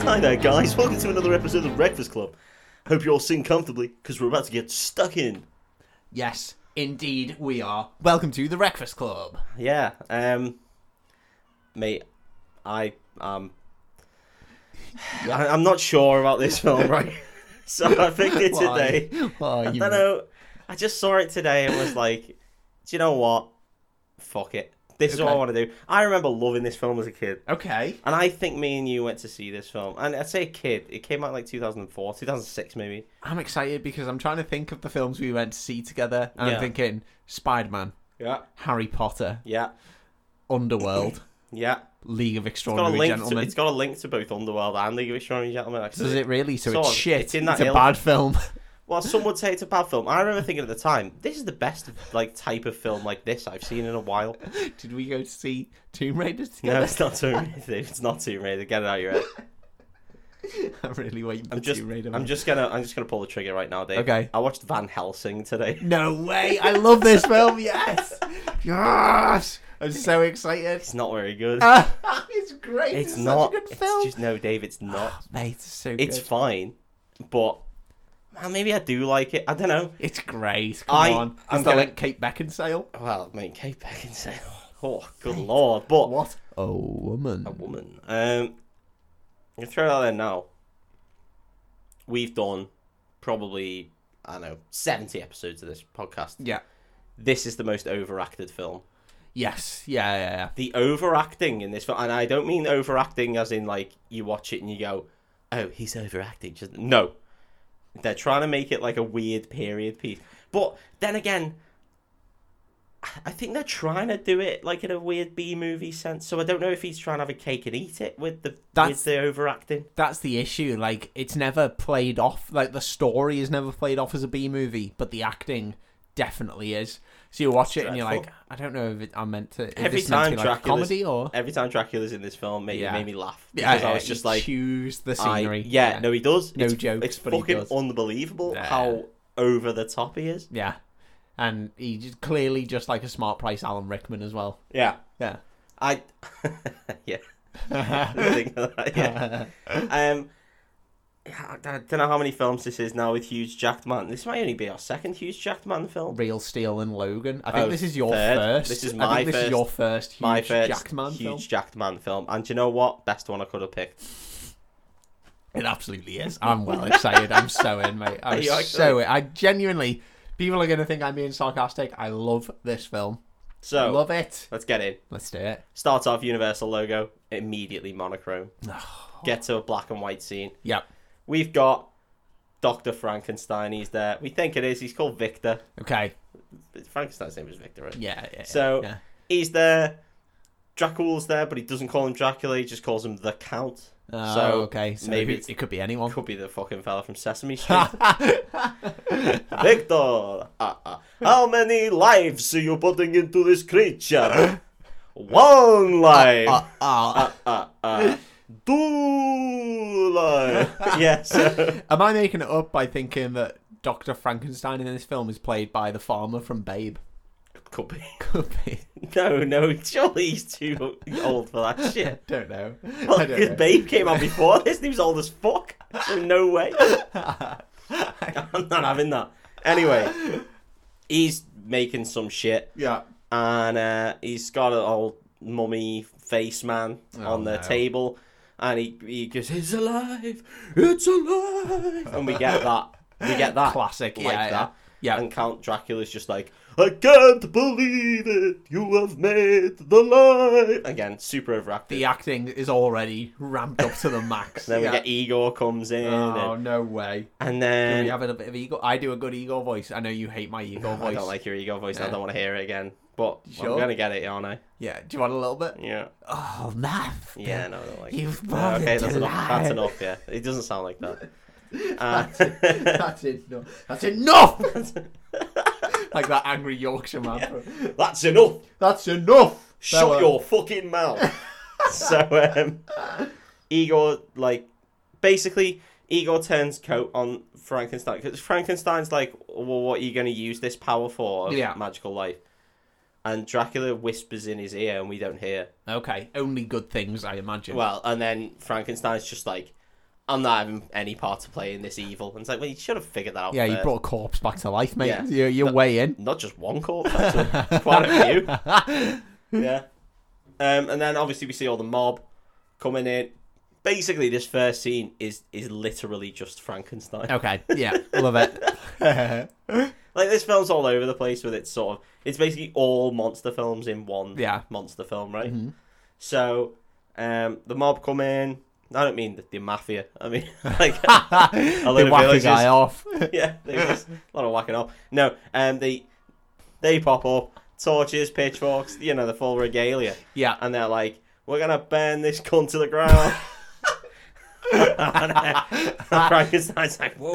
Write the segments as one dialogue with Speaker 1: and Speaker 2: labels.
Speaker 1: Hi there, guys. Welcome to another episode of Breakfast Club. Hope you're all sitting comfortably because we're about to get stuck in.
Speaker 2: Yes, indeed we are. Welcome to the Breakfast Club.
Speaker 1: Yeah. Um. Mate, I um. I, I'm not sure about this film, right? so I picked it today.
Speaker 2: Why?
Speaker 1: I don't know. I just saw it today and was like, do you know what? Fuck it. This is what I
Speaker 2: Okay.
Speaker 1: want to do. I remember loving this film as a kid.
Speaker 2: Okay.
Speaker 1: And I think me and you went to see this film. And I'd say kid. It came out like 2004, 2006 maybe.
Speaker 2: I'm excited because I'm trying to think of the films we went to see together. And
Speaker 1: Yeah.
Speaker 2: I'm thinking Spider Man,
Speaker 1: Yeah.
Speaker 2: Harry Potter,
Speaker 1: Yeah.
Speaker 2: Underworld,
Speaker 1: Yeah.
Speaker 2: League of
Speaker 1: It's got a
Speaker 2: Extraordinary
Speaker 1: link to,
Speaker 2: Gentlemen.
Speaker 1: it's got a link to both Underworld and League of Extraordinary Gentlemen. Actually.
Speaker 2: Does it really? So
Speaker 1: Sort
Speaker 2: it's
Speaker 1: of.
Speaker 2: shit.
Speaker 1: It's
Speaker 2: It's,
Speaker 1: in that
Speaker 2: a
Speaker 1: ilk.
Speaker 2: bad film.
Speaker 1: Well, some would say it's a bad film. I remember thinking at the time, this is the best like type of film like this I've seen in a while.
Speaker 2: Did we go to see Tomb Raiders
Speaker 1: No,
Speaker 2: together?
Speaker 1: it's not Tomb Raider. It's not Tomb Raider. Get it out of your head.
Speaker 2: I'm really waiting for
Speaker 1: I'm just,
Speaker 2: Tomb Raider.
Speaker 1: I'm just gonna, I'm just gonna pull the trigger right now, Dave.
Speaker 2: Okay.
Speaker 1: I watched Van Helsing today.
Speaker 2: No way! I love this film. Yes, yes! I'm so excited.
Speaker 1: It's not very good.
Speaker 2: Ah, it's great.
Speaker 1: it's,
Speaker 2: It's, such
Speaker 1: not.
Speaker 2: a good
Speaker 1: It's
Speaker 2: film.
Speaker 1: just no, Dave. It's not.
Speaker 2: Mate, it's so
Speaker 1: it's
Speaker 2: good.
Speaker 1: fine, but well, maybe I do like it. I don't know.
Speaker 2: It's great. Come
Speaker 1: I-
Speaker 2: on.
Speaker 1: I'm
Speaker 2: Is that
Speaker 1: gonna-
Speaker 2: like Kate Beckinsale?
Speaker 1: Well, I mean, Kate Beckinsale. Oh, good lord! But
Speaker 2: What? A woman.
Speaker 1: a woman. Um, I'm gonna throw it out there now. We've done probably I don't know seventy episodes of this podcast.
Speaker 2: Yeah.
Speaker 1: This is the most overacted film.
Speaker 2: Yes. Yeah, yeah, yeah.
Speaker 1: The overacting in this film, and I don't mean overacting as in like you watch it and you go, "Oh, he's overacting." Just no, they're trying to make it like a weird period piece. But then again, I- I think they're trying to do it like in a weird B movie sense. So I don't know if he's trying to have a cake and eat it with the
Speaker 2: That's-
Speaker 1: with the overacting.
Speaker 2: That's the issue. Like, it's never played off. Like, the story is never played off as a B movie, but the acting definitely is. So you watch it and you're like,
Speaker 1: dreadful.
Speaker 2: I don't know if it, I'm meant to. If
Speaker 1: Every
Speaker 2: this meant to
Speaker 1: time
Speaker 2: be like a
Speaker 1: Dracula's-
Speaker 2: comedy or.
Speaker 1: Every time Dracula's in this film, made,
Speaker 2: Yeah.
Speaker 1: it made me laugh because I was
Speaker 2: you
Speaker 1: just like,
Speaker 2: choose the
Speaker 1: I-
Speaker 2: scenery.
Speaker 1: yeah, no, he does.
Speaker 2: No
Speaker 1: it's,
Speaker 2: jokes,
Speaker 1: It's
Speaker 2: but he
Speaker 1: fucking
Speaker 2: does.
Speaker 1: unbelievable
Speaker 2: Yeah.
Speaker 1: how over the top he is.
Speaker 2: Yeah. And he just clearly just like a smart price Alan Rickman as well.
Speaker 1: Yeah,
Speaker 2: Yeah.
Speaker 1: I, yeah, I didn't think of that, yeah. Um, I don't know how many films this is now with Hugh Jackman. This might only be our second Hugh Jackman film.
Speaker 2: Real Steel and Logan. I think
Speaker 1: Oh,
Speaker 2: this is your
Speaker 1: third.
Speaker 2: first.
Speaker 1: This is
Speaker 2: I
Speaker 1: my
Speaker 2: think this
Speaker 1: first-
Speaker 2: is your first huge
Speaker 1: My first
Speaker 2: Jackman
Speaker 1: Hugh
Speaker 2: film.
Speaker 1: Jackman film, and do you know what? Best one I could have picked.
Speaker 2: It absolutely is. I'm well excited. I'm so in, mate. I'm
Speaker 1: you
Speaker 2: so in. I genuinely, people are going to think I'm being sarcastic. I love this film.
Speaker 1: So
Speaker 2: Love it.
Speaker 1: let's get in.
Speaker 2: Let's do it.
Speaker 1: Start off Universal logo immediately monochrome. Get to a black and white scene.
Speaker 2: Yep.
Speaker 1: We've got Doctor Frankenstein. He's there. We think it is. He's called Victor.
Speaker 2: Okay.
Speaker 1: Frankenstein's name was Victor, right?
Speaker 2: Yeah. yeah
Speaker 1: So-
Speaker 2: yeah.
Speaker 1: He's there. Dracula's there, but he doesn't call him Dracula. He just calls him the Count.
Speaker 2: Oh,
Speaker 1: so
Speaker 2: okay. So
Speaker 1: maybe
Speaker 2: maybe
Speaker 1: it's-
Speaker 2: it could be anyone.
Speaker 1: Could be the fucking fella from Sesame Street. Victor, ah, ah. how many lives are you putting into this creature? One life.
Speaker 2: Uh, uh,
Speaker 1: Ah, ah. Two lives. yes.
Speaker 2: am I making it up by thinking that Dr. Frankenstein in this film is played by the farmer from Babe?
Speaker 1: Could be.
Speaker 2: Could be.
Speaker 1: No, no, surely he's too old for that shit.
Speaker 2: Don't know. I
Speaker 1: Well,
Speaker 2: don't
Speaker 1: his
Speaker 2: know.
Speaker 1: babe came out before this. and He was old as fuck. So no way. I'm not having that. Anyway, he's making some shit,
Speaker 2: Yeah.
Speaker 1: and uh, he's got an old mummy face man
Speaker 2: Oh,
Speaker 1: on the
Speaker 2: no.
Speaker 1: table, and he he goes, "It's alive, it's alive," and we get that. We get that.
Speaker 2: Classic.
Speaker 1: Like
Speaker 2: yeah, yeah.
Speaker 1: that.
Speaker 2: Yeah.
Speaker 1: And Count Dracula's just like, I can't believe it. You have made the lie again. Super overacted.
Speaker 2: the acting is already ramped up to the max.
Speaker 1: Then
Speaker 2: Yeah.
Speaker 1: we get Igor comes in,
Speaker 2: Oh
Speaker 1: and,
Speaker 2: no way!
Speaker 1: and
Speaker 2: Can
Speaker 1: then
Speaker 2: we have a bit of ego? I do a good ego voice. I know you hate my ego
Speaker 1: I
Speaker 2: voice.
Speaker 1: don't like your Igor voice. I
Speaker 2: Yeah.
Speaker 1: don't want to hear it again. But I'm
Speaker 2: Sure.
Speaker 1: gonna get it, aren't I?
Speaker 2: Yeah. Do you want a little bit?
Speaker 1: Yeah,
Speaker 2: Oh man.
Speaker 1: yeah. No, I don't like. it.
Speaker 2: You've
Speaker 1: No,
Speaker 2: bothered
Speaker 1: okay,
Speaker 2: to
Speaker 1: that's enough. That's
Speaker 2: lie.
Speaker 1: enough. Yeah, it doesn't sound like that. Uh,
Speaker 2: That's enough. That's enough. like that angry Yorkshire man.
Speaker 1: that's enough.
Speaker 2: That's enough.
Speaker 1: Shut
Speaker 2: That
Speaker 1: your fucking mouth. so, um, Igor, like, basically, Igor turns coat on Frankenstein because Frankenstein's like, well, what are you going to use this power for? of
Speaker 2: Yeah.
Speaker 1: Magical life. And Dracula whispers in his ear, and we don't hear.
Speaker 2: was- Okay. Only good things, I imagine.
Speaker 1: Well, and then Frankenstein's just like, I'm not having any part to play in this evil. And it's like, well, you should have figured that out.
Speaker 2: Yeah, you
Speaker 1: first.
Speaker 2: brought a corpse back to life, mate.
Speaker 1: uh, Yeah.
Speaker 2: You're, you're way in.
Speaker 1: not just one corpse, actually, quite a few. Yeah. Um, and then obviously we see all the mob coming in. Basically, this first scene is is literally just Frankenstein.
Speaker 2: Okay, yeah, love it.
Speaker 1: Like this film's all over the place with its sort of. It's basically all monster films in one
Speaker 2: yeah. Mm-hmm.
Speaker 1: monster film, right? So, um, the mob come in. I don't mean the, the mafia. I mean like
Speaker 2: a
Speaker 1: little
Speaker 2: whack the
Speaker 1: villages.
Speaker 2: guy off.
Speaker 1: yeah, they just a lot of whacking off. No, um, they they pop up, torches, pitchforks, you know, the full regalia,
Speaker 2: Yeah.
Speaker 1: and they're like, "We're gonna burn this cunt to the ground." and uh, Frankenstein's like, "Whoa,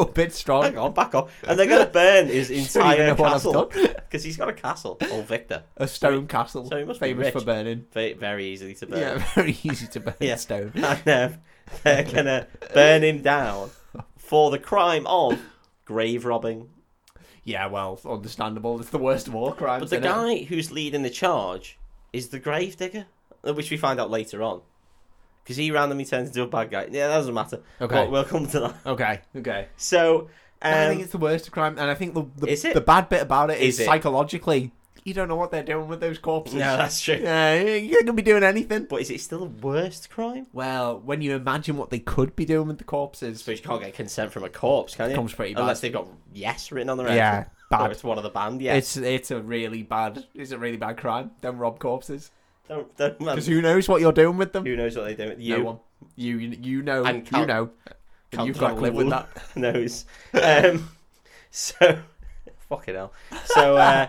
Speaker 2: a bit strong.
Speaker 1: hang on, back up!" And they're gonna burn his
Speaker 2: Don't even
Speaker 1: entire
Speaker 2: know what I've
Speaker 1: uh, castle
Speaker 2: done.
Speaker 1: because he's got a castle. Old Victor,
Speaker 2: A stone castle,
Speaker 1: so he must be
Speaker 2: famous
Speaker 1: rich.
Speaker 2: for burning.
Speaker 1: very, very easily to burn.
Speaker 2: Yeah, very easy to burn
Speaker 1: Yeah.
Speaker 2: stone.
Speaker 1: and um, they're gonna burn him down for the crime of grave robbing.
Speaker 2: Yeah, well, understandable. It's the worst of all crimes.
Speaker 1: But the
Speaker 2: innit?
Speaker 1: guy who's leading the charge is the gravedigger, which we find out later on. Because he randomly turns into a bad guy. Yeah, that doesn't matter.
Speaker 2: Okay.
Speaker 1: But we'll come to that.
Speaker 2: Okay. Okay.
Speaker 1: So,
Speaker 2: I think
Speaker 1: um,
Speaker 2: it's the worst of crime, and I think the the,
Speaker 1: Is it?
Speaker 2: the bad bit about it is,
Speaker 1: Is it?
Speaker 2: psychologically, you don't know what they're doing with those corpses.
Speaker 1: no, that's true.
Speaker 2: Yeah, you could be doing anything.
Speaker 1: But is it still the worst crime?
Speaker 2: Well, when you imagine what they could be doing with the corpses,
Speaker 1: So you can't get consent from a corpse, can you?
Speaker 2: Comes pretty bad.
Speaker 1: Unless they've got yes written on their head.
Speaker 2: yeah,
Speaker 1: Or
Speaker 2: bad.
Speaker 1: it's one of the band, yeah.
Speaker 2: It's it's a really bad. It's a really bad crime. Don't rob corpses
Speaker 1: Don't, don't,
Speaker 2: because who knows what you're doing with them?
Speaker 1: who knows what they do with Um, you?
Speaker 2: No one. You you you know
Speaker 1: And Cal-
Speaker 2: you know. And
Speaker 1: Count
Speaker 2: you've got to live with that.
Speaker 1: Dracula knows. Um, so, fucking hell. So, uh,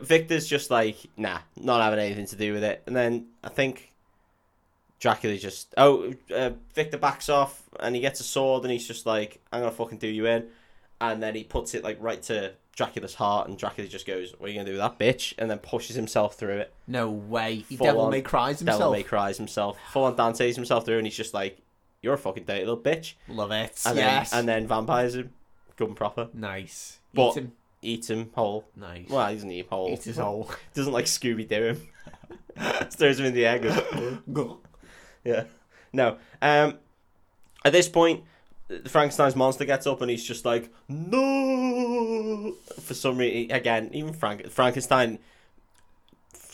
Speaker 1: Victor's just like, nah, not having anything to do with it. And then I think Dracula just, oh, uh, Victor backs off and he gets a sword and he's just like, I'm going to fucking do you in. And then he puts it like right to Dracula's heart and Dracula just goes, what are you going to do with that bitch? And then pushes himself through it.
Speaker 2: No way. He
Speaker 1: Full
Speaker 2: devil
Speaker 1: on
Speaker 2: may cries himself.
Speaker 1: Devil May cries himself. Full on Dante's himself through and he's just like, you're a fucking dirty little bitch.
Speaker 2: Love it.
Speaker 1: And
Speaker 2: yes.
Speaker 1: then and then vampires him, good and proper.
Speaker 2: nice.
Speaker 1: But-
Speaker 2: Eat him.
Speaker 1: Eat him whole.
Speaker 2: Nice.
Speaker 1: Well, he doesn't eat him whole.
Speaker 2: Eat his whole.
Speaker 1: Doesn't like Scooby Doo him. Stirs him in the egg. goes, yeah. No. Um. At this point, the Frankenstein's monster gets up and he's just like, no. For some reason, again, even Frank Frankenstein.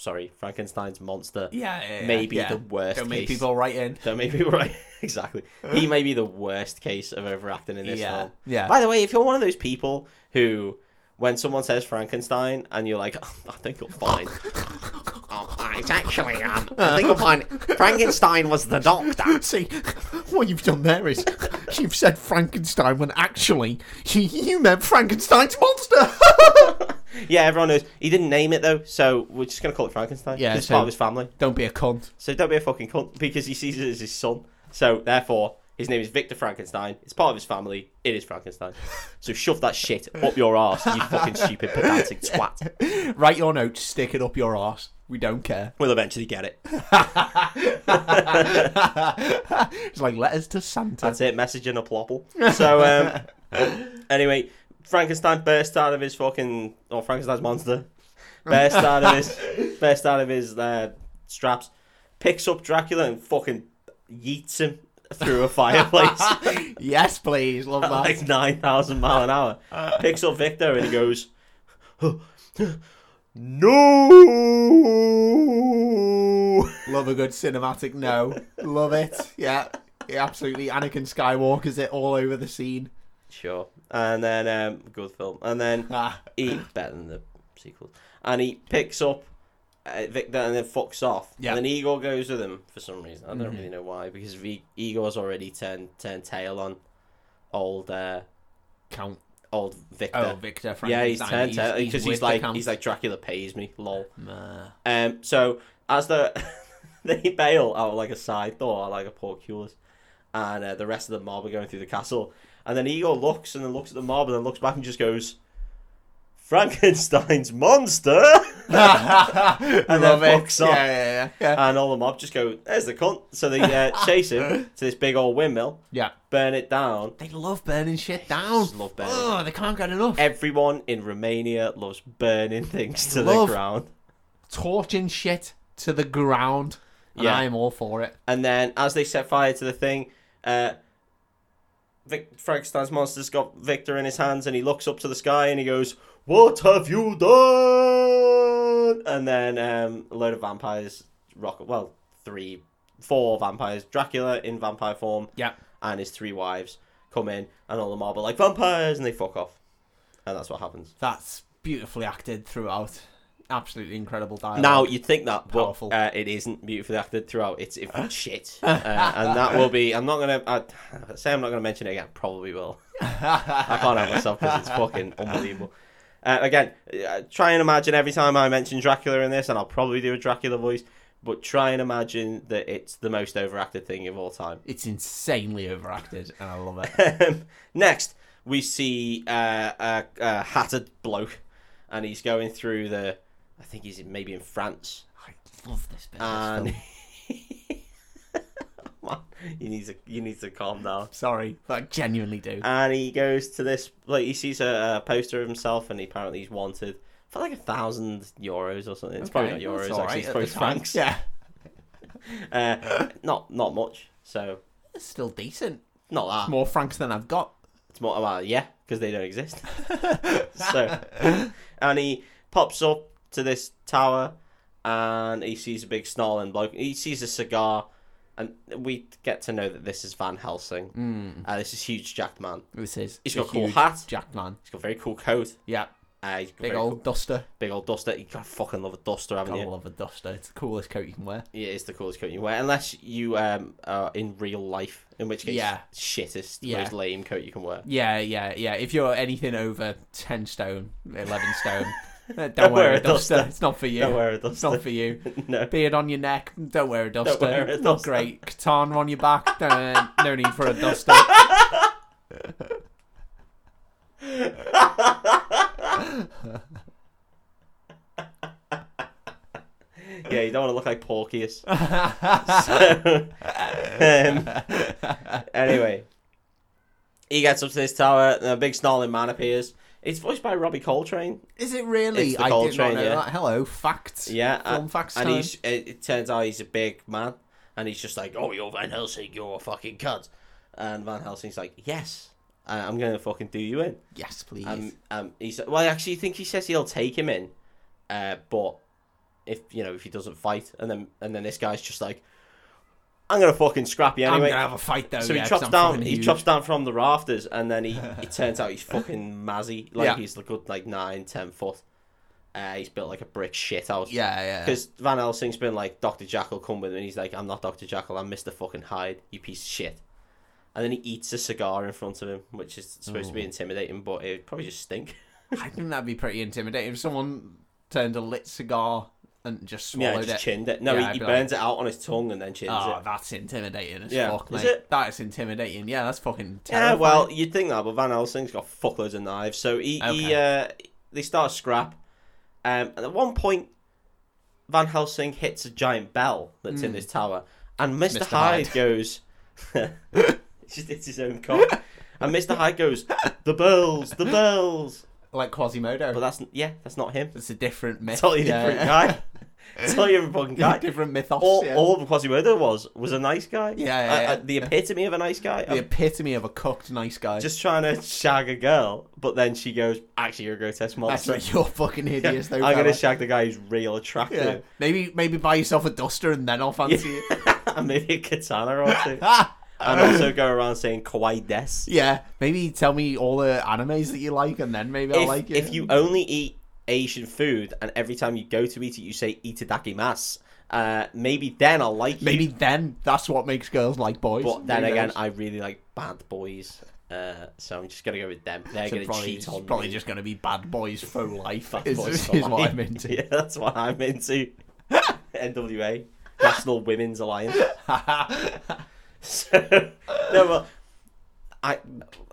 Speaker 1: Sorry, Frankenstein's monster.
Speaker 2: yeah, yeah, yeah.
Speaker 1: Maybe
Speaker 2: yeah.
Speaker 1: the worst.
Speaker 2: Don't make
Speaker 1: case.
Speaker 2: people write in.
Speaker 1: Don't make people right. exactly. He may be the worst case of overacting in this
Speaker 2: yeah.
Speaker 1: film.
Speaker 2: Yeah.
Speaker 1: By the way, if you're one of those people who, when someone says Frankenstein, and you're like, "Oh, I think you're fine.
Speaker 3: Oh, it's actually, um, I think you'll find Frankenstein was the doctor.
Speaker 2: See, what you've done there is you've said Frankenstein when actually you, you meant Frankenstein's monster.
Speaker 1: yeah, everyone knows. He didn't name it though, so we're just gonna call it Frankenstein.
Speaker 2: Yeah,
Speaker 1: it's
Speaker 2: so-
Speaker 1: part of his family.
Speaker 2: Don't be a cunt.
Speaker 1: So don't be a fucking cunt because he sees it as his son. So therefore, his name is Victor Frankenstein. It's part of his family. It is Frankenstein. So shove that shit up your arse, you fucking stupid pedantic twat.
Speaker 2: Write your notes, stick it up your arse. We don't care.
Speaker 1: We'll eventually get it.
Speaker 2: it's like letters to Santa.
Speaker 1: That's it. Message in a plopple. So um, anyway, Frankenstein bursts out of his fucking or Frankenstein's monster bursts out of his bursts out of his uh, straps, picks up Dracula and fucking yeets him through a fireplace
Speaker 2: yes, please. Love
Speaker 1: at
Speaker 2: that.
Speaker 1: like nine thousand mile an
Speaker 2: Uh.
Speaker 1: hour. Picks up Victor and he goes, no.
Speaker 2: Love a good cinematic no. Love it. Yeah. Yeah, absolutely. Anakin Skywalker's it all over the scene.
Speaker 1: Sure. And then um, good film. And then
Speaker 2: Ah.
Speaker 1: he better than the sequels. And he picks up uh, Victor and then fucks off.
Speaker 2: Yeah. Mm-hmm.
Speaker 1: And then Igor goes with him for some reason. I don't really know why because v- Igor's already turned turned tail on old uh,
Speaker 2: Count.
Speaker 1: old
Speaker 2: Oh,
Speaker 1: Victor.
Speaker 2: Victor
Speaker 1: yeah,
Speaker 2: Frankenstein.
Speaker 1: he's turned tail because he's,
Speaker 2: with the
Speaker 1: like
Speaker 2: Count.
Speaker 1: he's like Dracula pays me, lol.
Speaker 2: Nah.
Speaker 1: Um, so as the they bail out like a side door, like a portcullis, and uh, the rest of the mob are going through the castle, and then Igor looks and then looks at the mob and then looks back and just goes, "Frankenstein's monster,"
Speaker 2: and Love
Speaker 1: then
Speaker 2: it.
Speaker 1: fucks
Speaker 2: yeah,
Speaker 1: off.
Speaker 2: yeah, yeah, yeah.
Speaker 1: and all the mob just go, "There's the cunt!" So they uh, chase him to this big old windmill,
Speaker 2: yeah.
Speaker 1: burn it down.
Speaker 2: They love burning shit down.
Speaker 1: Just love burning.
Speaker 2: Oh, they can't get enough.
Speaker 1: Everyone in Romania loves burning things to
Speaker 2: Love.
Speaker 1: the ground.
Speaker 2: Torching shit to the ground. And
Speaker 1: Yeah.
Speaker 2: I'm all for it.
Speaker 1: And then as they set fire to the thing, Uh, Vic- Frankenstein's monster's got Victor in his hands, and he looks up to the sky and he goes, "What have you done?" And then um, a load of vampires rock. Well, three, four vampires. Dracula in vampire form
Speaker 2: Yeah.
Speaker 1: and his three wives come in, and all the mob are like vampires, and they fuck off, and that's what happens.
Speaker 2: That's beautifully acted throughout. Absolutely incredible dialogue.
Speaker 1: Now you'd think that, but
Speaker 2: Powerful.
Speaker 1: uh, it isn't beautifully acted throughout. It's it, shit, uh, and that will be. I'm not gonna I, say I'm not gonna mention it again. Probably will. I can't help myself because it's fucking unbelievable. Uh, again, uh, try and imagine every time I mention Dracula in this, and I'll probably do a Dracula voice. But try and imagine that it's the most overacted thing of all time.
Speaker 2: it's insanely overacted, and I love it.
Speaker 1: Um, next, we see uh, a, a hatted bloke, and he's going through the. I think he's in- maybe in France,
Speaker 2: I love this bit. of this
Speaker 1: and
Speaker 2: film.
Speaker 1: Man, you need to you need to calm down.
Speaker 2: Sorry, but I genuinely do.
Speaker 1: And he goes to this like he sees a, a poster of himself, and apparently he's wanted for like a thousand euros or something. It's probably
Speaker 2: Okay,
Speaker 1: not euros
Speaker 2: that's all
Speaker 1: actually,
Speaker 2: right
Speaker 1: it's
Speaker 2: at
Speaker 1: probably
Speaker 2: the time.
Speaker 1: francs.
Speaker 2: Yeah,
Speaker 1: Uh, not not much. So
Speaker 2: it's still decent.
Speaker 1: not that.
Speaker 2: More francs than I've got.
Speaker 1: It's more well, yeah, because they don't exist. so, and he pops up to this tower, and he sees a big snarling bloke. He sees a cigar, and we get to know that this is Van Helsing.
Speaker 2: Mm,
Speaker 1: Uh, this is huge Jack man.
Speaker 2: this is.
Speaker 1: He's
Speaker 2: a
Speaker 1: got a cool
Speaker 2: huge
Speaker 1: hat.
Speaker 2: Jack man.
Speaker 1: He's got a very cool coat.
Speaker 2: Yeah,
Speaker 1: Uh, he's got
Speaker 2: big
Speaker 1: very
Speaker 2: old
Speaker 1: cool-
Speaker 2: duster.
Speaker 1: big old duster. You gotta fucking love a duster, haven't
Speaker 2: I
Speaker 1: you?
Speaker 2: love a duster. It's the coolest coat you can wear.
Speaker 1: Yeah, it's the coolest coat you wear, unless you um are in real life, in which case,
Speaker 2: Yeah.
Speaker 1: shittest,
Speaker 2: Yeah.
Speaker 1: most lame coat you can wear.
Speaker 2: Yeah, yeah, yeah. If you're anything over ten stone, eleven stone, uh, don't,
Speaker 1: Don't
Speaker 2: wear, a duster. It's not for you.
Speaker 1: Don't wear a
Speaker 2: It's
Speaker 1: duster.
Speaker 2: not for you.
Speaker 1: no.
Speaker 2: Beard on your neck. Don't wear a duster.
Speaker 1: wear a
Speaker 2: Not
Speaker 1: duster.
Speaker 2: great. Katana on your back. Don't, uh, no need for a duster.
Speaker 1: Yeah, you don't want to look like Porkyus. so, um, anyway, he gets up to this tower, and a big snarling man appears. It's voiced by Robbie Coltrane.
Speaker 2: Is it really?
Speaker 1: It's the
Speaker 2: I did
Speaker 1: Coltrane,
Speaker 2: not know
Speaker 1: yeah.
Speaker 2: that. Hello, facts.
Speaker 1: Yeah,
Speaker 2: Film
Speaker 1: and,
Speaker 2: facts
Speaker 1: and
Speaker 2: time.
Speaker 1: he's it, it turns out he's a big man, and he's just like, "Oh, you're Van Helsing, you're a fucking cunt." And Van Helsing's like, "Yes, I, I'm gonna fucking do you in."
Speaker 2: Yes, please.
Speaker 1: Um, um, he's well, I actually think he says he'll take him in, uh, but if you know if he doesn't fight, and then and then this guy's just like, "I'm gonna fucking scrap you
Speaker 2: I'm
Speaker 1: anyway."
Speaker 2: gonna have a fight though.
Speaker 1: So
Speaker 2: yeah,
Speaker 1: he
Speaker 2: 'cause
Speaker 1: chops
Speaker 2: I'm
Speaker 1: down.
Speaker 2: fucking
Speaker 1: He
Speaker 2: huge.
Speaker 1: chops down from the rafters, and then he it turns out he's fucking mazzy. Like
Speaker 2: Yeah.
Speaker 1: he's a good like nine, ten foot. Uh, he's built like a brick shit house.
Speaker 2: Yeah, yeah.
Speaker 1: Because Van Helsing's been like, Doctor Jackal, come with me. And he's like, I'm not Doctor Jackal. I'm Mister Fucking Hyde. You piece of shit. And then he eats a cigar in front of him, which is supposed to be intimidating, but it probably just stink.
Speaker 2: I think that'd be pretty intimidating if someone turned a lit cigar and just
Speaker 1: Yeah,
Speaker 2: swallowed
Speaker 1: just
Speaker 2: it.
Speaker 1: chinned it. No,
Speaker 2: Yeah,
Speaker 1: he,
Speaker 2: I'd
Speaker 1: he
Speaker 2: be like-
Speaker 1: burns it out on his tongue and then chins
Speaker 2: Oh,
Speaker 1: it.
Speaker 2: that's intimidating as
Speaker 1: Yeah.
Speaker 2: fuck,
Speaker 1: Is
Speaker 2: mate.
Speaker 1: it?
Speaker 2: That is intimidating. Yeah, that's fucking
Speaker 1: Yeah,
Speaker 2: terrifying.
Speaker 1: well, you'd think that, but Van Helsing's got fuckloads of knives, so he, he uh, they start a scrap. Um, and at one point, Van Helsing hits a giant bell that's in this tower, and Mr.
Speaker 2: Mr.
Speaker 1: Hyde,
Speaker 2: Hmm. Hyde.
Speaker 1: goes, just hits his own cock, and Mr. Hyde goes, the bells, the bells.
Speaker 2: like
Speaker 1: But
Speaker 2: Quasimodo.
Speaker 1: that's yeah, that's not him.
Speaker 2: It's a different myth.
Speaker 1: Totally
Speaker 2: Yeah,
Speaker 1: different
Speaker 2: yeah.
Speaker 1: guy. totally different fucking guy.
Speaker 2: different mythos.
Speaker 1: All,
Speaker 2: yeah.
Speaker 1: all Quasimodo was was a nice guy.
Speaker 2: Yeah, yeah,
Speaker 1: Uh,
Speaker 2: yeah.
Speaker 1: uh, the epitome of a nice guy.
Speaker 2: the epitome of a cooked nice guy.
Speaker 1: just trying to shag a girl, but then she goes, "Actually, you're a grotesque monster."
Speaker 2: Actually, you're fucking hideous, though.
Speaker 1: I'm gonna
Speaker 2: fella.
Speaker 1: shag the guy who's real
Speaker 2: yeah.
Speaker 1: attractive,
Speaker 2: Maybe maybe buy yourself a duster and then I'll fancy you.
Speaker 1: and maybe a katana or two,
Speaker 2: Ah!
Speaker 1: and also go around saying "kawaii des."
Speaker 2: Yeah, maybe tell me all the animes that you like, and then maybe I'll
Speaker 1: if,
Speaker 2: like it.
Speaker 1: if you only eat Asian food, and every time you go to eat it, you say "itadakimasu," uh, maybe then I'll like
Speaker 2: maybe
Speaker 1: you.
Speaker 2: then that's what makes girls like boys.
Speaker 1: But then
Speaker 2: Who
Speaker 1: again,
Speaker 2: knows?
Speaker 1: I really like bad boys, uh, so I'm just gonna go with them. They're
Speaker 2: So
Speaker 1: gonna
Speaker 2: probably,
Speaker 1: cheat on
Speaker 2: probably
Speaker 1: me.
Speaker 2: just gonna be bad boys for life.
Speaker 1: Bad
Speaker 2: is
Speaker 1: boys for
Speaker 2: is what
Speaker 1: life.
Speaker 2: I'm into.
Speaker 1: Yeah, that's what I'm into. NWA, National Women's Alliance. So no, well, I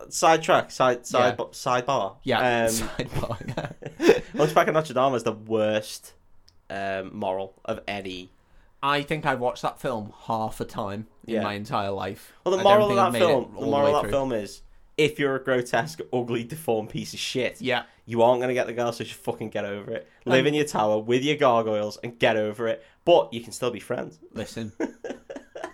Speaker 1: sidetrack, side side sidebar.
Speaker 2: yeah.
Speaker 1: um,
Speaker 2: sidebar,
Speaker 1: Hunchback of Notre Dame is the worst um, moral of any.
Speaker 2: I think I've watched that film half a time
Speaker 1: Yeah.
Speaker 2: in my entire life.
Speaker 1: Well, the
Speaker 2: I don't
Speaker 1: moral of
Speaker 2: think I've
Speaker 1: that
Speaker 2: made it
Speaker 1: film, the
Speaker 2: all
Speaker 1: moral
Speaker 2: way
Speaker 1: of that
Speaker 2: through.
Speaker 1: film is, if you're a grotesque, ugly, deformed piece of shit,
Speaker 2: Yeah,
Speaker 1: you aren't gonna get the girl, so just fucking get over it. Live in your tower with your gargoyles and get over it. But you can still be friends.
Speaker 2: listen,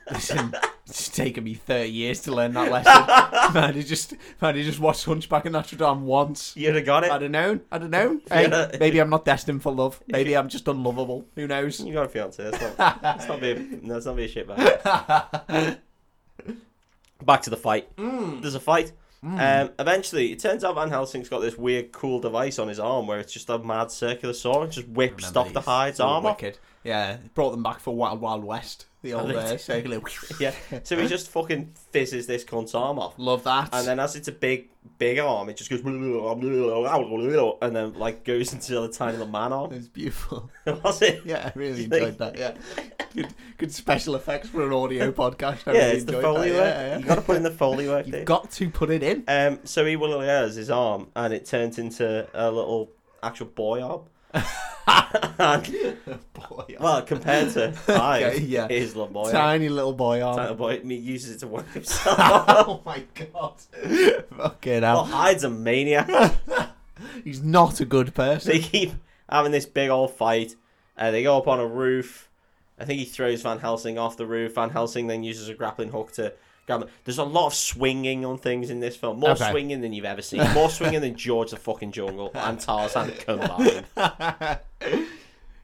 Speaker 2: listen. It's taken me thirty years to learn that lesson. man, I just man, I just watched Hunchback of Notre Dame once.
Speaker 1: You'd have got it.
Speaker 2: I'd have known. I'd have known. Hey,
Speaker 1: Yeah.
Speaker 2: maybe I'm not destined for love. Maybe I'm just unlovable. Who knows?
Speaker 1: You got a fiance. That's not. that's not be. A, no, that's not be a shit bag. Back to the fight.
Speaker 2: Mm.
Speaker 1: There's a fight. Um, eventually, it turns out Van Helsing's got this weird, cool device on his arm where it's just a mad circular saw and just whips Doctor
Speaker 2: Memories.
Speaker 1: Hyde's
Speaker 2: All
Speaker 1: arm off.
Speaker 2: wicked. Yeah, brought them back for Wild Wild West. The old uh, circular.
Speaker 1: Yeah, so he just fucking fizzes this cunt's arm off.
Speaker 2: Love that.
Speaker 1: And then as it's a big, big arm, it just goes and then like goes into the tiny little man
Speaker 2: it
Speaker 1: arm.
Speaker 2: was beautiful.
Speaker 1: Was it?
Speaker 2: Yeah, I really
Speaker 1: Like-
Speaker 2: enjoyed that. Yeah, good, good special effects for an audio podcast. I
Speaker 1: Yeah,
Speaker 2: really
Speaker 1: it's the
Speaker 2: enjoyed
Speaker 1: foley
Speaker 2: that.
Speaker 1: work.
Speaker 2: Yeah, yeah.
Speaker 1: You got to put in the foley work.
Speaker 2: You've
Speaker 1: there.
Speaker 2: got to put it in.
Speaker 1: Um, so he willows his arm, and it turns into a little actual boy arm. And-
Speaker 2: Boy,
Speaker 1: well, compared to five,
Speaker 2: Okay, yeah.
Speaker 1: yeah. it is little boy. Tiny
Speaker 2: tiny little boy arm.
Speaker 1: little boy. He uses it to work himself. up.
Speaker 2: oh my god. Fucking
Speaker 1: well,
Speaker 2: hell.
Speaker 1: Hyde's a maniac. Oh.
Speaker 2: He's not a good
Speaker 1: they
Speaker 2: person.
Speaker 1: keep having this big old fight. Uh, they go up on a roof. I think he throws Van Helsing off the roof. Van Helsing then uses a grappling hook to grab him. There's a lot of swinging on things in this film. More
Speaker 2: Okay.
Speaker 1: swinging than you've ever seen. More swinging than George the fucking Jungle and Tarzan combined.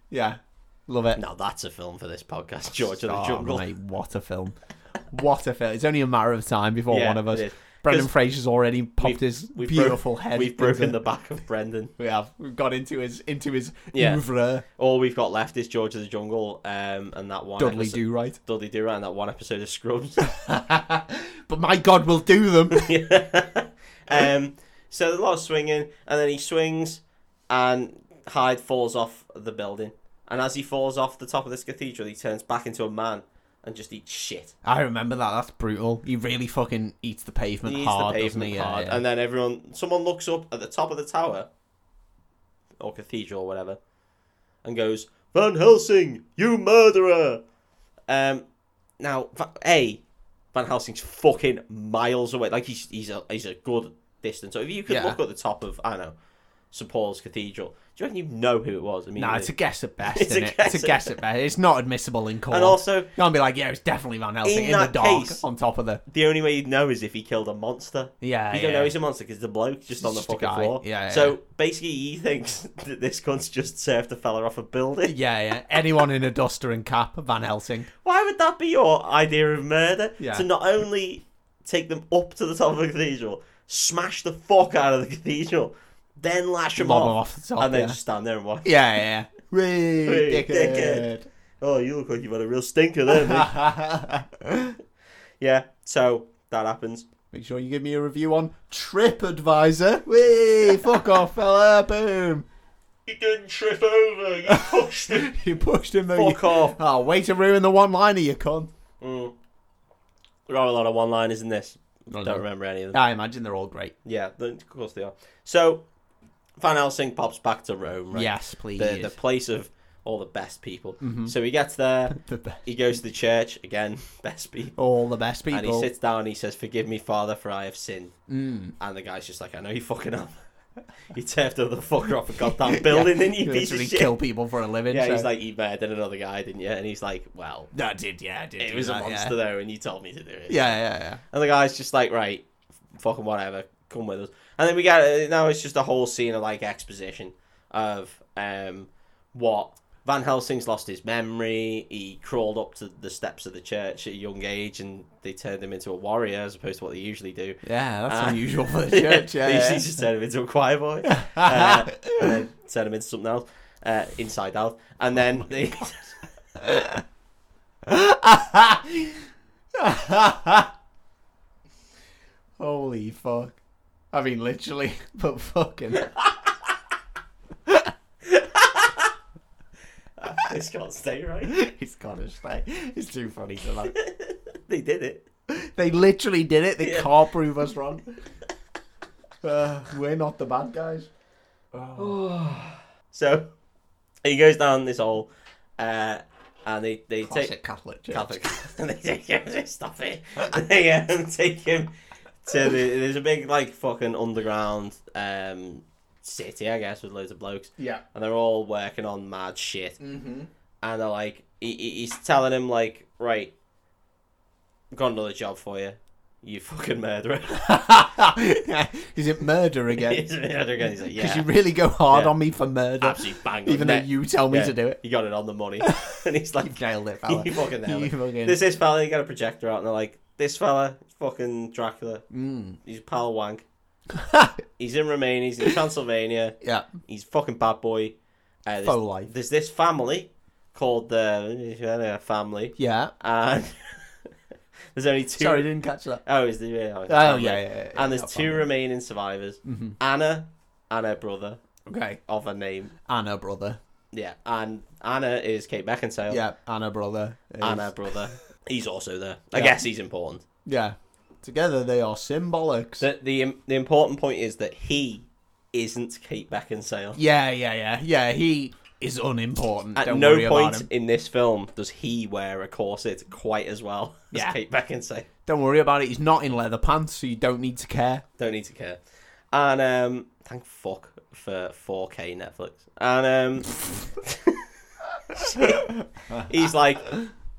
Speaker 2: yeah. Love it.
Speaker 1: Now that's a film for this podcast, George of the
Speaker 2: Oh,
Speaker 1: Jungle.
Speaker 2: mate, what a film. What a film. It's only a matter of time before
Speaker 1: Yeah,
Speaker 2: one of us.
Speaker 1: it is.
Speaker 2: Brendan
Speaker 1: 'Cause
Speaker 2: Fraser's already popped his
Speaker 1: We've bro-
Speaker 2: beautiful head.
Speaker 1: We've
Speaker 2: into-
Speaker 1: broken the back of Brendan.
Speaker 2: We have. We've got into his into his
Speaker 1: Yeah.
Speaker 2: oeuvre.
Speaker 1: All we've got left is George of the Jungle, um, and that one
Speaker 2: Dudley
Speaker 1: episode,
Speaker 2: do right.
Speaker 1: Dudley Do Right, and that one episode of Scrubs.
Speaker 2: But my God, we'll do them.
Speaker 1: um, so there's a lot of swinging, and then he swings, and Hyde falls off the building. And as he falls off the top of this cathedral, he turns back into a man and just eats shit.
Speaker 2: I remember that. That's brutal. He really fucking eats the pavement
Speaker 1: He eats
Speaker 2: hard,
Speaker 1: the
Speaker 2: doesn't
Speaker 1: pavement
Speaker 2: he? Yeah,
Speaker 1: hard,
Speaker 2: yeah.
Speaker 1: and then everyone, someone looks up at the top of the tower or cathedral, or whatever, and goes, "Van Helsing, you murderer!" Um, now, Va- a Van Helsing's fucking miles away. Like he's he's a he's a good distance. So if you could
Speaker 2: Yeah.
Speaker 1: look at the top of I don't know St Paul's Cathedral, do you reckon you know who it was? I mean,
Speaker 2: No, it's a guess at best,
Speaker 1: It's
Speaker 2: isn't
Speaker 1: a
Speaker 2: it? It's a
Speaker 1: guess at
Speaker 2: guess at best. It's not admissible in court.
Speaker 1: and also
Speaker 2: you can't be like, yeah, it's definitely Van Helsing in,
Speaker 1: In
Speaker 2: the
Speaker 1: that
Speaker 2: dark
Speaker 1: case-
Speaker 2: on top of the
Speaker 1: the only way you'd know is if he killed a monster.
Speaker 2: yeah.
Speaker 1: You
Speaker 2: yeah.
Speaker 1: don't know he's a monster because the bloke just on the
Speaker 2: just a
Speaker 1: fucking
Speaker 2: guy.
Speaker 1: floor.
Speaker 2: Yeah, yeah,
Speaker 1: So
Speaker 2: yeah.
Speaker 1: basically, he thinks that this cunt's just surfed a fella off a building.
Speaker 2: yeah, yeah. Anyone in a duster and cap, Van Helsing.
Speaker 1: Why would that be your idea of murder?
Speaker 2: Yeah.
Speaker 1: To not only take them up to the top of the cathedral, smash the fuck out of the cathedral, then lash them
Speaker 2: Lob 'em
Speaker 1: off,
Speaker 2: off the top,
Speaker 1: and then
Speaker 2: yeah.
Speaker 1: just stand there and watch.
Speaker 2: Yeah, yeah. yeah. Whee,
Speaker 1: Whee,
Speaker 2: dickhead.
Speaker 1: Oh, you look like you've had a real stinker there, mate. yeah. So that happens.
Speaker 2: Make sure you give me a review on TripAdvisor. Whee, fuck off, fella. Boom.
Speaker 1: You didn't trip over. You pushed him.
Speaker 2: You pushed him though.
Speaker 1: fuck off.
Speaker 2: Oh, way to ruin the one liner, you con.
Speaker 1: Mm. There are a lot of one-liners in this.
Speaker 2: Don't
Speaker 1: Don't remember any of them.
Speaker 2: I imagine they're all great.
Speaker 1: Yeah, th- of course they are. So, Van Helsing pops back to Rome, right?
Speaker 2: Yes, please.
Speaker 1: The, the place of all the best people.
Speaker 2: Mm-hmm.
Speaker 1: So he gets there,
Speaker 2: The best-
Speaker 1: he goes to the church, again, best people.
Speaker 2: all the best people.
Speaker 1: And he sits down and he says, Forgive me, Father, for I have sinned.
Speaker 2: Mm.
Speaker 1: And the guy's just like, I know you fucking have. you turfed over the fucker off a goddamn building, didn't you,
Speaker 2: You
Speaker 1: piece of
Speaker 2: literally
Speaker 1: shit?
Speaker 2: kill people for a living.
Speaker 1: yeah, he's
Speaker 2: so-
Speaker 1: like, You murdered another guy, didn't you? And he's like, Well,
Speaker 2: No, I did, yeah, I did.
Speaker 1: it
Speaker 2: do
Speaker 1: was a
Speaker 2: that,
Speaker 1: monster, though, and you told me to do it.
Speaker 2: Yeah, yeah, yeah. yeah.
Speaker 1: And the guy's just like, right, f- fucking whatever, come with us. And then we got now it's just a whole scene of like exposition of um what Van Helsing's lost his memory. He crawled up to the steps of the church at a young age, and they turned him into a warrior as opposed to what they usually do.
Speaker 2: Yeah, that's
Speaker 1: Uh,
Speaker 2: unusual for the church. Yeah,
Speaker 1: they
Speaker 2: yeah.
Speaker 1: usually just turn him into a choir boy, uh, and then turn him into something else, uh, inside out, and then they.
Speaker 2: Holy fuck. I mean, literally, but fucking.
Speaker 1: this can't stay right.
Speaker 2: It's gotta stay. It's too funny to laugh.
Speaker 1: They did it.
Speaker 2: They literally did it. They
Speaker 1: Yeah.
Speaker 2: can't prove us wrong. Uh, we're not the bad guys.
Speaker 1: So he goes down this hole, uh, and they they take
Speaker 2: Catholic church.
Speaker 1: Catholic. and they take him. Stop it. they um, take him to the. There's a big like fucking underground um, city, I guess, with loads of blokes,
Speaker 2: Yeah.
Speaker 1: and they're all working on mad shit.
Speaker 2: Mm-hmm.
Speaker 1: And they're like, he, he- he's telling him like, right, got another job for you. You fucking murderer.
Speaker 2: Is it murder again?
Speaker 1: He's a murderer again. He's like, yeah,
Speaker 2: Because you really go hard
Speaker 1: Yeah.
Speaker 2: on me for murder,
Speaker 1: absolutely bang.
Speaker 2: even
Speaker 1: on
Speaker 2: though
Speaker 1: that.
Speaker 2: you tell me
Speaker 1: Yeah,
Speaker 2: to do it.
Speaker 1: You got it on the money. and he's like,
Speaker 2: You've nailed it, fella.
Speaker 1: you fucking nailed
Speaker 2: You
Speaker 1: it.
Speaker 2: fucking-
Speaker 1: There's this fella, he got a projector out, and they're like, this fella, fucking Dracula,
Speaker 2: Mm.
Speaker 1: he's a pal wank. he's in Romania, he's in Transylvania,
Speaker 2: Yeah,
Speaker 1: he's fucking bad boy. Uh,
Speaker 2: faux
Speaker 1: there's,
Speaker 2: life.
Speaker 1: there's this family called the uh, family,
Speaker 2: Yeah.
Speaker 1: and there's only two.
Speaker 2: Sorry, didn't catch that.
Speaker 1: Oh, is the yeah, it's
Speaker 2: Oh
Speaker 1: family.
Speaker 2: yeah, yeah, yeah,
Speaker 1: And there's two remaining survivors,
Speaker 2: Mm-hmm.
Speaker 1: Anna and her brother
Speaker 2: Okay,
Speaker 1: of a name.
Speaker 2: Anna brother.
Speaker 1: Yeah, and Anna is Kate Beckinsale.
Speaker 2: Yeah, Anna brother. is-
Speaker 1: Anna brother. He's also there. I
Speaker 2: Yeah.
Speaker 1: guess he's important.
Speaker 2: Yeah, together they are symbolics.
Speaker 1: The, the the important point is that he isn't Kate Beckinsale.
Speaker 2: Yeah, yeah, yeah, yeah. He is unimportant.
Speaker 1: At
Speaker 2: Don't worry
Speaker 1: no
Speaker 2: about
Speaker 1: point
Speaker 2: him.
Speaker 1: in this film does he wear a corset quite as well as
Speaker 2: Yeah.
Speaker 1: Kate Beckinsale.
Speaker 2: Don't worry about it. He's not in leather pants, so you don't need to care.
Speaker 1: Don't need to care. And um, thank fuck for 4K Netflix. And um, he's like,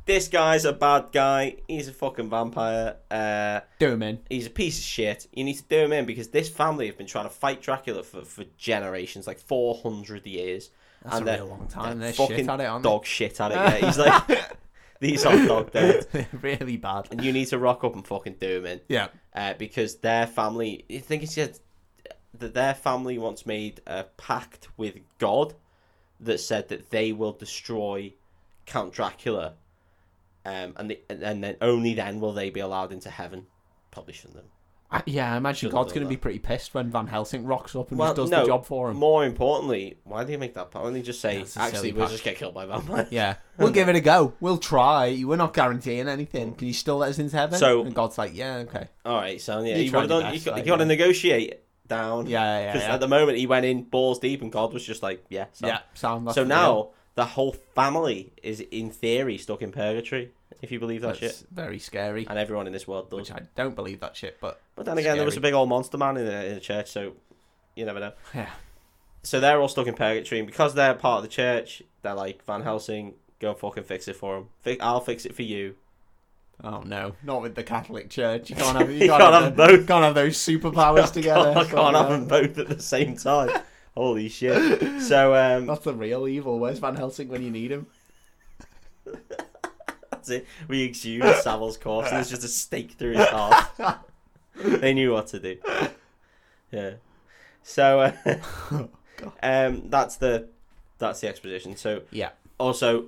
Speaker 1: this guy's a bad guy. He's a fucking vampire. Uh,
Speaker 2: Do him in.
Speaker 1: he's a piece of shit. You need to do him in because this family have been trying to fight Dracula for, for generations, like 400 years.
Speaker 2: That's
Speaker 1: and
Speaker 2: a
Speaker 1: they're-
Speaker 2: real long time.
Speaker 1: they're
Speaker 2: They're shit at it, aren't
Speaker 1: dog shit at it. Yeah, he's like, these are dog dads.
Speaker 2: they? really bad.
Speaker 1: And you need to rock up and fucking do him in
Speaker 2: Yeah.
Speaker 1: uh, because their family. I think it said that their family once made a pact with God that said that they will destroy Count Dracula, um, and the, and- and then only then will they be allowed into heaven. Probably shouldn't them.
Speaker 2: I, yeah, I imagine
Speaker 1: Should've
Speaker 2: God's
Speaker 1: done
Speaker 2: going to
Speaker 1: that.
Speaker 2: be pretty pissed when Van Helsing rocks up and
Speaker 1: Well,
Speaker 2: just does
Speaker 1: no.
Speaker 2: the job for him.
Speaker 1: More importantly, why do you make that pact? Why don't they just say,
Speaker 2: That's a silly
Speaker 1: actually, we'll
Speaker 2: pact.
Speaker 1: just get killed by vampires?
Speaker 2: Yeah, we'll give it a go. We'll try. We're not guaranteeing anything. Can you still let us into heaven?
Speaker 1: So-
Speaker 2: and God's like, yeah, okay,
Speaker 1: All right, so yeah,
Speaker 2: You
Speaker 1: you,
Speaker 2: tried
Speaker 1: wanna
Speaker 2: your
Speaker 1: done- you
Speaker 2: best,
Speaker 1: got,
Speaker 2: like,
Speaker 1: to
Speaker 2: yeah.
Speaker 1: negotiate down.
Speaker 2: yeah, yeah,
Speaker 1: Because
Speaker 2: yeah,
Speaker 1: at the moment he went in balls deep, and God was just like, yeah, so
Speaker 2: yeah. Sound that's
Speaker 1: so
Speaker 2: the deal.
Speaker 1: now the whole family is in theory stuck in purgatory, if you believe that
Speaker 2: that's
Speaker 1: shit.
Speaker 2: very scary.
Speaker 1: And everyone in this world does.
Speaker 2: Which I don't believe that shit, but
Speaker 1: But then again, there was a
Speaker 2: scary.
Speaker 1: big old monster man in the, in the church, so you never know.
Speaker 2: yeah,
Speaker 1: So they're all stuck in purgatory, and because they're part of the church, they're like Van Helsing, go and fucking fix it for him. Fi- I'll fix it for you.
Speaker 2: Oh no, not with the Catholic Church. You can't have, you
Speaker 1: You
Speaker 2: can't
Speaker 1: can't
Speaker 2: have,
Speaker 1: have
Speaker 2: the-
Speaker 1: both.
Speaker 2: Can't have those superpowers together.
Speaker 1: I can't have
Speaker 2: Fucking
Speaker 1: them both at the same time. Holy shit! So
Speaker 2: hell.
Speaker 1: um,
Speaker 2: That's the real evil. Where's Van Helsing when you need him?
Speaker 1: that's it. We exhumed Savile's corpse, and there's just a stake through his heart. they knew what to do. Yeah. So. Uh, Um, that's the that's the exposition. So
Speaker 2: Yeah.
Speaker 1: Also,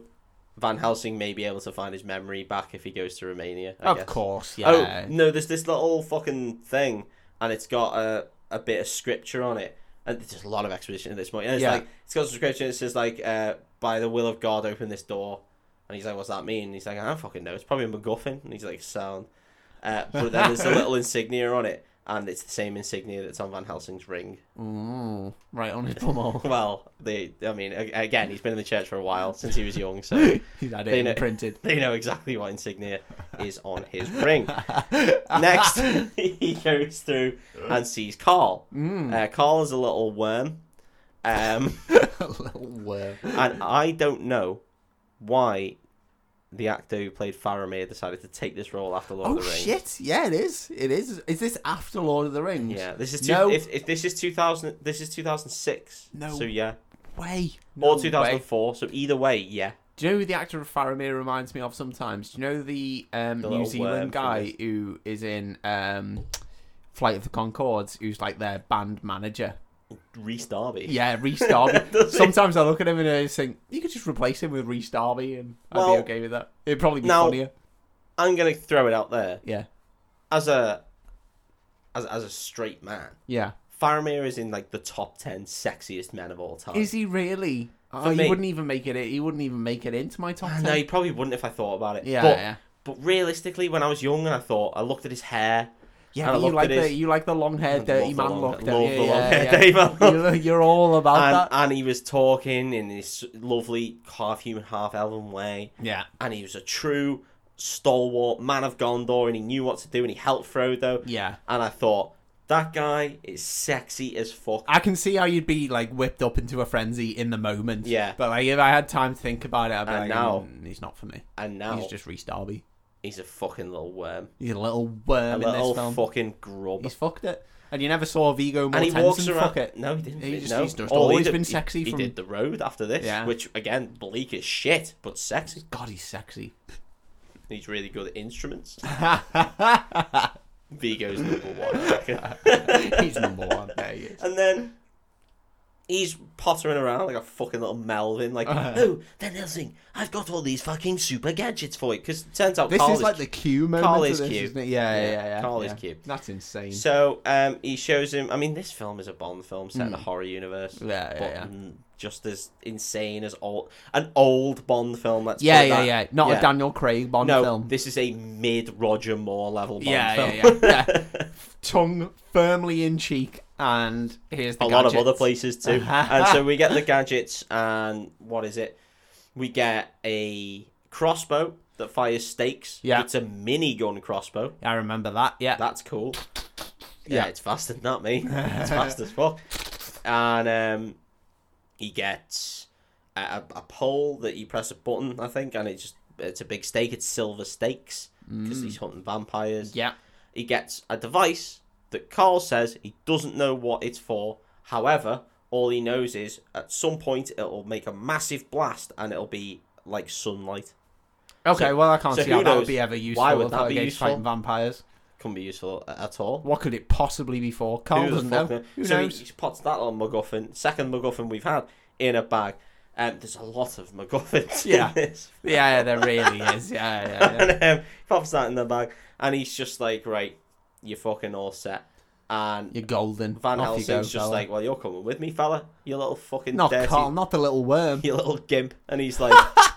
Speaker 1: Van Helsing may be able to find his memory back if he goes to Romania. I
Speaker 2: of
Speaker 1: guess.
Speaker 2: course,
Speaker 1: Oh
Speaker 2: yeah.
Speaker 1: no, there's this little fucking thing, and it's got a a bit of scripture on it, and there's just a lot of exposition at this point. And it's
Speaker 2: Yeah.
Speaker 1: like it's got some scripture. And it says like, uh, "By the will of God, open this door." And he's like, "What's that mean?" And he's like, "I don't fucking know. It's probably a MacGuffin." And he's like, "Sound." Uh, but then there's a little insignia on it, and it's the same insignia that's on Van Helsing's ring.
Speaker 2: Mm, right on his pommel.
Speaker 1: Well, they, I mean, a- again, he's been in the church for a while since he was young, so
Speaker 2: He's had
Speaker 1: They
Speaker 2: it
Speaker 1: know-
Speaker 2: imprinted.
Speaker 1: they know exactly what insignia is on his ring. Next, he goes through and sees Carl.
Speaker 2: Mm.
Speaker 1: Uh, Carl is a little worm, um,
Speaker 2: A little worm.
Speaker 1: and I don't know why the actor who played Faramir decided to take this role after Lord
Speaker 2: Oh
Speaker 1: of the Rings.
Speaker 2: shit! Yeah, it is. It is. Is this after Lord of the Rings?
Speaker 1: Yeah, this is two,
Speaker 2: No.
Speaker 1: if, if this is two thousand, this is two thousand six.
Speaker 2: No.
Speaker 1: so yeah,
Speaker 2: Way.
Speaker 1: or
Speaker 2: No
Speaker 1: two thousand
Speaker 2: way.
Speaker 1: four. So either way, yeah.
Speaker 2: Do you know who the actor of Faramir reminds me of sometimes? Do you know the, um,
Speaker 1: The
Speaker 2: New
Speaker 1: little
Speaker 2: Zealand
Speaker 1: worm
Speaker 2: guy who is in um, Flight of the Concords, who's like their band manager?
Speaker 1: Reese Darby.
Speaker 2: Yeah, Reese Darby.
Speaker 1: Does he?
Speaker 2: sometimes I look at him and I just think, you could just replace him with Reese Darby and I'd
Speaker 1: Well,
Speaker 2: be okay with that. It'd probably be
Speaker 1: now-
Speaker 2: funnier.
Speaker 1: I'm gonna throw it out there.
Speaker 2: Yeah.
Speaker 1: as a as, as a straight man,
Speaker 2: Yeah.
Speaker 1: Faramir is in like the top ten sexiest men of all time.
Speaker 2: Is he really? Oh,
Speaker 1: me-
Speaker 2: he wouldn't even make it. He wouldn't even make it into my top ten.
Speaker 1: No, he probably wouldn't if I thought about it.
Speaker 2: yeah,
Speaker 1: but,
Speaker 2: yeah,
Speaker 1: but realistically, when I was young and I thought, I looked at his hair.
Speaker 2: yeah.
Speaker 1: and I
Speaker 2: But you
Speaker 1: looked
Speaker 2: like
Speaker 1: at his-
Speaker 2: the you like the long haired
Speaker 1: I
Speaker 2: dirty
Speaker 1: love the
Speaker 2: man
Speaker 1: long-
Speaker 2: look.
Speaker 1: love
Speaker 2: don't you?
Speaker 1: the long
Speaker 2: Yeah,
Speaker 1: hair
Speaker 2: yeah.
Speaker 1: dirty man look.
Speaker 2: You're, you're all
Speaker 1: And,
Speaker 2: about
Speaker 1: and he was talking in this lovely half human, half elven way.
Speaker 2: that. Yeah,
Speaker 1: And he was a true stalwart man of Gondor and he knew what to do and he helped Frodo.
Speaker 2: yeah.
Speaker 1: And I thought, that guy is sexy as fuck.
Speaker 2: I can see how you'd be like whipped up into a frenzy in the moment.
Speaker 1: Yeah.
Speaker 2: But like if I had time to think about it, I'd be
Speaker 1: And
Speaker 2: like,
Speaker 1: now-
Speaker 2: "Mm, he's not for me.
Speaker 1: And now
Speaker 2: He's just Reese Darby.
Speaker 1: He's a fucking little worm.
Speaker 2: He's a little
Speaker 1: A
Speaker 2: worm in
Speaker 1: little
Speaker 2: this film.
Speaker 1: fucking grub.
Speaker 2: He's fucked it. And you never saw Vigo
Speaker 1: and he
Speaker 2: Mortensen
Speaker 1: walks around.
Speaker 2: fuck it.
Speaker 1: No, he didn't.
Speaker 2: He just-
Speaker 1: no.
Speaker 2: he's just
Speaker 1: All he
Speaker 2: always
Speaker 1: did-
Speaker 2: been
Speaker 1: he-
Speaker 2: sexy
Speaker 1: He
Speaker 2: from-
Speaker 1: did the road after this,
Speaker 2: Yeah.
Speaker 1: which again, bleak as shit, but sexy.
Speaker 2: God, he's sexy.
Speaker 1: He's really good at instruments. Vigo's number one. I reckon.
Speaker 2: he's number one. There he is.
Speaker 1: And then he's pottering around like a fucking little Melvin, like,
Speaker 2: Uh-huh.
Speaker 1: oh, then the other thing, I've got all these fucking super gadgets for you. Because turns out
Speaker 2: This
Speaker 1: Carl
Speaker 2: is like the Q moment.
Speaker 1: Carl
Speaker 2: of
Speaker 1: is
Speaker 2: this,
Speaker 1: Q.
Speaker 2: Isn't it? Yeah, yeah,
Speaker 1: Yeah,
Speaker 2: yeah, yeah.
Speaker 1: Carl is
Speaker 2: yeah.
Speaker 1: Q.
Speaker 2: That's insane.
Speaker 1: So um, he shows him. I mean, this film is a Bond film set in a horror universe.
Speaker 2: Mm. Yeah, yeah,
Speaker 1: but
Speaker 2: yeah.
Speaker 1: mm, just as insane as old, an old Bond film. Let's
Speaker 2: yeah,
Speaker 1: put it
Speaker 2: yeah,
Speaker 1: that.
Speaker 2: yeah. Not
Speaker 1: Yeah.
Speaker 2: a Daniel Craig Bond
Speaker 1: No,
Speaker 2: film.
Speaker 1: this is a mid Roger Moore level Bond
Speaker 2: yeah,
Speaker 1: film.
Speaker 2: yeah, yeah, yeah. Tongue firmly in cheek, and here's the
Speaker 1: a lot of
Speaker 2: gadgets.
Speaker 1: other places too. and so we get the gadgets, and what is it? We get a crossbow that fires stakes.
Speaker 2: Yeah.
Speaker 1: it's a minigun crossbow.
Speaker 2: I remember that. Yeah,
Speaker 1: That's cool. Yeah,
Speaker 2: Yeah.
Speaker 1: it's faster than that, mate. It's fast as fuck. And um, he gets a, a, a pole that you press a button, I think, and it just it's a big stake. It's silver stakes because he's hunting vampires.
Speaker 2: Mm. yeah.
Speaker 1: He gets a device that Carl says he doesn't know what it's for. However, all he knows is at some point it'll make a massive blast and it'll be like sunlight.
Speaker 2: Okay, well, I can't
Speaker 1: so
Speaker 2: see
Speaker 1: who
Speaker 2: how that
Speaker 1: knows?
Speaker 2: would be ever useful.
Speaker 1: Why would
Speaker 2: if
Speaker 1: that be
Speaker 2: against
Speaker 1: useful?
Speaker 2: fighting vampires?
Speaker 1: Can be useful a- at all.
Speaker 2: What could it possibly be for? Carl
Speaker 1: Who the
Speaker 2: doesn't know.
Speaker 1: fuck
Speaker 2: Who
Speaker 1: so
Speaker 2: knows?
Speaker 1: He, he pots that little MacGuffin, second MacGuffin we've had, in a bag. Um, there's a lot of MacGuffins
Speaker 2: Yeah.
Speaker 1: in this.
Speaker 2: Yeah, yeah, there really is. Yeah, yeah, yeah.
Speaker 1: And um, he pops that in the bag, and he's just like, right, you're fucking all set. And
Speaker 2: You're golden.
Speaker 1: Van
Speaker 2: Off
Speaker 1: Helsing's
Speaker 2: you go,
Speaker 1: just
Speaker 2: fella.
Speaker 1: like, well, you're coming with me, fella. You little fucking
Speaker 2: not
Speaker 1: dirty,
Speaker 2: Carl, not the little worm.
Speaker 1: you little gimp. And he's like, what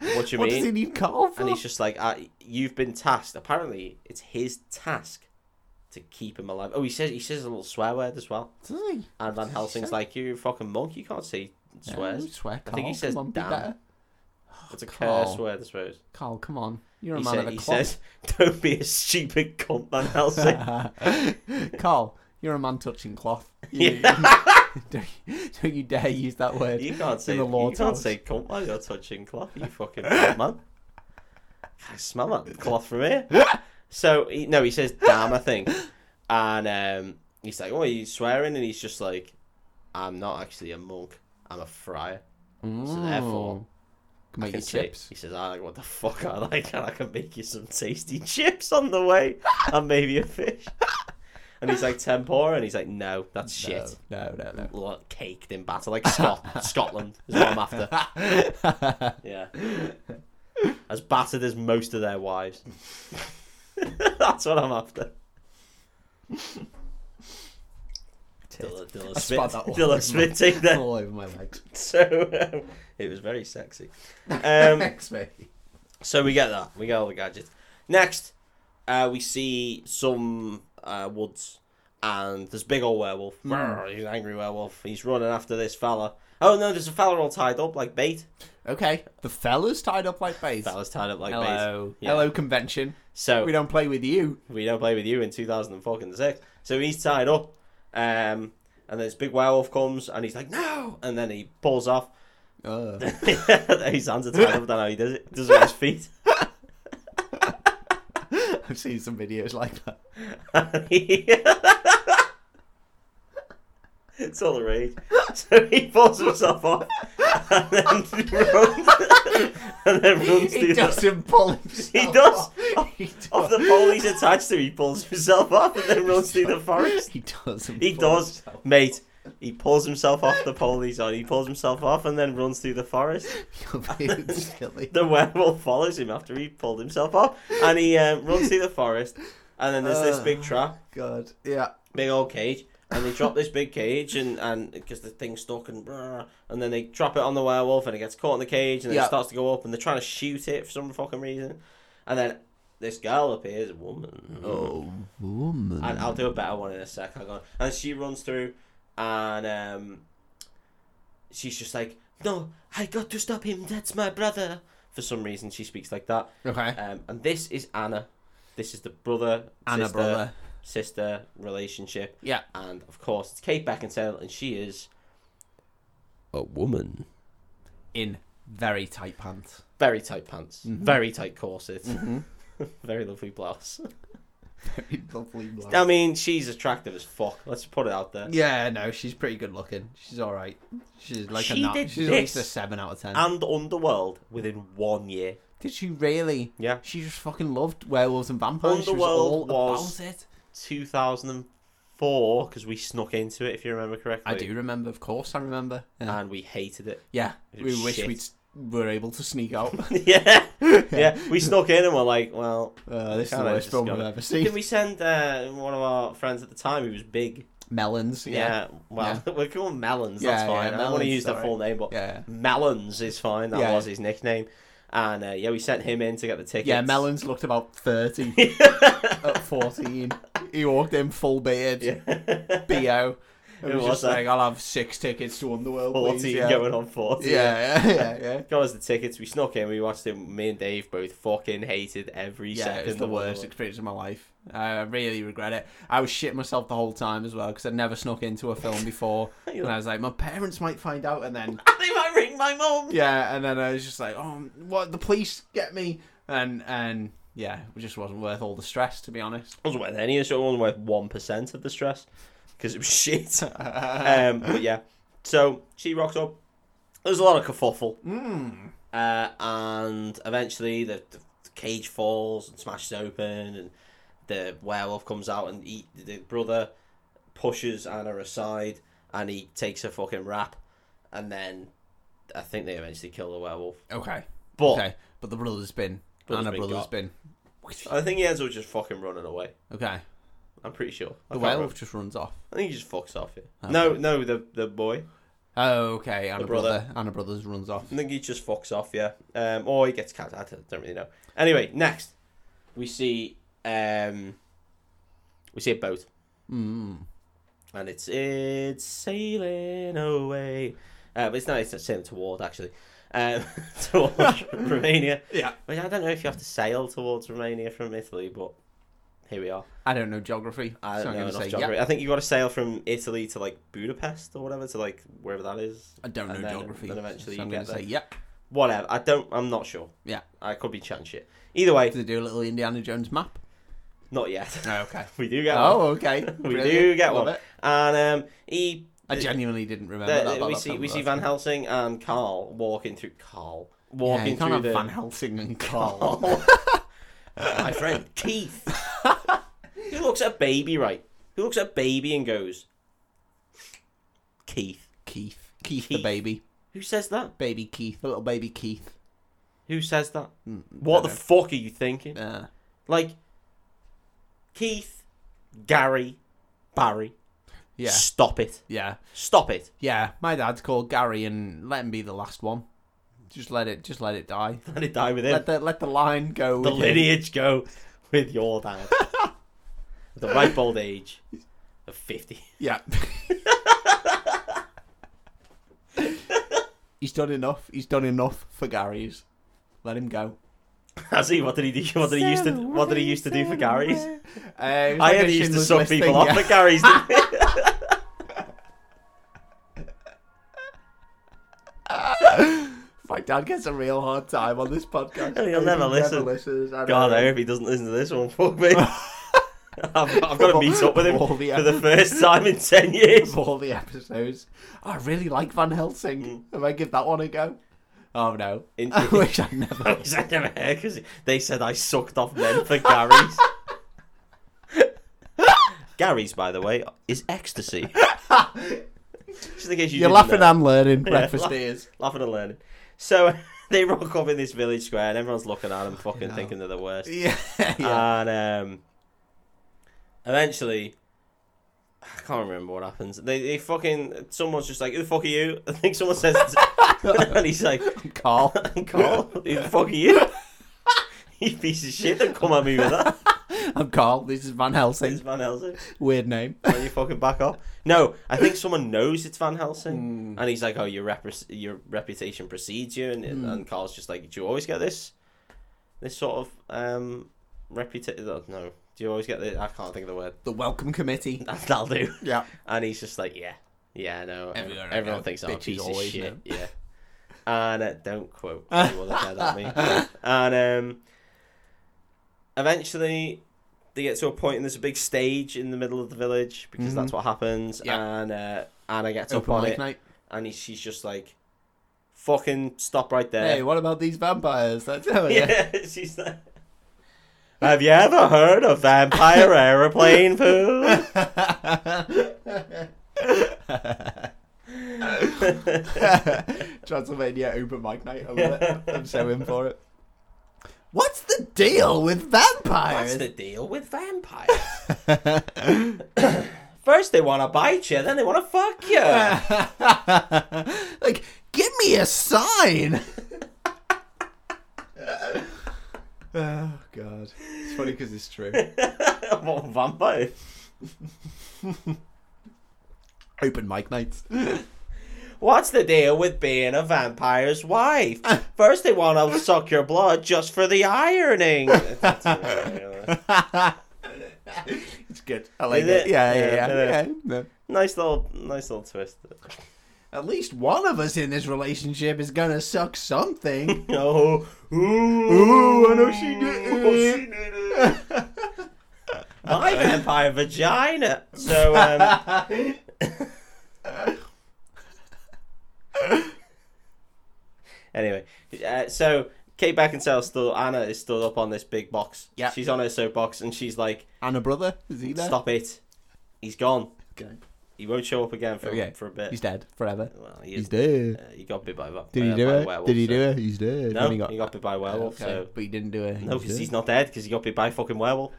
Speaker 1: do you
Speaker 2: What does
Speaker 1: mean?
Speaker 2: he need Carl for?
Speaker 1: and he's just like, I, you've been tasked. Apparently, it's his task to keep him alive. Oh, he says he says a little swear word as well.
Speaker 2: Does he?
Speaker 1: And Van Helsing's like, you fucking monk, you can't say swears.
Speaker 2: No, swear,
Speaker 1: I
Speaker 2: Carl.
Speaker 1: think he says
Speaker 2: come on, be
Speaker 1: damn.
Speaker 2: better.
Speaker 1: it's a
Speaker 2: Carl.
Speaker 1: curse word, I suppose.
Speaker 2: Carl, come on. You're a
Speaker 1: He,
Speaker 2: man
Speaker 1: said-
Speaker 2: of the
Speaker 1: he
Speaker 2: cloth.
Speaker 1: says, don't be a stupid cunt, Van Helsing.
Speaker 2: Carl, you're a man touching cloth. You- don't, you- don't you dare use that word.
Speaker 1: you can't say,
Speaker 2: the
Speaker 1: you
Speaker 2: Lord's
Speaker 1: can't
Speaker 2: house.
Speaker 1: say cunt while you're touching cloth, you fucking cunt, man. I smell that cloth from here. So, he, no, he says damn, I think. And um, he's like, oh, are you swearing? And he's just like, I'm not actually a monk, I'm a friar. So therefore,
Speaker 2: Ooh. Mm. Can make
Speaker 1: can
Speaker 2: your
Speaker 1: say-
Speaker 2: chips.
Speaker 1: He says, "I like what the fuck I like, and I can make you some tasty chips on the way, and maybe a fish." and he's like tempura, and he's like, "No, that's shit."
Speaker 2: No, no, no.
Speaker 1: Like, Caked in batter, like Scot- Scotland is what I'm after.
Speaker 2: no.
Speaker 1: Yeah, as battered as most of their wives. that's what I'm after. Dilla, Dilla
Speaker 2: I
Speaker 1: Smith,
Speaker 2: spat that all over
Speaker 1: Dilla Smith, take that.
Speaker 2: All over my legs.
Speaker 1: So um, it was very sexy. Um,
Speaker 2: Next, mate.
Speaker 1: So we get that. We get all the gadgets. Next, uh, we see some uh, woods, and there's big old werewolf. Brr, He's an angry werewolf. He's running after this fella. Oh no, there's a fella all tied up like bait.
Speaker 2: Okay. The fella's tied up like bait.
Speaker 1: Fella's tied up like bait.
Speaker 2: Hello.
Speaker 1: Yeah. Oh.
Speaker 2: Hello, convention.
Speaker 1: So
Speaker 2: We don't play with you.
Speaker 1: we don't play with you in 2006. So he's tied up, um, and this big werewolf comes, and he's like no, and then he pulls off.
Speaker 2: Uh.
Speaker 1: his hands are tied up. Don't know how he does it. Does it with his feet.
Speaker 2: I've seen some videos like that.
Speaker 1: it's all the rage. So he pulls himself off and then runs, and then runs
Speaker 2: He
Speaker 1: through the,
Speaker 2: doesn't pull himself.
Speaker 1: He does.
Speaker 2: off. He does.
Speaker 1: off the pole he's attached to. He pulls himself off and then runs through the forest.
Speaker 2: He doesn't.
Speaker 1: He
Speaker 2: pull
Speaker 1: does,
Speaker 2: himself.
Speaker 1: mate. He pulls himself off the pole he's on. He pulls himself off and then runs through the forest.
Speaker 2: You're being silly.
Speaker 1: The werewolf follows him after he pulled himself off, and he um, runs through the forest. And then there's this big trap.
Speaker 2: God. Yeah.
Speaker 1: big old cage, and they drop this big cage, and and because the thing's stuck, and brr, and then they drop it on the werewolf, and it gets caught in the cage, and then
Speaker 2: Yeah.
Speaker 1: it starts to go up, and they're trying to shoot it for some fucking reason, and then this girl appears, a woman,
Speaker 2: Oh, woman.
Speaker 1: and I'll do a better one in a sec. Hang on, and she runs through, and um, she's just like, no, I got to stop him. That's my brother. For some reason, she speaks like that,
Speaker 2: Okay.
Speaker 1: um, and this is Anna. This is the brother,
Speaker 2: Anna
Speaker 1: sister,
Speaker 2: brother.
Speaker 1: sister relationship
Speaker 2: Yeah.
Speaker 1: and of course it's Kate Beckinsale, and she is a woman.
Speaker 2: In very tight pants.
Speaker 1: Mm-hmm. Very tight pants, very tight corset. Very lovely blouse.
Speaker 2: Lovely bloke.
Speaker 1: I mean, she's attractive as fuck. Let's put it out there.
Speaker 2: Yeah, no, she's pretty good looking. She's all right. She's like
Speaker 1: She
Speaker 2: a nine.
Speaker 1: did
Speaker 2: She's at least a
Speaker 1: this. Um,
Speaker 2: seven out of ten.
Speaker 1: And Underworld within one year.
Speaker 2: did she really?
Speaker 1: Yeah.
Speaker 2: She just fucking loved werewolves and vampires. She was
Speaker 1: Underworld
Speaker 2: all
Speaker 1: was-
Speaker 2: about it.
Speaker 1: 2004, because we snuck into it, if you remember correctly.
Speaker 2: I do remember, of course, I remember. Yeah,
Speaker 1: And we hated it.
Speaker 2: yeah
Speaker 1: Uh, It
Speaker 2: we
Speaker 1: was
Speaker 2: wish
Speaker 1: shit.
Speaker 2: we were able to sneak out.
Speaker 1: yeah. Yeah. We snuck in and we're like, well.
Speaker 2: Uh, this is the
Speaker 1: Kinda
Speaker 2: worst film I've
Speaker 1: discovered.
Speaker 2: ever
Speaker 1: Did
Speaker 2: seen.
Speaker 1: we send uh, one of our friends at the time who was big?
Speaker 2: Melons, yeah.
Speaker 1: Yeah. well, we're calling Melons. That's
Speaker 2: Yeah, yeah,
Speaker 1: fine. I don't want to
Speaker 2: Melons,
Speaker 1: use their
Speaker 2: sorry.
Speaker 1: full name, but
Speaker 2: Yeah.
Speaker 1: Melons is fine. That
Speaker 2: Yeah.
Speaker 1: was his nickname. And uh, yeah, we sent him in to get the tickets.
Speaker 2: Yeah, Melons looked about 30 at 14. He walked in full beard,
Speaker 1: Yeah.
Speaker 2: BO. It
Speaker 1: Who
Speaker 2: was
Speaker 1: was
Speaker 2: just
Speaker 1: that?
Speaker 2: like, I'll have six tickets to Underworld,
Speaker 1: 14
Speaker 2: please. Yeah.
Speaker 1: going on 40.
Speaker 2: yeah, yeah, yeah, yeah.
Speaker 1: Got us the tickets. We snuck in. We watched it. Me and Dave both fucking hated every
Speaker 2: Yeah,
Speaker 1: second.
Speaker 2: it was the
Speaker 1: of
Speaker 2: worst
Speaker 1: it.
Speaker 2: experience of my life. I really regret it. I was shitting myself the whole time as well because I'd never snuck into a film before, and I was like, my parents might find out, and then
Speaker 1: they might ring my mum.
Speaker 2: yeah, and then I was just like, oh, what? The police get me, and and yeah, it just wasn't worth all the stress to be honest.
Speaker 1: It wasn't worth any of this. It wasn't worth one percent of the stress because it was shit. um, but yeah, so she rocks up. There was a lot of kerfuffle,
Speaker 2: Mm.
Speaker 1: uh, and eventually the, the cage falls and smashes open, and the werewolf comes out and he, the brother pushes Anna aside, and he takes her fucking rap, and then I think they eventually kill the werewolf.
Speaker 2: Okay.
Speaker 1: But
Speaker 2: okay, but the brother's been
Speaker 1: Brother's
Speaker 2: and a
Speaker 1: been
Speaker 2: brother's
Speaker 1: got.
Speaker 2: been
Speaker 1: I think he ends up just fucking running away.
Speaker 2: okay.
Speaker 1: I'm pretty sure. I
Speaker 2: The
Speaker 1: can't
Speaker 2: werewolf
Speaker 1: remember.
Speaker 2: just runs off.
Speaker 1: I think he just fucks off. Yeah.
Speaker 2: Okay.
Speaker 1: No, no, the the boy.
Speaker 2: Oh, okay. And
Speaker 1: The
Speaker 2: a brother. And a brother's runs off.
Speaker 1: I think he just fucks off, yeah. Um, or he gets cat. I don't, don't really know. Anyway, next we see um, we see a boat,
Speaker 2: Mm.
Speaker 1: and it's it's sailing away. Uh, but it's not. It's not sailing toward actually, um, towards Romania.
Speaker 2: Yeah.
Speaker 1: Which I don't know if you have to sail towards Romania from Italy, but here we are.
Speaker 2: I don't know geography.
Speaker 1: I
Speaker 2: so
Speaker 1: don't
Speaker 2: I'm
Speaker 1: know
Speaker 2: gonna
Speaker 1: enough
Speaker 2: say,
Speaker 1: geography.
Speaker 2: yeah.
Speaker 1: I think you got to sail from Italy to like Budapest or whatever to like wherever that is.
Speaker 2: I don't know
Speaker 1: and then-
Speaker 2: geography.
Speaker 1: then eventually
Speaker 2: so I'm
Speaker 1: you
Speaker 2: gonna
Speaker 1: get
Speaker 2: say, yep.
Speaker 1: Whatever. I don't. I'm not sure.
Speaker 2: Yeah.
Speaker 1: I could be chatting shit. Either way,
Speaker 2: Do they do a little Indiana Jones map?
Speaker 1: Not yet.
Speaker 2: Oh, okay.
Speaker 1: we do get one.
Speaker 2: Oh, okay.
Speaker 1: We
Speaker 2: Brilliant.
Speaker 1: do get
Speaker 2: Love
Speaker 1: one.
Speaker 2: it.
Speaker 1: And um, he,
Speaker 2: I
Speaker 1: the-
Speaker 2: genuinely didn't remember
Speaker 1: the-
Speaker 2: that.
Speaker 1: we
Speaker 2: that
Speaker 1: see
Speaker 2: time
Speaker 1: we
Speaker 2: ago.
Speaker 1: see Van Helsing and Carl walking through Carl
Speaker 2: Yeah, you
Speaker 1: walking through
Speaker 2: can't have
Speaker 1: the Oh,
Speaker 2: Van Helsing and Carl.
Speaker 1: my friend Keith, who looks at a baby right, who looks at a baby and goes, Keith.
Speaker 2: Keith. Keith the
Speaker 1: Keith.
Speaker 2: baby.
Speaker 1: Who says that?
Speaker 2: Baby Keith. The little baby Keith.
Speaker 1: Who says that? What the
Speaker 2: dunno.
Speaker 1: fuck are you thinking?
Speaker 2: Hmm, Yeah.
Speaker 1: Like Keith, Gary, Barry.
Speaker 2: Yeah.
Speaker 1: Stop it.
Speaker 2: Yeah.
Speaker 1: Stop it.
Speaker 2: Yeah. My dad's called Gary and let him be the last one. Just let it just let it die.
Speaker 1: Let it die with him.
Speaker 2: Let the let the line go
Speaker 1: the
Speaker 2: with him.
Speaker 1: lineage go with your dad. the ripe old age of 50.
Speaker 2: Yeah. He's done enough. He's done enough for Gary's. Let him go.
Speaker 1: Has he? What did he do? What did he used to? What did he used to do for Gary's?
Speaker 2: Uh,
Speaker 1: I
Speaker 2: it was like a
Speaker 1: had used to
Speaker 2: Schindler's
Speaker 1: suck
Speaker 2: List
Speaker 1: people
Speaker 2: thing,
Speaker 1: off
Speaker 2: yeah.
Speaker 1: at Gary's. didn't he?
Speaker 2: My dad gets a real hard time on this podcast.
Speaker 1: He'll never listen.
Speaker 2: listens, I
Speaker 1: God,
Speaker 2: know.
Speaker 1: I hope he doesn't listen to this one. Fuck me. I've, I've got to meet up with him
Speaker 2: All the-
Speaker 1: for the first time in ten years.
Speaker 2: of all the episodes. I really like Van Helsing.
Speaker 1: Mm.
Speaker 2: I might give that one a go. Oh no! I
Speaker 1: Interesting.
Speaker 2: wish I never.
Speaker 1: I never heard because they said I sucked off men for Gary's. Gary's, by the way, is ecstasy. Just in case you
Speaker 2: You're
Speaker 1: didn't
Speaker 2: laughing
Speaker 1: know.
Speaker 2: and learning. Breakfast
Speaker 1: laugh-
Speaker 2: is.
Speaker 1: laughing and learning. So they rock up in this village square, and everyone's looking at them, fucking
Speaker 2: hell.
Speaker 1: thinking they're the worst.
Speaker 2: Yeah. yeah.
Speaker 1: And um, eventually, I can't remember what happens. They, they fucking someone's just like, "Who the fuck are you?" I think someone says, and he's like,
Speaker 2: Carl.
Speaker 1: "Carl, who the fuck are you?" you piece of shit! Don't come at me with that.
Speaker 2: I'm Carl. This is Van Helsing.
Speaker 1: It's Van Helsing.
Speaker 2: Weird name.
Speaker 1: Can you fucking back up? No, I think someone knows it's Van Helsing, and he's like, "Oh, your repre- your reputation precedes you," and, and Carl's just like, "Do you always get this, this sort of um reputation? No, do you always get this? I can't think of the word.
Speaker 2: The Welcome Committee.
Speaker 1: That'll do."
Speaker 2: Yeah.
Speaker 1: And he's just like, "Yeah, yeah, no,
Speaker 2: Everywhere I
Speaker 1: everyone
Speaker 2: go,
Speaker 1: thinks I'm a
Speaker 2: bitches
Speaker 1: piece of
Speaker 2: always
Speaker 1: shit."
Speaker 2: know.
Speaker 1: Yeah. And uh, don't quote anyone that said that at me. And um, eventually they get to a point and there's a big stage in the middle of the village because that's what happens
Speaker 2: Mm-hmm. Yeah.
Speaker 1: and uh, Anna gets
Speaker 2: Open
Speaker 1: up on
Speaker 2: mic
Speaker 1: it
Speaker 2: night.
Speaker 1: and he, she's just like fucking stop right
Speaker 2: Hey,
Speaker 1: there
Speaker 2: what about these vampires? That's oh, yeah.
Speaker 1: yeah she's like have you ever heard of vampire aeroplane food
Speaker 2: Transylvania open mic night. I love it. I'm so in for it. What's the deal with
Speaker 1: what's
Speaker 2: vampires?
Speaker 1: the deal with vampires first they want to bite you then they want to fuck you
Speaker 2: like, give me a sign. oh god, it's funny because it's true.
Speaker 1: What vampire?
Speaker 2: Open mic nights.
Speaker 1: What's the deal with being a vampire's wife? First, they want to suck your blood just for the ironing.
Speaker 2: it's good. I like
Speaker 1: Is it?
Speaker 2: it. Yeah, yeah,
Speaker 1: Yeah,
Speaker 2: yeah.
Speaker 1: yeah.
Speaker 2: yeah, no.
Speaker 1: nice little, nice little twist.
Speaker 2: At least one of us in this relationship is gonna suck something.
Speaker 1: Oh, ooh, Oh,
Speaker 2: Ooh, I know she did it.
Speaker 1: she did it. My vampire vagina. So, um, anyway, uh, so Kate Beckinsale still Anna is still up on this big box.
Speaker 2: Yeah.
Speaker 1: she's on her soapbox and she's like,
Speaker 2: and a brother? Is he there?
Speaker 1: "Stop it, he's gone.
Speaker 2: Okay.
Speaker 1: He won't show up again for
Speaker 2: Okay.
Speaker 1: for a bit."
Speaker 2: Oh, He's dead forever.
Speaker 1: well, he
Speaker 2: He's
Speaker 1: is,
Speaker 2: dead.
Speaker 1: uh, he got bit by, a va-
Speaker 2: Did
Speaker 1: by,
Speaker 2: he
Speaker 1: a-
Speaker 2: do
Speaker 1: by a
Speaker 2: it?
Speaker 1: werewolf,
Speaker 2: Did he
Speaker 1: so-
Speaker 2: do it? He's dead.
Speaker 1: No,
Speaker 2: When Oh,
Speaker 1: he got, bit by a werewolf.
Speaker 2: Okay,
Speaker 1: So
Speaker 2: but he didn't do it. He
Speaker 1: no,
Speaker 2: was
Speaker 1: because
Speaker 2: dead.
Speaker 1: he's not dead because he got bit by a fucking werewolf.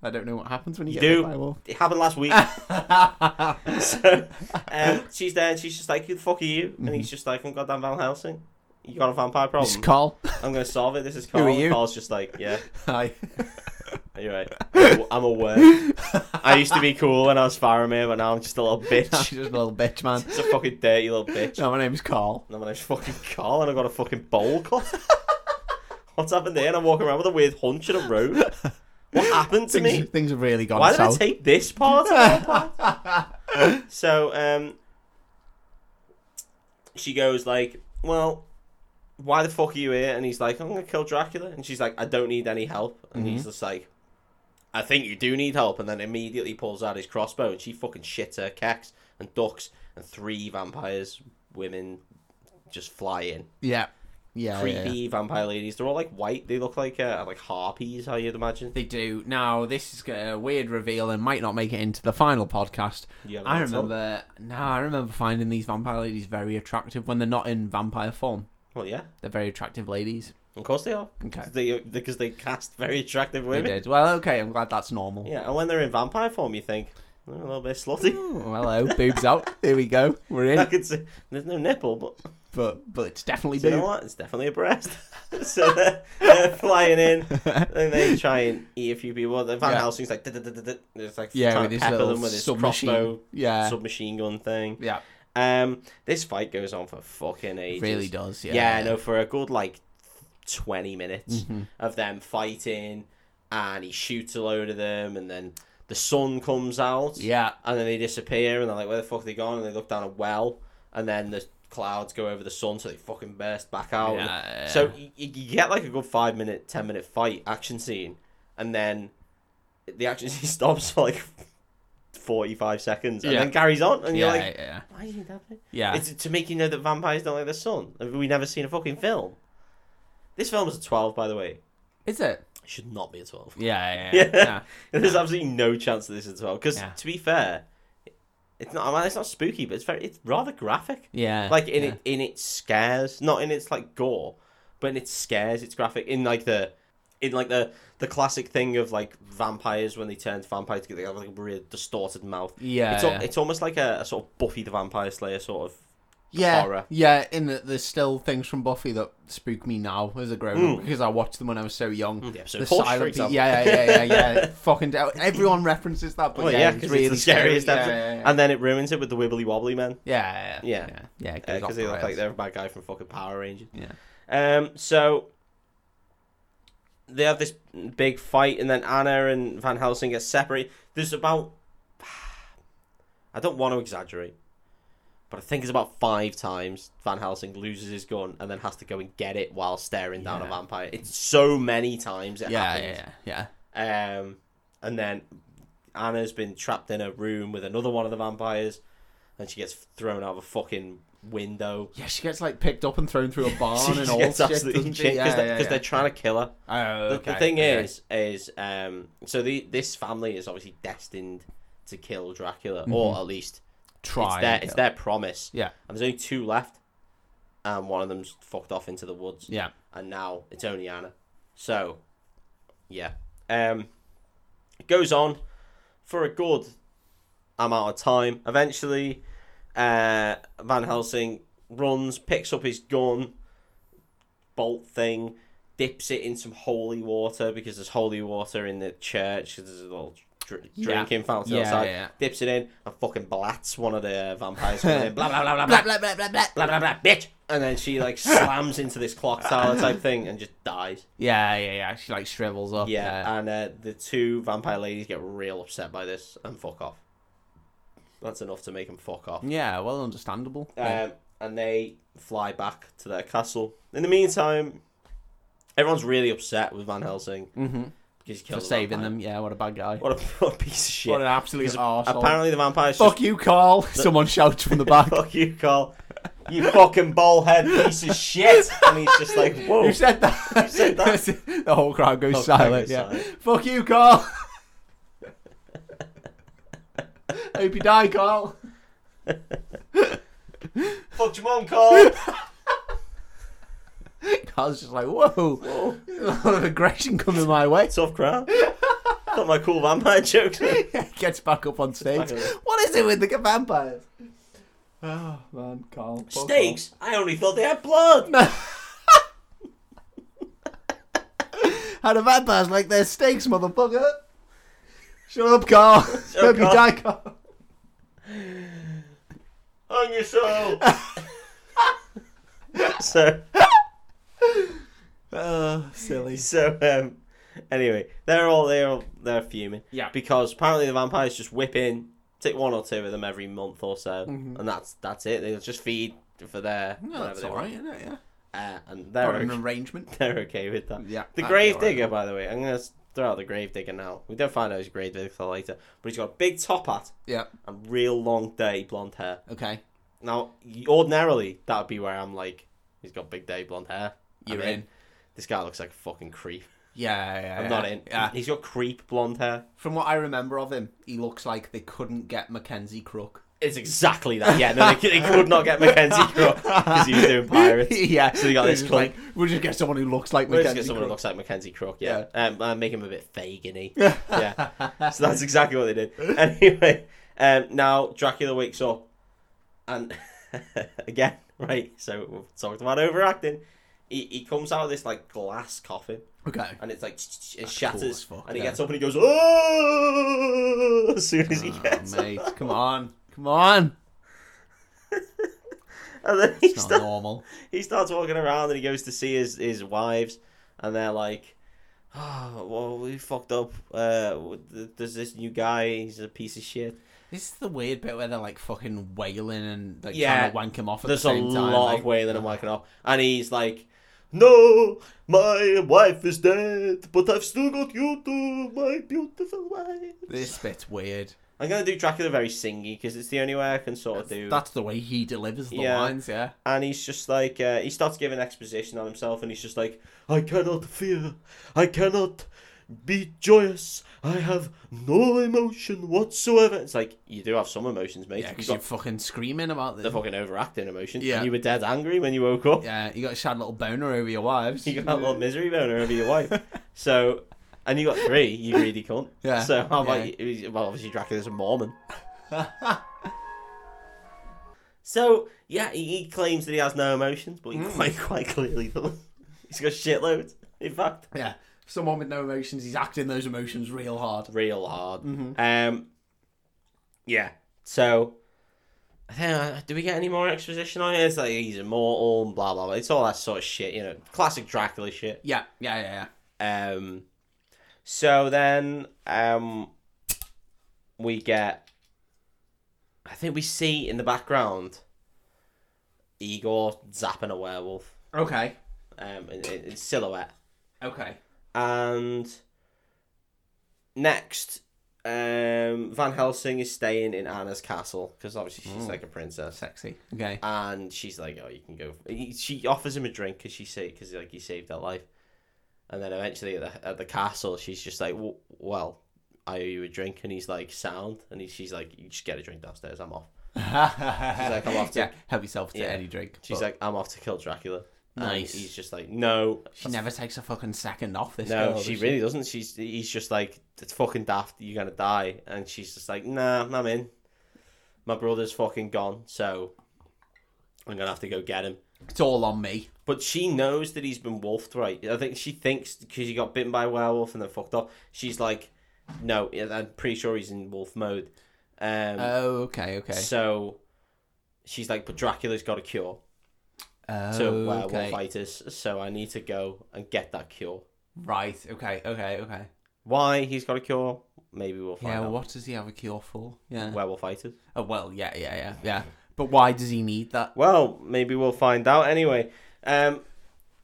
Speaker 2: I don't know what happens when you,
Speaker 1: You
Speaker 2: get
Speaker 1: do.
Speaker 2: bit by a wolf.
Speaker 1: It happened last week. so um, she's there and she's just like, "Who the fuck are you?" And he's just like, "I'm goddamn Van Helsing. You got a vampire problem.
Speaker 2: Mm-hmm. This call.
Speaker 1: I'm gonna solve it. This is
Speaker 2: Who are
Speaker 1: Carl."
Speaker 2: you?
Speaker 1: And Carl's just like, "Yeah,
Speaker 2: Hi.
Speaker 1: you're right. I'm aw- I'm aware. I used to be cool when I was Faramir, but now I'm just a little
Speaker 2: I'm
Speaker 1: bitch.
Speaker 2: just a little bitch, man.
Speaker 1: just a fucking dirty little bitch.
Speaker 2: No, my name's Carl.
Speaker 1: And I'm name's fucking Carl, and I got a fucking bowl cut. What's happened there? And I'm walking around with a weird hunch in a robe. What happened to
Speaker 2: Things,
Speaker 1: me?
Speaker 2: things have really gone
Speaker 1: Why did I
Speaker 2: south.
Speaker 1: take this part? of that part? so um, she goes like, "Well, why the fuck are you here?" And he's like, "I'm gonna kill Dracula." And she's like, "I don't need any help." And
Speaker 2: Mhm.
Speaker 1: he's just like, "I think you do need help." And then immediately pulls out his crossbow, and she fucking shits her cacks and ducks, and three vampires women just fly in.
Speaker 2: yeah. Yeah, Oh, yeah,
Speaker 1: Creepy
Speaker 2: yeah.
Speaker 1: vampire ladies. They're all like white. They look like uh, like harpies, how you'd imagine.
Speaker 2: They do. Now, this is a weird reveal and might not make it into the final podcast.
Speaker 1: Yeah,
Speaker 2: I
Speaker 1: that's all.
Speaker 2: remember. No, I remember finding these vampire ladies very attractive when they're not in vampire form.
Speaker 1: Well, yeah.
Speaker 2: They're very attractive ladies.
Speaker 1: Of course they are.
Speaker 2: Okay.
Speaker 1: They, because they cast very attractive
Speaker 2: They
Speaker 1: women.
Speaker 2: did. Well, okay, I'm glad that's normal.
Speaker 1: Yeah, and when they're in vampire form, you think, "Oh, a little bit slutty.
Speaker 2: Oh, hello, boobs out. Here we go. We're
Speaker 1: I
Speaker 2: in.
Speaker 1: could see, there's no nipple, but
Speaker 2: But but it's definitely
Speaker 1: you know
Speaker 2: boob.
Speaker 1: what? It's definitely a breast. so they're, they're flying in, and they try and eat a few people. The Van
Speaker 2: Yeah.
Speaker 1: Helsing's like, "D-d-d-d-d-d," and it's like
Speaker 2: Yeah,
Speaker 1: trying
Speaker 2: with
Speaker 1: to
Speaker 2: his
Speaker 1: pepper
Speaker 2: little
Speaker 1: them with his
Speaker 2: submachine.
Speaker 1: crossbow
Speaker 2: Yeah.
Speaker 1: submachine gun thing.
Speaker 2: yeah.
Speaker 1: Um, this fight goes on for fucking ages.
Speaker 2: Really does. Yeah. Mm-hmm.
Speaker 1: Yeah, no, for a good like twenty minutes of them fighting, and he shoots a load of them, and then the sun comes out,
Speaker 2: Yeah.
Speaker 1: and then they disappear, and they're like, "Where the fuck are they gone?" And they look down a well, and then the clouds go over the sun, so they fucking burst back out.
Speaker 2: Yeah.
Speaker 1: So you, you get like a good five minute, ten minute fight action scene, and then the action scene stops for like forty five seconds, and
Speaker 2: Yeah.
Speaker 1: then carries on, and
Speaker 2: Yeah,
Speaker 1: you're like,
Speaker 2: yeah.
Speaker 1: "Why do you need that?" bit?"
Speaker 2: Yeah.
Speaker 1: It's to make you know that vampires don't like the sun. Have we never seen a fucking film? This film is a 12, by the way.
Speaker 2: Is it?
Speaker 1: It should not be a 12.
Speaker 2: Yeah. Yeah.
Speaker 1: Yeah.
Speaker 2: Yeah. yeah.
Speaker 1: There's absolutely no chance that this is a 12. Because,
Speaker 2: Yeah.
Speaker 1: to be fair, it's not, I mean, it's not spooky, but it's very, it's rather graphic.
Speaker 2: Yeah,
Speaker 1: Like, in,
Speaker 2: yeah.
Speaker 1: it, in its scares, not in its, like, gore, but in its scares, it's graphic. In, like, the. In like the the classic thing of like vampires when they turn to vampires, they have like a really distorted mouth.
Speaker 2: Yeah,
Speaker 1: it's, al-
Speaker 2: yeah.
Speaker 1: it's almost like a, a sort of Buffy the Vampire Slayer sort of
Speaker 2: yeah,
Speaker 1: horror.
Speaker 2: Yeah, in that there's still things from Buffy that spook me now as a grown
Speaker 1: Hmm.
Speaker 2: up because I watched them when I was so young.
Speaker 1: the episode of
Speaker 2: Mm. the
Speaker 1: Hush, for
Speaker 2: silent people.
Speaker 1: example.
Speaker 2: Yeah, yeah, yeah, yeah, yeah. Fucking doubt. Everyone references that, but
Speaker 1: Well,
Speaker 2: yeah,
Speaker 1: Oh, yeah,
Speaker 2: it's
Speaker 1: because
Speaker 2: really
Speaker 1: it's the scariest
Speaker 2: scary.
Speaker 1: episode.
Speaker 2: Yeah, yeah, yeah.
Speaker 1: And then it ruins it with the wibbly wobbly uh, men.
Speaker 2: yeah, yeah,
Speaker 1: Yeah.
Speaker 2: yeah, yeah. it goes
Speaker 1: Because
Speaker 2: off
Speaker 1: they
Speaker 2: the
Speaker 1: look like
Speaker 2: rails.
Speaker 1: they're a bad guy from fucking Power Rangers.
Speaker 2: Yeah.
Speaker 1: Um, so they have this big fight, and then Anna and Van Helsing get separated. There's about. I don't want to exaggerate, But I think it's about five times Van Helsing loses his gun and then has to go and get it while staring down a
Speaker 2: Yeah.
Speaker 1: vampire. It's so many times it
Speaker 2: Yeah,
Speaker 1: happens.
Speaker 2: yeah, yeah.
Speaker 1: Um, and then Anna's been trapped in a room with another one of the vampires, and she gets thrown out of a fucking window.
Speaker 2: Yeah, she gets like picked up and thrown through a
Speaker 1: She
Speaker 2: barn and
Speaker 1: just
Speaker 2: all
Speaker 1: gets
Speaker 2: shit.
Speaker 1: absolutely
Speaker 2: doesn't she?
Speaker 1: chinked
Speaker 2: yeah,
Speaker 1: because
Speaker 2: yeah,
Speaker 1: they,
Speaker 2: yeah.
Speaker 1: are trying to kill her.
Speaker 2: Oh,
Speaker 1: The,
Speaker 2: okay.
Speaker 1: the thing
Speaker 2: okay.
Speaker 1: is, is um, so the, this family is obviously destined to kill Dracula, or at least
Speaker 2: try.
Speaker 1: it's their
Speaker 2: and
Speaker 1: it's
Speaker 2: kill.
Speaker 1: their promise.
Speaker 2: Mm-hmm. Yeah.
Speaker 1: And there's only two left, and one of them's fucked off into the woods
Speaker 2: yeah.
Speaker 1: and now it's only Anna. So, yeah. Um, it goes on for a good amount of time. Eventually, uh, Van Helsing runs, picks up his gun, bolt thing, dips it in some holy water because there's holy water in the church 'cause there's a little dr-
Speaker 2: Yeah.
Speaker 1: drinking fountain
Speaker 2: Yeah,
Speaker 1: outside.
Speaker 2: yeah.
Speaker 1: Dips it in and fucking blats one of the vampires. with it. blah, blah, blah, blah, blah
Speaker 2: Blah blah blah blah blah.
Speaker 1: blah blah blah, bitch. And then she like slams into this clock tower type thing and just dies.
Speaker 2: Yeah, yeah, yeah. She like shrivels up.
Speaker 1: Yeah,
Speaker 2: Yeah.
Speaker 1: and uh, the two vampire ladies get real upset by this and fuck off. That's enough to make them fuck off.
Speaker 2: Yeah, well, understandable. Yeah.
Speaker 1: Um, and they fly back to their castle. In the meantime, everyone's really upset with Van Helsing
Speaker 2: Mhm.
Speaker 1: because he
Speaker 2: For
Speaker 1: killed a
Speaker 2: saving
Speaker 1: vampire.
Speaker 2: them. Yeah, what a bad guy.
Speaker 1: What a, what a piece of shit!
Speaker 2: What an absolute arsehole.
Speaker 1: Apparently, the vampires just
Speaker 2: Fuck you, Carl. Someone shouts from the back.
Speaker 1: fuck you, Carl. You fucking ballhead piece of shit! And he's just like, whoa.
Speaker 2: Who said that?
Speaker 1: said
Speaker 2: that? the whole crowd goes
Speaker 1: Whole crowd
Speaker 2: silent.
Speaker 1: goes
Speaker 2: yeah.
Speaker 1: silent.
Speaker 2: Fuck you, Carl. Hope you die, Carl.
Speaker 1: Fuck your mum, Carl.
Speaker 2: Carl's just like, whoa, a lot of aggression coming my way.
Speaker 1: Tough crowd. Not my cool vampire jokes.
Speaker 2: Gets back up on stage.
Speaker 1: Back up.
Speaker 2: What is it with the vampires? Oh man, Carl. Fuck
Speaker 1: Snakes? I only thought they had blood.
Speaker 2: off. How do vampires like their steaks, motherfucker? Shut up, Carl. Hope you
Speaker 1: Carl.
Speaker 2: die, Carl.
Speaker 1: On your soul. so,
Speaker 2: Oh, silly.
Speaker 1: Uh, so um, anyway, they're all they're all, they're fuming.
Speaker 2: Yeah.
Speaker 1: Because apparently the vampires just whip in, take one or two of them every month or so,
Speaker 2: Mhm.
Speaker 1: and that's that's it. They'll just feed for their
Speaker 2: No,
Speaker 1: whatever
Speaker 2: that's
Speaker 1: they
Speaker 2: all
Speaker 1: want.
Speaker 2: right, isn't it? Yeah.
Speaker 1: Uh, and
Speaker 2: Or
Speaker 1: they're
Speaker 2: an
Speaker 1: okay,
Speaker 2: arrangement.
Speaker 1: they're okay with that.
Speaker 2: Yeah.
Speaker 1: The
Speaker 2: that'd be
Speaker 1: grave
Speaker 2: all right.
Speaker 1: digger, by the way, I'm gonna s- throw out the grave digger now. We don't find out his grave digger till later, but he's got a big top hat
Speaker 2: Yeah.
Speaker 1: and real long day blonde hair.
Speaker 2: Okay.
Speaker 1: Now, y- ordinarily, that would be where I'm like, he's got big day blonde hair.
Speaker 2: You're
Speaker 1: I'm
Speaker 2: in.
Speaker 1: This guy looks like a fucking creep.
Speaker 2: Yeah, yeah.
Speaker 1: I'm
Speaker 2: yeah.
Speaker 1: not in.
Speaker 2: Yeah.
Speaker 1: He's got creep blonde hair.
Speaker 2: From what I remember of him, he looks like they couldn't get Mackenzie Crook.
Speaker 1: It's exactly that. Yeah, no, they, c- they could not get Mackenzie Crook because he was doing pirates.
Speaker 2: yeah.
Speaker 1: So they got
Speaker 2: they're
Speaker 1: this
Speaker 2: just
Speaker 1: clunk.
Speaker 2: like, we'll just get someone who looks like
Speaker 1: Let's
Speaker 2: Mackenzie
Speaker 1: get someone who
Speaker 2: Crook.
Speaker 1: looks like Mackenzie Crook, yeah. Um, uh, make him a bit fagin yeah. So that's exactly what they did. Anyway, um, now Dracula wakes up, and again, right? So we've talked about overacting. He, he comes out of this like glass coffin,
Speaker 2: Okay.
Speaker 1: and it's like it
Speaker 2: cool as
Speaker 1: shatters,
Speaker 2: fuck,
Speaker 1: and he
Speaker 2: yeah.
Speaker 1: gets up and he goes oh as soon as he gets,
Speaker 2: Oh,
Speaker 1: up.
Speaker 2: mate, come on. Come on.
Speaker 1: and then he,
Speaker 2: It's
Speaker 1: sta-
Speaker 2: not normal.
Speaker 1: he starts walking around and he goes to see his his wives, and they're like. Oh, well, we fucked up. Uh, th- there's this new guy. He's a piece of shit.
Speaker 2: This is the weird bit where they're like fucking wailing and like
Speaker 1: Yeah.
Speaker 2: trying to wank him off at
Speaker 1: There's
Speaker 2: the
Speaker 1: a
Speaker 2: same time.
Speaker 1: lot
Speaker 2: like,
Speaker 1: of wailing and waking up, and he's like, "No, my wife is dead, but I've still got you two, my beautiful wife."
Speaker 2: This bit's weird.
Speaker 1: I'm gonna do Dracula very singy because it's the only way I can sort of do.
Speaker 2: That's the way he delivers the
Speaker 1: Yeah.
Speaker 2: lines, yeah.
Speaker 1: And he's just like, uh, he starts giving exposition on himself, and he's just like, "I cannot fear, I cannot be joyous, I have no emotion whatsoever." It's like you do have some emotions, mate.
Speaker 2: Yeah,
Speaker 1: You've
Speaker 2: because
Speaker 1: got
Speaker 2: you're fucking screaming about
Speaker 1: the
Speaker 2: this.
Speaker 1: fucking overacting emotions.
Speaker 2: Yeah.
Speaker 1: you were dead angry when you woke up.
Speaker 2: Yeah, you got a sad little boner over your wives.
Speaker 1: You got that little misery boner over your wife. So, and you got three, you greedy cunt.
Speaker 2: Yeah,
Speaker 1: So how
Speaker 2: yeah.
Speaker 1: about you? Well, obviously Dracula's a Mormon. so yeah, he, he claims that he has no emotions, but he
Speaker 2: Hmm.
Speaker 1: quite quite clearly does. He's got shitloads. In fact,
Speaker 2: Yeah, someone with no emotions, he's acting those emotions real hard.
Speaker 1: real hard. Um, yeah. So, I don't know, do we get any more exposition on it? It's like he's immortal, and blah blah blah. It's all that sort of shit, you know, classic Dracula shit.
Speaker 2: Yeah, yeah, yeah, yeah.
Speaker 1: Um, so then um, we get. I think we see in the background Igor zapping a werewolf
Speaker 2: Okay.
Speaker 1: um, in, in in silhouette.
Speaker 2: Okay.
Speaker 1: And next, um, Van Helsing is staying in Anna's castle because obviously
Speaker 2: Hmm.
Speaker 1: she's like a princess.
Speaker 2: Sexy. Okay.
Speaker 1: And she's like, "Oh, you can go." he- She offers him a drink because she say because like he saved her life. And then eventually at the, at the castle, she's just like, "W- "Well, I owe you a drink," and he's like, "Sound," and he, she's like, "You just get a drink downstairs. I'm off."
Speaker 2: like,
Speaker 1: "I'm off to-"
Speaker 2: yeah, help yourself to
Speaker 1: Yeah.
Speaker 2: any drink.
Speaker 1: She's
Speaker 2: but
Speaker 1: like, "I'm off to kill Dracula." And
Speaker 2: Nice.
Speaker 1: he's just like, "No,
Speaker 2: she never takes a fucking second off this
Speaker 1: No,
Speaker 2: girl. does
Speaker 1: she really doesn't. She's he's just like it's fucking daft. You're gonna die, and she's just like, nah, I'm in. My brother's fucking gone, so I'm gonna have to go get him.
Speaker 2: It's all on me.
Speaker 1: But she knows that he's been wolfed, right? I think she thinks because he got bitten by a werewolf and then fucked up. She's like, no, yeah, I'm pretty sure he's in wolf mode. Um,
Speaker 2: Oh, okay, okay.
Speaker 1: so she's like, but Dracula's got a cure
Speaker 2: Oh,
Speaker 1: to
Speaker 2: okay.
Speaker 1: werewolfitis, so I need to go and get that cure.
Speaker 2: Right. Okay. Okay. Okay.
Speaker 1: Why he's got a cure? Maybe we'll find
Speaker 2: Yeah.
Speaker 1: out.
Speaker 2: What does he have a cure for? Yeah.
Speaker 1: werewolf fighters.
Speaker 2: oh well. Yeah. Yeah. Yeah. Yeah. But why does he need that?
Speaker 1: Well, maybe we'll find out anyway. Um,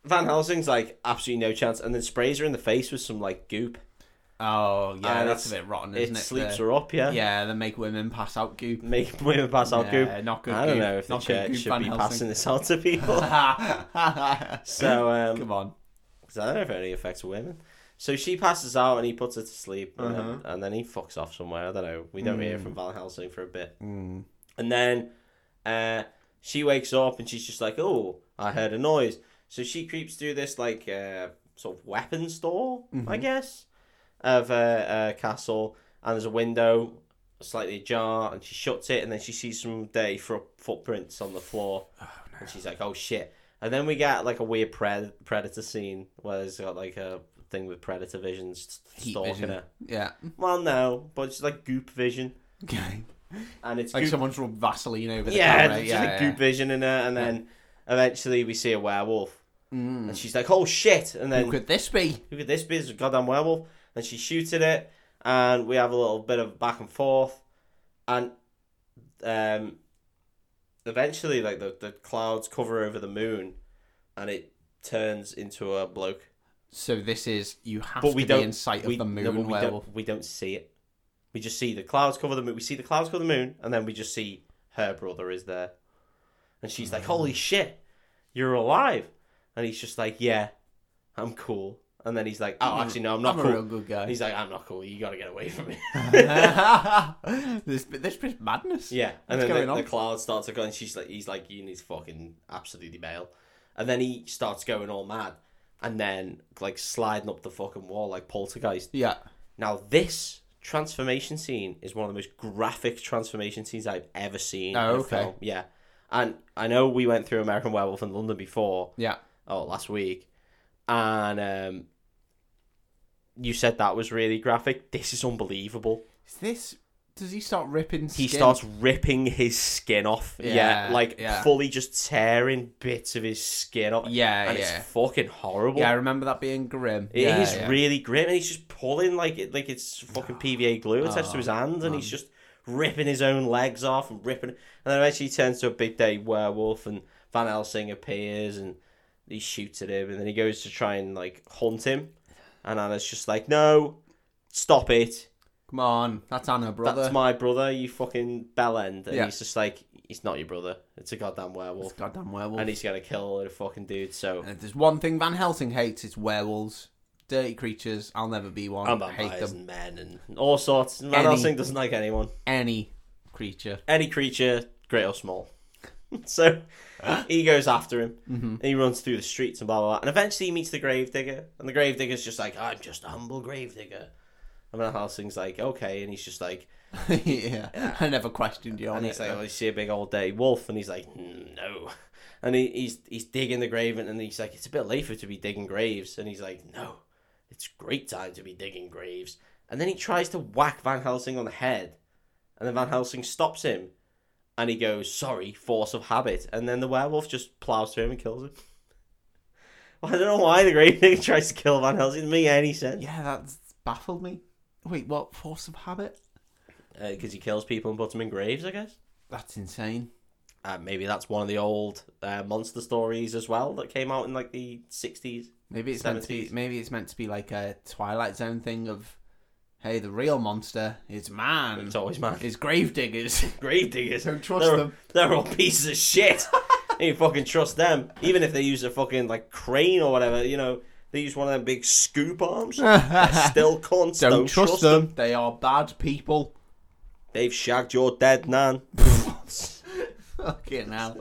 Speaker 1: Van Helsing's like absolutely no chance, and then sprays her in the face with some like goop.
Speaker 2: Oh, yeah.
Speaker 1: And
Speaker 2: that's a
Speaker 1: it's-
Speaker 2: bit rotten,
Speaker 1: Uh, It
Speaker 2: isn't it?
Speaker 1: sleeps
Speaker 2: The-
Speaker 1: her up, yeah.
Speaker 2: yeah. They make women pass out goop.
Speaker 1: Make women pass out goop.
Speaker 2: Yeah, not good
Speaker 1: I don't
Speaker 2: goop.
Speaker 1: know if the
Speaker 2: Not good
Speaker 1: church
Speaker 2: goop,
Speaker 1: should
Speaker 2: Van
Speaker 1: be
Speaker 2: Helsing.
Speaker 1: passing this out to people.
Speaker 2: so
Speaker 1: so, um,
Speaker 2: come on.
Speaker 1: 'cause I don't know if it only affects women. So she passes out and he puts her to sleep,
Speaker 2: Uh-huh.
Speaker 1: and, then, and then he fucks off somewhere. I don't know. We don't
Speaker 2: Hmm.
Speaker 1: hear from Van Helsing for a bit, and then uh, she wakes up and she's just like, "Oh, I heard a noise." So she creeps through this like uh, sort of weapon store,
Speaker 2: Mm-hmm.
Speaker 1: I guess, of uh, a, a castle, and there's a window slightly ajar, and she shuts it, and then she sees some day fro- footprints on the floor, and she's like, "Oh shit!" And then we get like a weird pred- predator scene where there's got like a thing with predator vision st-
Speaker 2: Heat
Speaker 1: stalking
Speaker 2: vision.
Speaker 1: her.
Speaker 2: Yeah.
Speaker 1: Well, no, but it's like goop vision,
Speaker 2: Okay.
Speaker 1: and it's
Speaker 2: Like
Speaker 1: goop-
Speaker 2: someone's rubbed Vaseline over the
Speaker 1: yeah,
Speaker 2: camera.
Speaker 1: it's
Speaker 2: yeah.
Speaker 1: just a
Speaker 2: yeah.
Speaker 1: goop vision in her, and then eventually we see a werewolf,
Speaker 2: Mm.
Speaker 1: and she's like, "Oh shit!" And then
Speaker 2: Who could this be?
Speaker 1: look at this bit, it's a goddamn werewolf. And she shoots at it, and we have a little bit of back and forth. And um, eventually, like, the, the clouds cover over the moon, and it turns into a bloke.
Speaker 2: So this is you have
Speaker 1: But
Speaker 2: to
Speaker 1: we
Speaker 2: be
Speaker 1: don't-
Speaker 2: in sight
Speaker 1: we,
Speaker 2: of the moon
Speaker 1: no, but we,
Speaker 2: werewolf.
Speaker 1: don't, we don't see it. We just see the clouds cover the moon. We see the clouds cover the moon, and then we just see her brother is there. And she's like, holy
Speaker 2: Mm.
Speaker 1: shit, you're alive. And he's just like, yeah, I'm cool. And then he's like, oh, actually, no, I'm not
Speaker 2: Mm. I'm
Speaker 1: cool.
Speaker 2: a real good guy.
Speaker 1: He's like, I'm not cool. You gotta get away from me.
Speaker 2: this this is madness.
Speaker 1: yeah, and
Speaker 2: What's
Speaker 1: then
Speaker 2: going
Speaker 1: the,
Speaker 2: on?
Speaker 1: the cloud starts to go, and she's like, he's like, you need to fucking absolutely bail. And then he starts going all mad, and then like sliding up the fucking wall like poltergeist.
Speaker 2: Yeah.
Speaker 1: Now this transformation scene is one of the most graphic transformation scenes I've ever seen.
Speaker 2: Oh,
Speaker 1: in a
Speaker 2: okay.
Speaker 1: film. Yeah, and I know we went through American Werewolf in London before,
Speaker 2: Yeah.
Speaker 1: oh last week and um you said that was really graphic this is unbelievable
Speaker 2: Is this? Does he start ripping? Skin?
Speaker 1: he starts ripping his skin off yeah,
Speaker 2: Yeah,
Speaker 1: like
Speaker 2: yeah.
Speaker 1: fully just tearing bits of his skin off
Speaker 2: Yeah,
Speaker 1: and
Speaker 2: yeah.
Speaker 1: it's fucking horrible
Speaker 2: Yeah, I remember that being grim.
Speaker 1: It is
Speaker 2: yeah, yeah.
Speaker 1: really grim and he's just pulling like it like it's fucking pva glue attached to his
Speaker 2: Oh,
Speaker 1: hand and he's just ripping his own legs off and ripping and then eventually he turns to a big day werewolf and van helsing appears and he shoots at him and then he goes to try and like hunt him and anna's just like no stop it
Speaker 2: Come on, that's Anna, brother.
Speaker 1: that's my brother you fucking bell end and
Speaker 2: Yeah.
Speaker 1: he's just like he's not your brother it's a goddamn werewolf
Speaker 2: It's a goddamn werewolf.
Speaker 1: and
Speaker 2: And,
Speaker 1: he's gonna kill the fucking dude so
Speaker 2: if there's one thing Van Helsing hates, it's werewolves, dirty creatures. I'll never be one.
Speaker 1: and
Speaker 2: I hate
Speaker 1: vampires
Speaker 2: them.
Speaker 1: and men and all sorts. Van
Speaker 2: Any-
Speaker 1: Helsing doesn't like anyone.
Speaker 2: Any creature.
Speaker 1: any creature, great or small. so he goes after him and he runs through the streets and blah blah blah. And eventually he meets the gravedigger, and the gravedigger's just like, I'm just a humble gravedigger. And Van Helsing's like, okay, and he's just like,
Speaker 2: yeah. I never questioned you on
Speaker 1: and
Speaker 2: it.
Speaker 1: he's like,
Speaker 2: though.
Speaker 1: oh, you see a big old day wolf, and he's like, no. And he, he's he's digging the grave, and then he's like, it's a bit late for it to be digging graves, and he's like, no, it's great time to be digging graves. And then he tries to whack Van Helsing on the head, and then Van Helsing stops him, and he goes, sorry, force of habit, and then the werewolf just plows through him and kills him. I don't know why the grave digger tries to kill Van Helsing. It doesn't make any sense
Speaker 2: yeah, that's baffled me. Wait, what? Force of habit?
Speaker 1: Uh, because he kills people and puts them in graves, I guess.
Speaker 2: That's insane.
Speaker 1: Uh, maybe that's one of the old uh, monster stories as well that came out in like the 60s.
Speaker 2: Maybe it's meant to be.
Speaker 1: 70s.
Speaker 2: Maybe it's meant to be like a Twilight Zone thing of, hey, the real monster is man.
Speaker 1: It's always man.
Speaker 2: Is grave diggers.
Speaker 1: Grave diggers.
Speaker 2: Don't trust
Speaker 1: they're,
Speaker 2: them.
Speaker 1: They're all pieces of shit. you fucking trust them. Even if they use a fucking like crane or whatever, you know, they use one of them big scoop arms. They're still cunts.
Speaker 2: Don't, trust, them. They are bad people.
Speaker 1: They've shagged your dead nan.
Speaker 2: Fucking hell.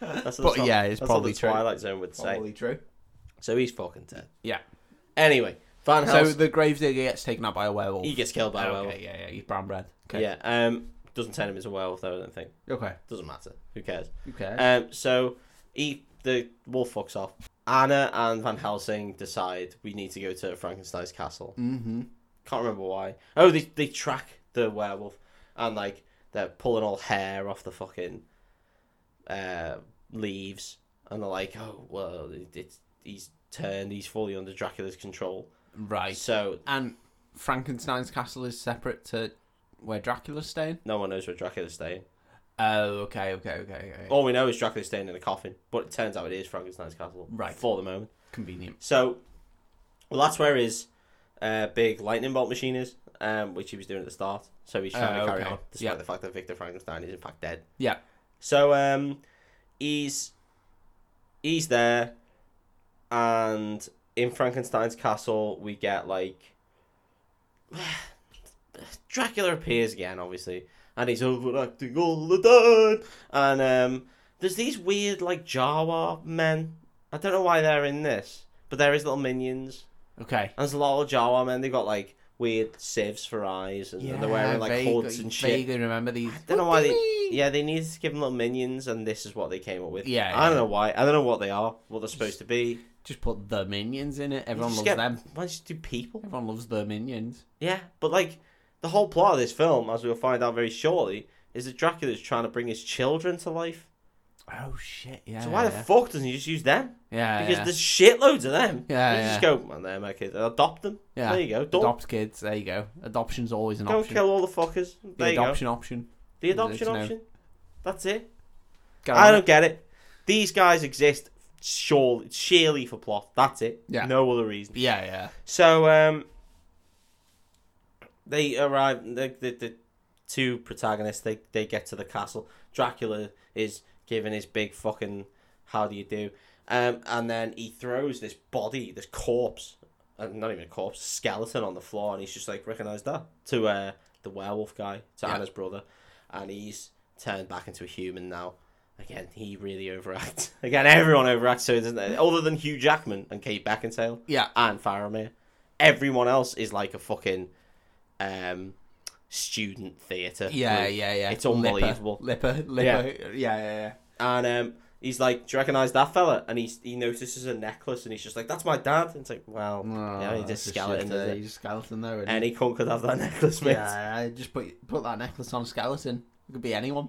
Speaker 1: That's,
Speaker 2: But
Speaker 1: not-
Speaker 2: yeah,
Speaker 1: that's
Speaker 2: it's
Speaker 1: not
Speaker 2: probably
Speaker 1: the
Speaker 2: true.
Speaker 1: Twilight Zone would say.
Speaker 2: Probably true.
Speaker 1: So he's fucking dead.
Speaker 2: Yeah.
Speaker 1: Anyway, Van
Speaker 2: So
Speaker 1: Helsing.
Speaker 2: the gravedigger gets taken out by a werewolf.
Speaker 1: he gets killed by a werewolf.
Speaker 2: Okay, yeah, yeah. He's brown bread. Okay.
Speaker 1: Yeah. Um. Doesn't turn him into a werewolf though. I don't think.
Speaker 2: Okay. Uh,
Speaker 1: Doesn't matter. Who cares?
Speaker 2: Okay.
Speaker 1: Um. So he the wolf fucks off. Anna and Van Helsing decide we need to go to Frankenstein's castle.
Speaker 2: mm-hmm.
Speaker 1: Can't remember why. Oh, they they track the werewolf and like they're pulling all hair off the fucking uh leaves and they're like, oh well, it, it's he's turned. He's fully under Dracula's control.
Speaker 2: Right.
Speaker 1: So
Speaker 2: And Frankenstein's castle is separate to where Dracula's staying.
Speaker 1: no one knows where Dracula's staying.
Speaker 2: Oh, okay, okay, okay, okay.
Speaker 1: All we know is Dracula's staying in a coffin, but it turns out it is Frankenstein's castle.
Speaker 2: Right.
Speaker 1: For the moment.
Speaker 2: Convenient.
Speaker 1: So, well, that's where his uh, big lightning bolt machine is, um, which he was doing at the start. So he's trying
Speaker 2: Oh,
Speaker 1: to carry
Speaker 2: okay.
Speaker 1: on, despite
Speaker 2: Yeah.
Speaker 1: the fact that Victor Frankenstein is in fact dead.
Speaker 2: Yeah.
Speaker 1: So um, he's he's there, and in Frankenstein's castle, we get like Dracula appears again, obviously, and he's overacting all the time. And um, there's these weird like Jawa men. I don't know why they're in this, but there is little minions.
Speaker 2: Okay.
Speaker 1: And there's a lot of Jawa men. They've got like weird sieves for eyes, and they're wearing like
Speaker 2: vaguely,
Speaker 1: hoods and shit.
Speaker 2: Vaguely remember these.
Speaker 1: don't know why they. Yeah, they needed to give them little minions, and this is what they came up with.
Speaker 2: Yeah,
Speaker 1: I
Speaker 2: yeah.
Speaker 1: don't know why. I don't know what they are, what they're supposed to be.
Speaker 2: Just put the minions in it. Everyone
Speaker 1: Just
Speaker 2: loves
Speaker 1: get-
Speaker 2: them.
Speaker 1: Why just do people?
Speaker 2: Everyone loves the minions.
Speaker 1: Yeah, but like the whole plot of this film, as we'll find out very shortly, is that Dracula's trying to bring his children to life.
Speaker 2: Oh shit! Yeah.
Speaker 1: So why
Speaker 2: yeah.
Speaker 1: the fuck doesn't he just use them?
Speaker 2: yeah,
Speaker 1: Because
Speaker 2: yeah.
Speaker 1: there's shitloads of them.
Speaker 2: Yeah,
Speaker 1: you just
Speaker 2: yeah.
Speaker 1: go, man, they're my kids. Adopt them.
Speaker 2: Yeah.
Speaker 1: There you go. Don't,
Speaker 2: adopt kids. There you go. Adoption's always an
Speaker 1: don't
Speaker 2: option.
Speaker 1: kill all the fuckers. There
Speaker 2: the
Speaker 1: you go.
Speaker 2: adoption option.
Speaker 1: The
Speaker 2: It's
Speaker 1: adoption
Speaker 2: no-
Speaker 1: option. That's it.
Speaker 2: Go
Speaker 1: I
Speaker 2: on.
Speaker 1: don't get it. These guys exist surely, sheerly for plot. That's it.
Speaker 2: Yeah.
Speaker 1: No other reason.
Speaker 2: Yeah, yeah.
Speaker 1: So um, they arrive. The, the, the two protagonists they they get to the castle. Dracula is giving his big fucking how do you do, um, and then he throws this body, this corpse, uh, not even a corpse, skeleton on the floor, and he's just like recognized that to uh, the werewolf guy, to
Speaker 2: Yeah.
Speaker 1: Anna's brother, and he's turned back into a human now. Again, he really overacts. Again, everyone overacts, so doesn't it? Other than Hugh Jackman and Kate Beckinsale
Speaker 2: Yeah.
Speaker 1: and Faramir. Everyone else is like a fucking um, student theatre.
Speaker 2: Yeah,
Speaker 1: group.
Speaker 2: yeah, yeah.
Speaker 1: It's unbelievable.
Speaker 2: Lipper, Lipper, Lipper. Yeah, yeah, yeah.
Speaker 1: And um, he's like, "Do you recognise that fella?" And he's, he notices a necklace, and he's just like, "That's my dad." And it's like, "Well, yeah, he's a skeleton."
Speaker 2: There.
Speaker 1: isn't he?
Speaker 2: He's Oh, a skeleton there. isn't he?
Speaker 1: Any cunt could have that necklace, mate.
Speaker 2: yeah, yeah, just put put that necklace on a skeleton. It could be anyone.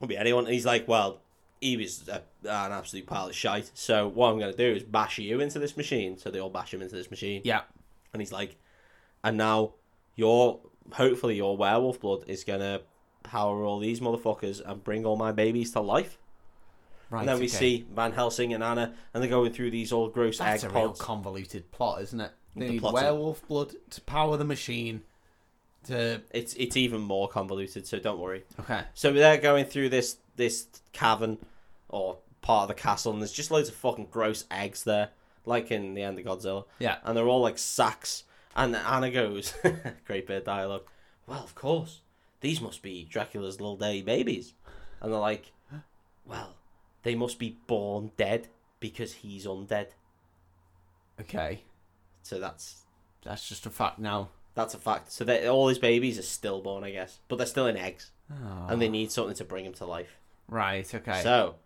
Speaker 1: Could be anyone. And he's like, "Well, he was a, an absolute pile of shite. So what I'm gonna do is bash you into this machine." So they all bash him into this machine.
Speaker 2: Yeah.
Speaker 1: and he's like, and now your hopefully your werewolf blood is gonna power all these motherfuckers and bring all my babies to life.
Speaker 2: Right.
Speaker 1: And then we
Speaker 2: okay.
Speaker 1: see Van Helsing and Anna, and they're going through these old gross
Speaker 2: That's
Speaker 1: egg
Speaker 2: a real
Speaker 1: pods.
Speaker 2: convoluted plot, isn't it? They
Speaker 1: The
Speaker 2: need
Speaker 1: plotting.
Speaker 2: werewolf blood to power the machine. To
Speaker 1: it's it's even more convoluted, so don't worry.
Speaker 2: okay.
Speaker 1: So they're going through this this cavern or part of the castle, and there's just loads of fucking gross eggs there, like in the end of Godzilla.
Speaker 2: Yeah.
Speaker 1: and they're all like sacks. And Anna goes, great bit of dialogue. Well, of course, these must be Dracula's little day babies. And they're like, well, they must be born dead because he's undead.
Speaker 2: Okay.
Speaker 1: So that's
Speaker 2: That's just a fact now.
Speaker 1: that's a fact. So they- all his babies are stillborn, I guess, but they're still in eggs,
Speaker 2: Oh,
Speaker 1: and they need something to bring them to life.
Speaker 2: right. Okay.
Speaker 1: So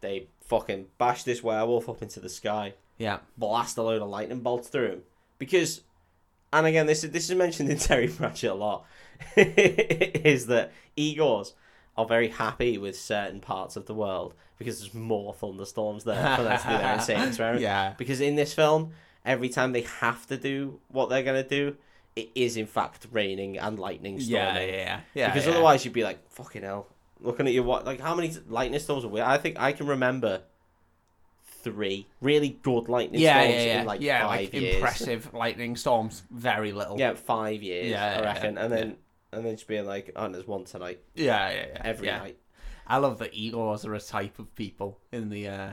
Speaker 1: they fucking bash this werewolf up into the sky,
Speaker 2: yeah.
Speaker 1: blast a load of lightning bolts through him. Because, and again, this is, this is mentioned in Terry Pratchett a lot, is that Igors are very happy with certain parts of the world because there's more thunderstorms there for them to do their insane experiment.
Speaker 2: Yeah.
Speaker 1: Because in this film, every time they have to do what they're going to do, it is in fact raining and lightning storming.
Speaker 2: Yeah, yeah, yeah.
Speaker 1: because
Speaker 2: yeah.
Speaker 1: otherwise you'd be like, fucking hell, looking at your what like how many lightning storms were we? I think I can remember three really good lightning
Speaker 2: yeah,
Speaker 1: storms
Speaker 2: yeah, yeah,
Speaker 1: in like
Speaker 2: yeah,
Speaker 1: five
Speaker 2: like
Speaker 1: years.
Speaker 2: impressive lightning storms. Very little.
Speaker 1: Yeah, five years.
Speaker 2: Yeah,
Speaker 1: I
Speaker 2: yeah,
Speaker 1: reckon, and
Speaker 2: yeah.
Speaker 1: then and then just being like, oh, there's one tonight,
Speaker 2: yeah, yeah, yeah.
Speaker 1: every
Speaker 2: yeah.
Speaker 1: night.
Speaker 2: I love that Eeyores are a type of people in the uh,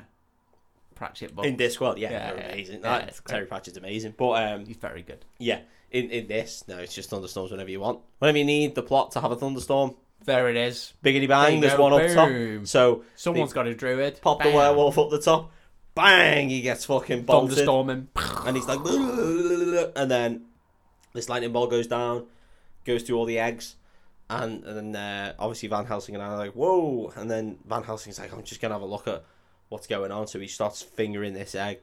Speaker 2: Pratchett book.
Speaker 1: In Discworld, yeah,
Speaker 2: Yeah,
Speaker 1: they're
Speaker 2: yeah,
Speaker 1: amazing.
Speaker 2: yeah,
Speaker 1: That-
Speaker 2: it's great.
Speaker 1: Terry Pratchett's amazing, but um,
Speaker 2: He's very good.
Speaker 1: yeah, in in this, no, it's just thunderstorms whenever you want, whenever you need the plot to have a thunderstorm.
Speaker 2: There it is.
Speaker 1: Biggity bang,
Speaker 2: you
Speaker 1: there's
Speaker 2: go,
Speaker 1: one up
Speaker 2: boom.
Speaker 1: top. So
Speaker 2: Someone's got a druid.
Speaker 1: pop the
Speaker 2: Bam.
Speaker 1: werewolf up the top, bang, he gets fucking bolted.
Speaker 2: Thunderstorming.
Speaker 1: and he's like, and then this lightning bolt goes down, goes through all the eggs, and, and then uh, obviously Van Helsing and I are like, whoa, and then Van Helsing's like, I'm just gonna have a look at what's going on. So he starts fingering this egg,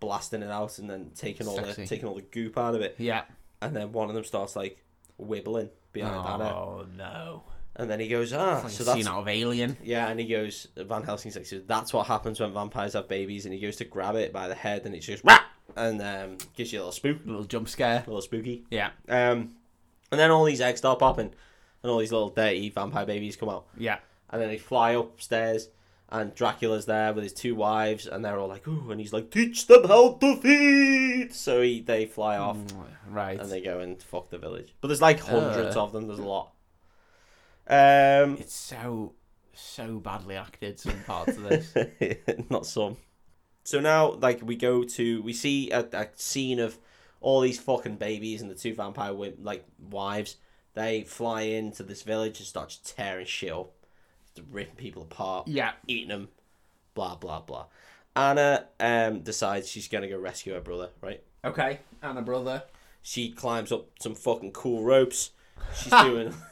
Speaker 1: blasting it out, and then taking all
Speaker 2: Sexy.
Speaker 1: the taking all the goop out of it,
Speaker 2: Yeah.
Speaker 1: and then one of them starts like wibbling behind Anna,
Speaker 2: Oh no.
Speaker 1: and then he goes, ah,
Speaker 2: Like
Speaker 1: eh? so
Speaker 2: so
Speaker 1: that's
Speaker 2: scene out of Alien.
Speaker 1: yeah, and he goes, Van Helsing's like, so that's what happens when vampires have babies, and he goes to grab it by the head, and it's just, Rah! and um, gives you a little spook, a
Speaker 2: Little jump scare.
Speaker 1: little spooky.
Speaker 2: Yeah.
Speaker 1: Um, and then all these eggs start popping, and all these little dirty vampire babies come out,
Speaker 2: Yeah.
Speaker 1: and then they fly upstairs, and Dracula's there with his two wives, and they're all like, ooh, and he's like, teach them how to feed. So he, they fly off,
Speaker 2: Mm, Right.
Speaker 1: and they go and fuck the village. But there's like hundreds
Speaker 2: Uh.
Speaker 1: of them. There's a lot. Um,
Speaker 2: It's so so badly acted some parts of this.
Speaker 1: not some. So now, like, we go to we see a, a scene of all these fucking babies and the two vampire wi- like wives. They fly into this village and start just tearing shit up, just ripping people apart,
Speaker 2: yeah.
Speaker 1: eating them, blah blah blah. Anna um decides she's gonna go rescue her brother. Right?
Speaker 2: Okay. And a brother.
Speaker 1: She climbs up some fucking cool ropes. She's doing.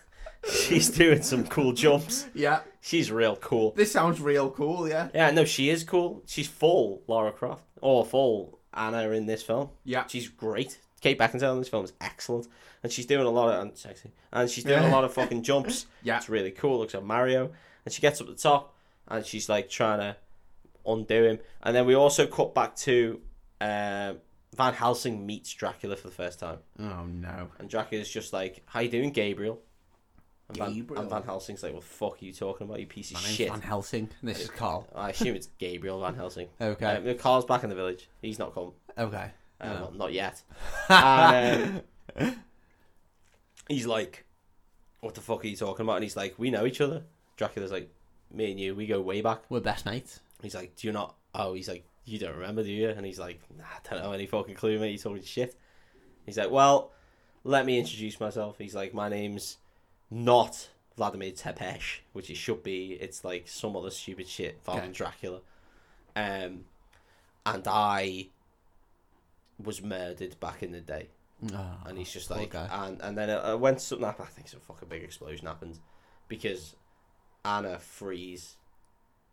Speaker 1: She's doing some cool jumps.
Speaker 2: Yeah.
Speaker 1: She's real cool.
Speaker 2: This sounds real cool. Yeah.
Speaker 1: Yeah, no, she is cool. She's full Laura Croft or full Anna in this film.
Speaker 2: Yeah.
Speaker 1: She's great. Kate Beckinsale in this film is excellent, and she's doing a lot of and sexy, and she's doing a
Speaker 2: Yeah.
Speaker 1: lot of fucking jumps.
Speaker 2: Yeah.
Speaker 1: it's really cool. Looks like Mario, and she gets up the top, and she's like trying to undo him. And then we also cut back to uh, Van Helsing meets Dracula for the first time,
Speaker 2: Oh no.
Speaker 1: and Dracula's just like, "How you doing, Gabriel?" And Van,
Speaker 2: Gabriel.
Speaker 1: and Van Helsing's like, "Well, fuck you talking about you piece of
Speaker 2: My name's
Speaker 1: shit."
Speaker 2: Van Helsing. and This is Carl.
Speaker 1: I assume it's Gabriel Van Helsing.
Speaker 2: Okay.
Speaker 1: Um, Carl's back in the village. He's not come.
Speaker 2: Okay.
Speaker 1: Uh, well, not yet. And, um, he's like, "What the fuck are you talking about?" And he's like, "We know each other." Dracula's like, "Me and you, we go way back."
Speaker 2: We're best mates.
Speaker 1: He's like, "Do you not?" Oh, he's like, "You don't remember, do you?" And he's like, nah, "I don't know any fucking clue, mate. You're talking shit." He's like, "Well, let me introduce myself." He's like, "My name's not Vladimir Tepesh, which it should be. It's like some other stupid shit involving
Speaker 2: Okay.
Speaker 1: Dracula." Um, and I was murdered back in the day
Speaker 2: Oh,
Speaker 1: and he's just
Speaker 2: poor
Speaker 1: like,
Speaker 2: guy.
Speaker 1: and and then uh, when something happened, I think some fucking big explosion happened because Anna frees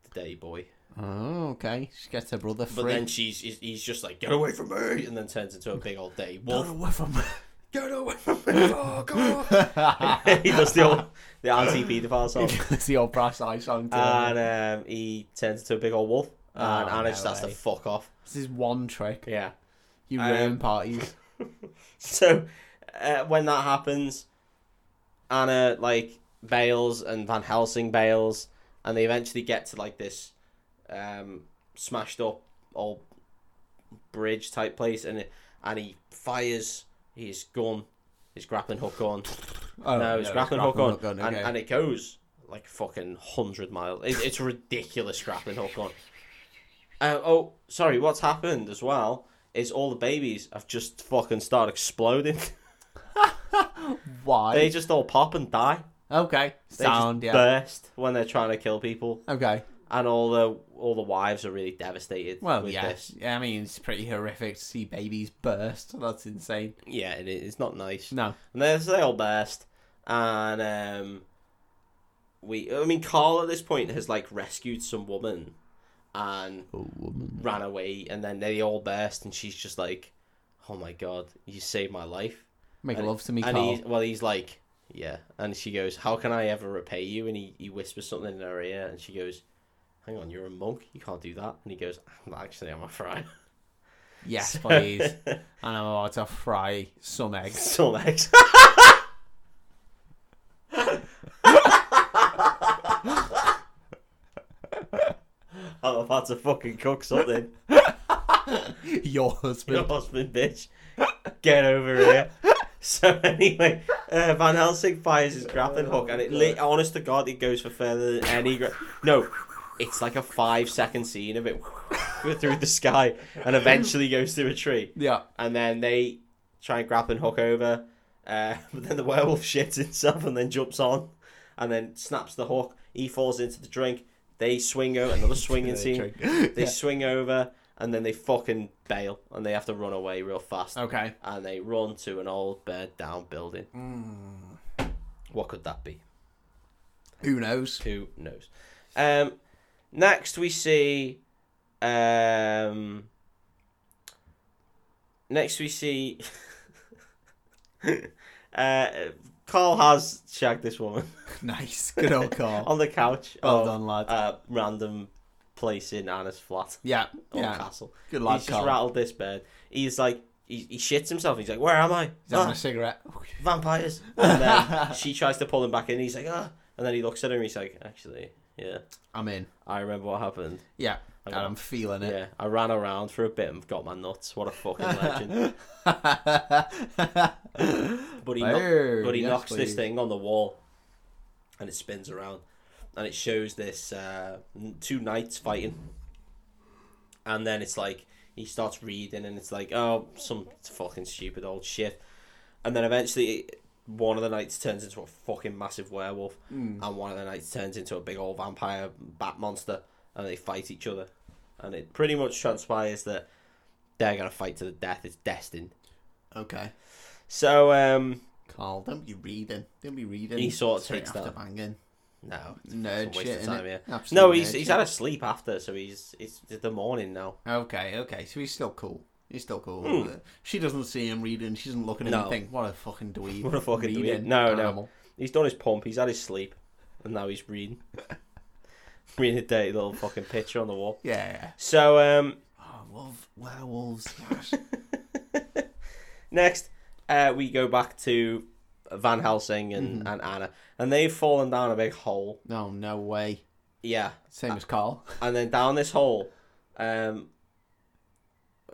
Speaker 1: the day boy,
Speaker 2: Oh, okay. She gets her brother free.
Speaker 1: but then she's he's, he's just like, get away from me, and then turns into a big old day wolf.
Speaker 2: away from
Speaker 1: get away from me, fuck off. he does the old the anti paedophile song,
Speaker 2: It's the old brass eye song. to him.
Speaker 1: and um, he turns into a big old wolf, and
Speaker 2: Oh,
Speaker 1: Anna
Speaker 2: no
Speaker 1: just has to
Speaker 2: way.
Speaker 1: fuck off.
Speaker 2: This is one trick.
Speaker 1: Ah, Yeah.
Speaker 2: You
Speaker 1: Um,
Speaker 2: ruin parties.
Speaker 1: So uh, when that happens, Anna like bails and Van Helsing bails, and they eventually get to like this um, smashed up old bridge type place, and it, and he fires his gun, his grappling hook gun.
Speaker 2: Oh,
Speaker 1: no, his grappling hook gun, and,
Speaker 2: okay.
Speaker 1: and it goes like fucking hundred miles. It, it's ridiculous grappling hook gun. Uh, oh, sorry. What's happened as well is all the babies have just fucking started exploding.
Speaker 2: Why?
Speaker 1: They just all pop and die.
Speaker 2: okay.
Speaker 1: They just
Speaker 2: Sound, yeah.
Speaker 1: burst when they're trying to kill people,
Speaker 2: Okay.
Speaker 1: and all the all the wives are really devastated.
Speaker 2: Well,
Speaker 1: with
Speaker 2: yeah.
Speaker 1: this.
Speaker 2: yeah. I mean, it's pretty horrific to see babies burst. That's insane.
Speaker 1: yeah, it is. It's not nice.
Speaker 2: No.
Speaker 1: And they so they all burst, and um, we. I mean, Carl at this point has like rescued some woman, and
Speaker 2: Oh, woman.
Speaker 1: ran away, and then they all burst, and she's just like, "Oh my god, you saved my life."
Speaker 2: Make
Speaker 1: And-
Speaker 2: love to me,
Speaker 1: and
Speaker 2: Carl.
Speaker 1: He's, well, he's like, yeah. And she goes, how can I ever repay you? And he, he whispers something in her ear, and she goes, hang on, you're a monk. You can't do that. And he goes, "I'm- actually, I'm a fry.
Speaker 2: Yes, please. and I'm about to fry some eggs.
Speaker 1: Some eggs. to fucking cook something.
Speaker 2: Your husband.
Speaker 1: Your husband, bitch. Get over here. So anyway, uh, Van Helsing fires his grappling hook, and it lit. Honest to God, it goes for further than any. Gra- no, it's like a five-second scene of it through the sky, and eventually goes through a tree.
Speaker 2: Yeah.
Speaker 1: And then they try and grappling hook over, uh, but then the werewolf shits himself and then jumps on, and then snaps the hook. He falls into the drink. They swing over another swinging scene. They swing over, and then they fucking bail, and they have to run away real fast
Speaker 2: Okay.
Speaker 1: and they run to an old burned down building.
Speaker 2: Mm.
Speaker 1: What could that be?
Speaker 2: Who knows?
Speaker 1: Who knows? Um, next we see, um, next we see, uh, Carl has shagged this woman
Speaker 2: Nice. Good old Carl.
Speaker 1: on Uh, the couch
Speaker 2: well
Speaker 1: of
Speaker 2: done, lad.
Speaker 1: a random place in Anna's flat
Speaker 2: yeah.
Speaker 1: or
Speaker 2: Yeah.
Speaker 1: castle.
Speaker 2: Good lad,
Speaker 1: he's just
Speaker 2: Carl.
Speaker 1: rattled this bed. He's like, he, he shits himself. He's like, where am I?
Speaker 2: He's having
Speaker 1: Ah."
Speaker 2: a cigarette.
Speaker 1: vampires. And then she tries to pull him back in. He's like, ah. And then he looks at her and he's like, actually, yeah,
Speaker 2: I'm in.
Speaker 1: I remember what happened.
Speaker 2: Yeah.
Speaker 1: I
Speaker 2: And
Speaker 1: got-
Speaker 2: I'm feeling it.
Speaker 1: Yeah, I ran around for a bit and got my nuts. What a fucking legend. But he, kno-
Speaker 2: Burn,
Speaker 1: but he
Speaker 2: yes,
Speaker 1: knocks this
Speaker 2: please.
Speaker 1: thing on the wall and it spins around. And it shows this uh, n- two knights fighting. And then it's like, he starts reading and it's like, oh, some fucking stupid old shit. And then eventually, one of the knights turns into a fucking massive werewolf.
Speaker 2: Hmm.
Speaker 1: and one of the knights turns into a big old vampire bat monster and they fight each other and it pretty much transpires that they're gonna fight to the death it's destined
Speaker 2: Okay.
Speaker 1: so um
Speaker 2: Carl, don't be reading. Don't be reading.
Speaker 1: He sort of
Speaker 2: straight
Speaker 1: takes
Speaker 2: after
Speaker 1: that.
Speaker 2: banging.
Speaker 1: no
Speaker 2: Nerd
Speaker 1: it's a waste
Speaker 2: shit.
Speaker 1: of
Speaker 2: innit?
Speaker 1: time yeah
Speaker 2: Absolute
Speaker 1: no he's
Speaker 2: nerd
Speaker 1: he's
Speaker 2: shit.
Speaker 1: had a sleep after so he's it's the morning now
Speaker 2: Okay, okay. So he's still cool. He's still cool.
Speaker 1: Hmm.
Speaker 2: She doesn't see him reading. She doesn't look at him
Speaker 1: No.
Speaker 2: and think, what a fucking dweeb.
Speaker 1: What a fucking dweeb.
Speaker 2: Reading
Speaker 1: No, no.
Speaker 2: animal.
Speaker 1: he's done his pump he's had his sleep and now he's reading reading a dirty little fucking picture on the wall
Speaker 2: Yeah, yeah.
Speaker 1: so um
Speaker 2: Oh, I love werewolves.
Speaker 1: Next, uh, we go back to Van Helsing and, and Anna, and they've fallen down a big hole.
Speaker 2: no, no way.
Speaker 1: Yeah,
Speaker 2: Same as Carl.
Speaker 1: and then down this hole, um,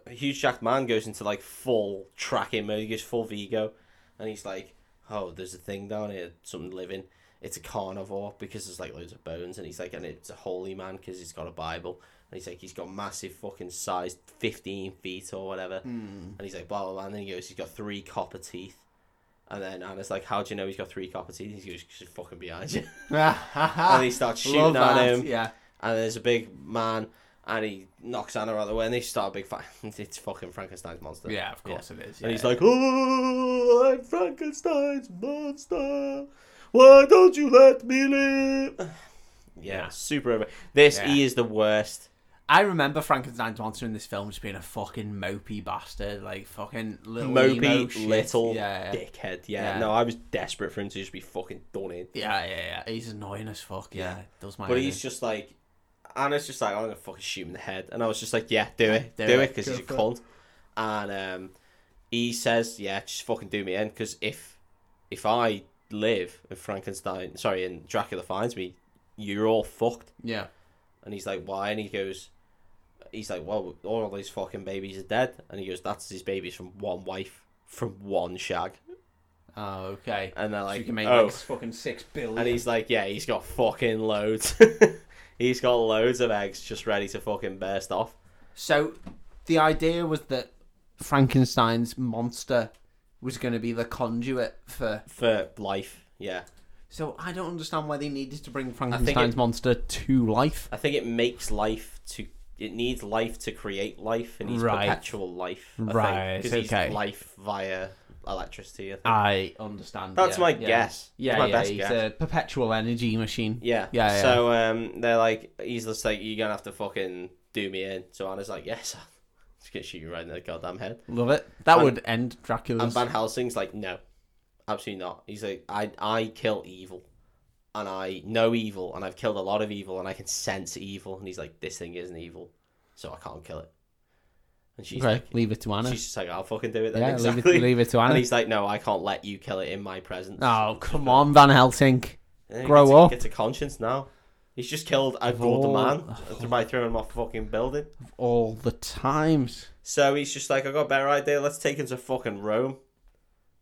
Speaker 1: Hugh Jackman goes into like full tracking mode. He goes full Vigo, and he's like, "Oh, there's a thing down here, something living. It's a carnivore because there's like loads of bones." And he's like, "And it's a holy man because he's got a Bible." And he's like, "He's got massive fucking size, fifteen feet or whatever." And he's like, "Blah blah blah." And then he goes, "He's got three copper teeth." And then Anna's like, "How do you know he's got three copper teeth?" He goes, "'Cause "He's fucking behind you." and
Speaker 2: and
Speaker 1: he starts shooting at him
Speaker 2: Yeah.
Speaker 1: and there's a big man and he knocks Anna out of the way and they start a big fight. It's fucking Frankenstein's monster.
Speaker 2: Yeah, of course it is.
Speaker 1: And he's
Speaker 2: yeah.
Speaker 1: like, Oh, I'm Frankenstein's monster. Why don't you let me live? Yeah,
Speaker 2: Yeah.
Speaker 1: super over. This,
Speaker 2: Yeah.
Speaker 1: he is the worst.
Speaker 2: I remember Frankenstein's monster in this film just being a fucking mopey bastard, like fucking little emo
Speaker 1: Mopey
Speaker 2: shit.
Speaker 1: little
Speaker 2: Yeah, yeah.
Speaker 1: dickhead. Yeah,
Speaker 2: Yeah.
Speaker 1: no, I was desperate for him to just be fucking done in.
Speaker 2: yeah, yeah, yeah. He's annoying as fuck. Yeah,
Speaker 1: Yeah.
Speaker 2: does my.
Speaker 1: But
Speaker 2: head
Speaker 1: he's
Speaker 2: in.
Speaker 1: just like, Anna's just like, I'm gonna fucking shoot him in the head, and I was just like, yeah, do it, do,
Speaker 2: Do
Speaker 1: it,
Speaker 2: it.
Speaker 1: because
Speaker 2: Go
Speaker 1: he's a
Speaker 2: for it.
Speaker 1: cunt. And um, he says, yeah, just fucking do me in, because if if I live, if Frankenstein, sorry, and Dracula finds me, you're all fucked.
Speaker 2: yeah,
Speaker 1: And he's like, why? And he goes, he's like, well, all of these fucking babies are dead, and he goes, that's his babies from one wife, from one shag,
Speaker 2: Oh, okay.
Speaker 1: and they're
Speaker 2: so
Speaker 1: like,
Speaker 2: you can make
Speaker 1: oh,
Speaker 2: like fucking six billion.
Speaker 1: and he's like, yeah, he's got fucking loads. he's got loads of eggs just ready to fucking burst off.
Speaker 2: So the idea was that Frankenstein's monster was going to be the conduit for.
Speaker 1: for life. Yeah,
Speaker 2: So I don't understand why they needed to bring
Speaker 1: think it-
Speaker 2: Frankenstein's monster to life.
Speaker 1: I think it makes life to. It needs life to create life, and he's
Speaker 2: Right.
Speaker 1: perpetual life. I
Speaker 2: Right,
Speaker 1: Because he's
Speaker 2: okay. Ah.
Speaker 1: life via electricity. I think.
Speaker 2: I understand.
Speaker 1: That's
Speaker 2: yeah,
Speaker 1: my
Speaker 2: yeah.
Speaker 1: guess.
Speaker 2: Yeah,
Speaker 1: That's my
Speaker 2: yeah,
Speaker 1: best
Speaker 2: he's
Speaker 1: guess.
Speaker 2: a perpetual energy machine.
Speaker 1: yeah.
Speaker 2: Yeah, yeah.
Speaker 1: So um, they're like, he's just like, you're gonna have to fucking do me in. So Anna's like, yes, I'm just gonna shoot you right in the goddamn head.
Speaker 2: Love it. That
Speaker 1: And-
Speaker 2: would end Dracula's.
Speaker 1: And Van Helsing's like, no, absolutely not. He's like, I I kill evil, and I know evil, and I've killed a lot of evil, and I can sense evil. And he's like, this thing isn't evil, so I can't kill it. And she's
Speaker 2: okay, leave it to
Speaker 1: like,
Speaker 2: Anna.
Speaker 1: she's just like, I'll fucking do it then.
Speaker 2: yeah,
Speaker 1: exactly.
Speaker 2: leave, it, leave it to
Speaker 1: and
Speaker 2: Anna.
Speaker 1: he's like, no, I can't let you kill it in my presence.
Speaker 2: Oh, come on, Van Helsing. grow
Speaker 1: gets,
Speaker 2: up.
Speaker 1: Gets a conscience now. He's just killed. I've brought a man th- by throwing him off a fucking building.
Speaker 2: all the times.
Speaker 1: So he's just like, I got a better idea. Let's take him to fucking Rome,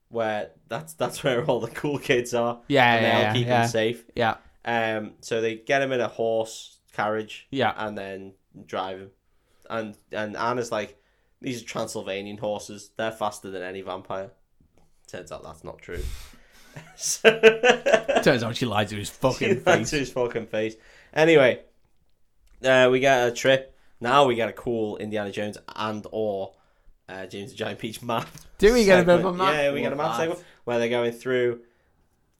Speaker 1: where that's that's where all the cool kids are.
Speaker 2: Yeah,
Speaker 1: and
Speaker 2: yeah,
Speaker 1: they'll
Speaker 2: yeah,
Speaker 1: keep
Speaker 2: yeah.
Speaker 1: him safe.
Speaker 2: Yeah,
Speaker 1: Um, so they get him in a horse carriage
Speaker 2: yeah,
Speaker 1: and then drive him. And and Anna's like, these are Transylvanian horses. They're faster than any vampire. Turns out that's not true. so
Speaker 2: Turns out she lied to his fucking
Speaker 1: That's
Speaker 2: face.
Speaker 1: his fucking face. Anyway, uh, we got a trip. Now we got a cool Indiana Jones and or uh, James the Giant Peach map.
Speaker 2: Do we get a bit of a
Speaker 1: segment.
Speaker 2: map?
Speaker 1: Yeah, we get a map
Speaker 2: Love that.
Speaker 1: segment where they're going through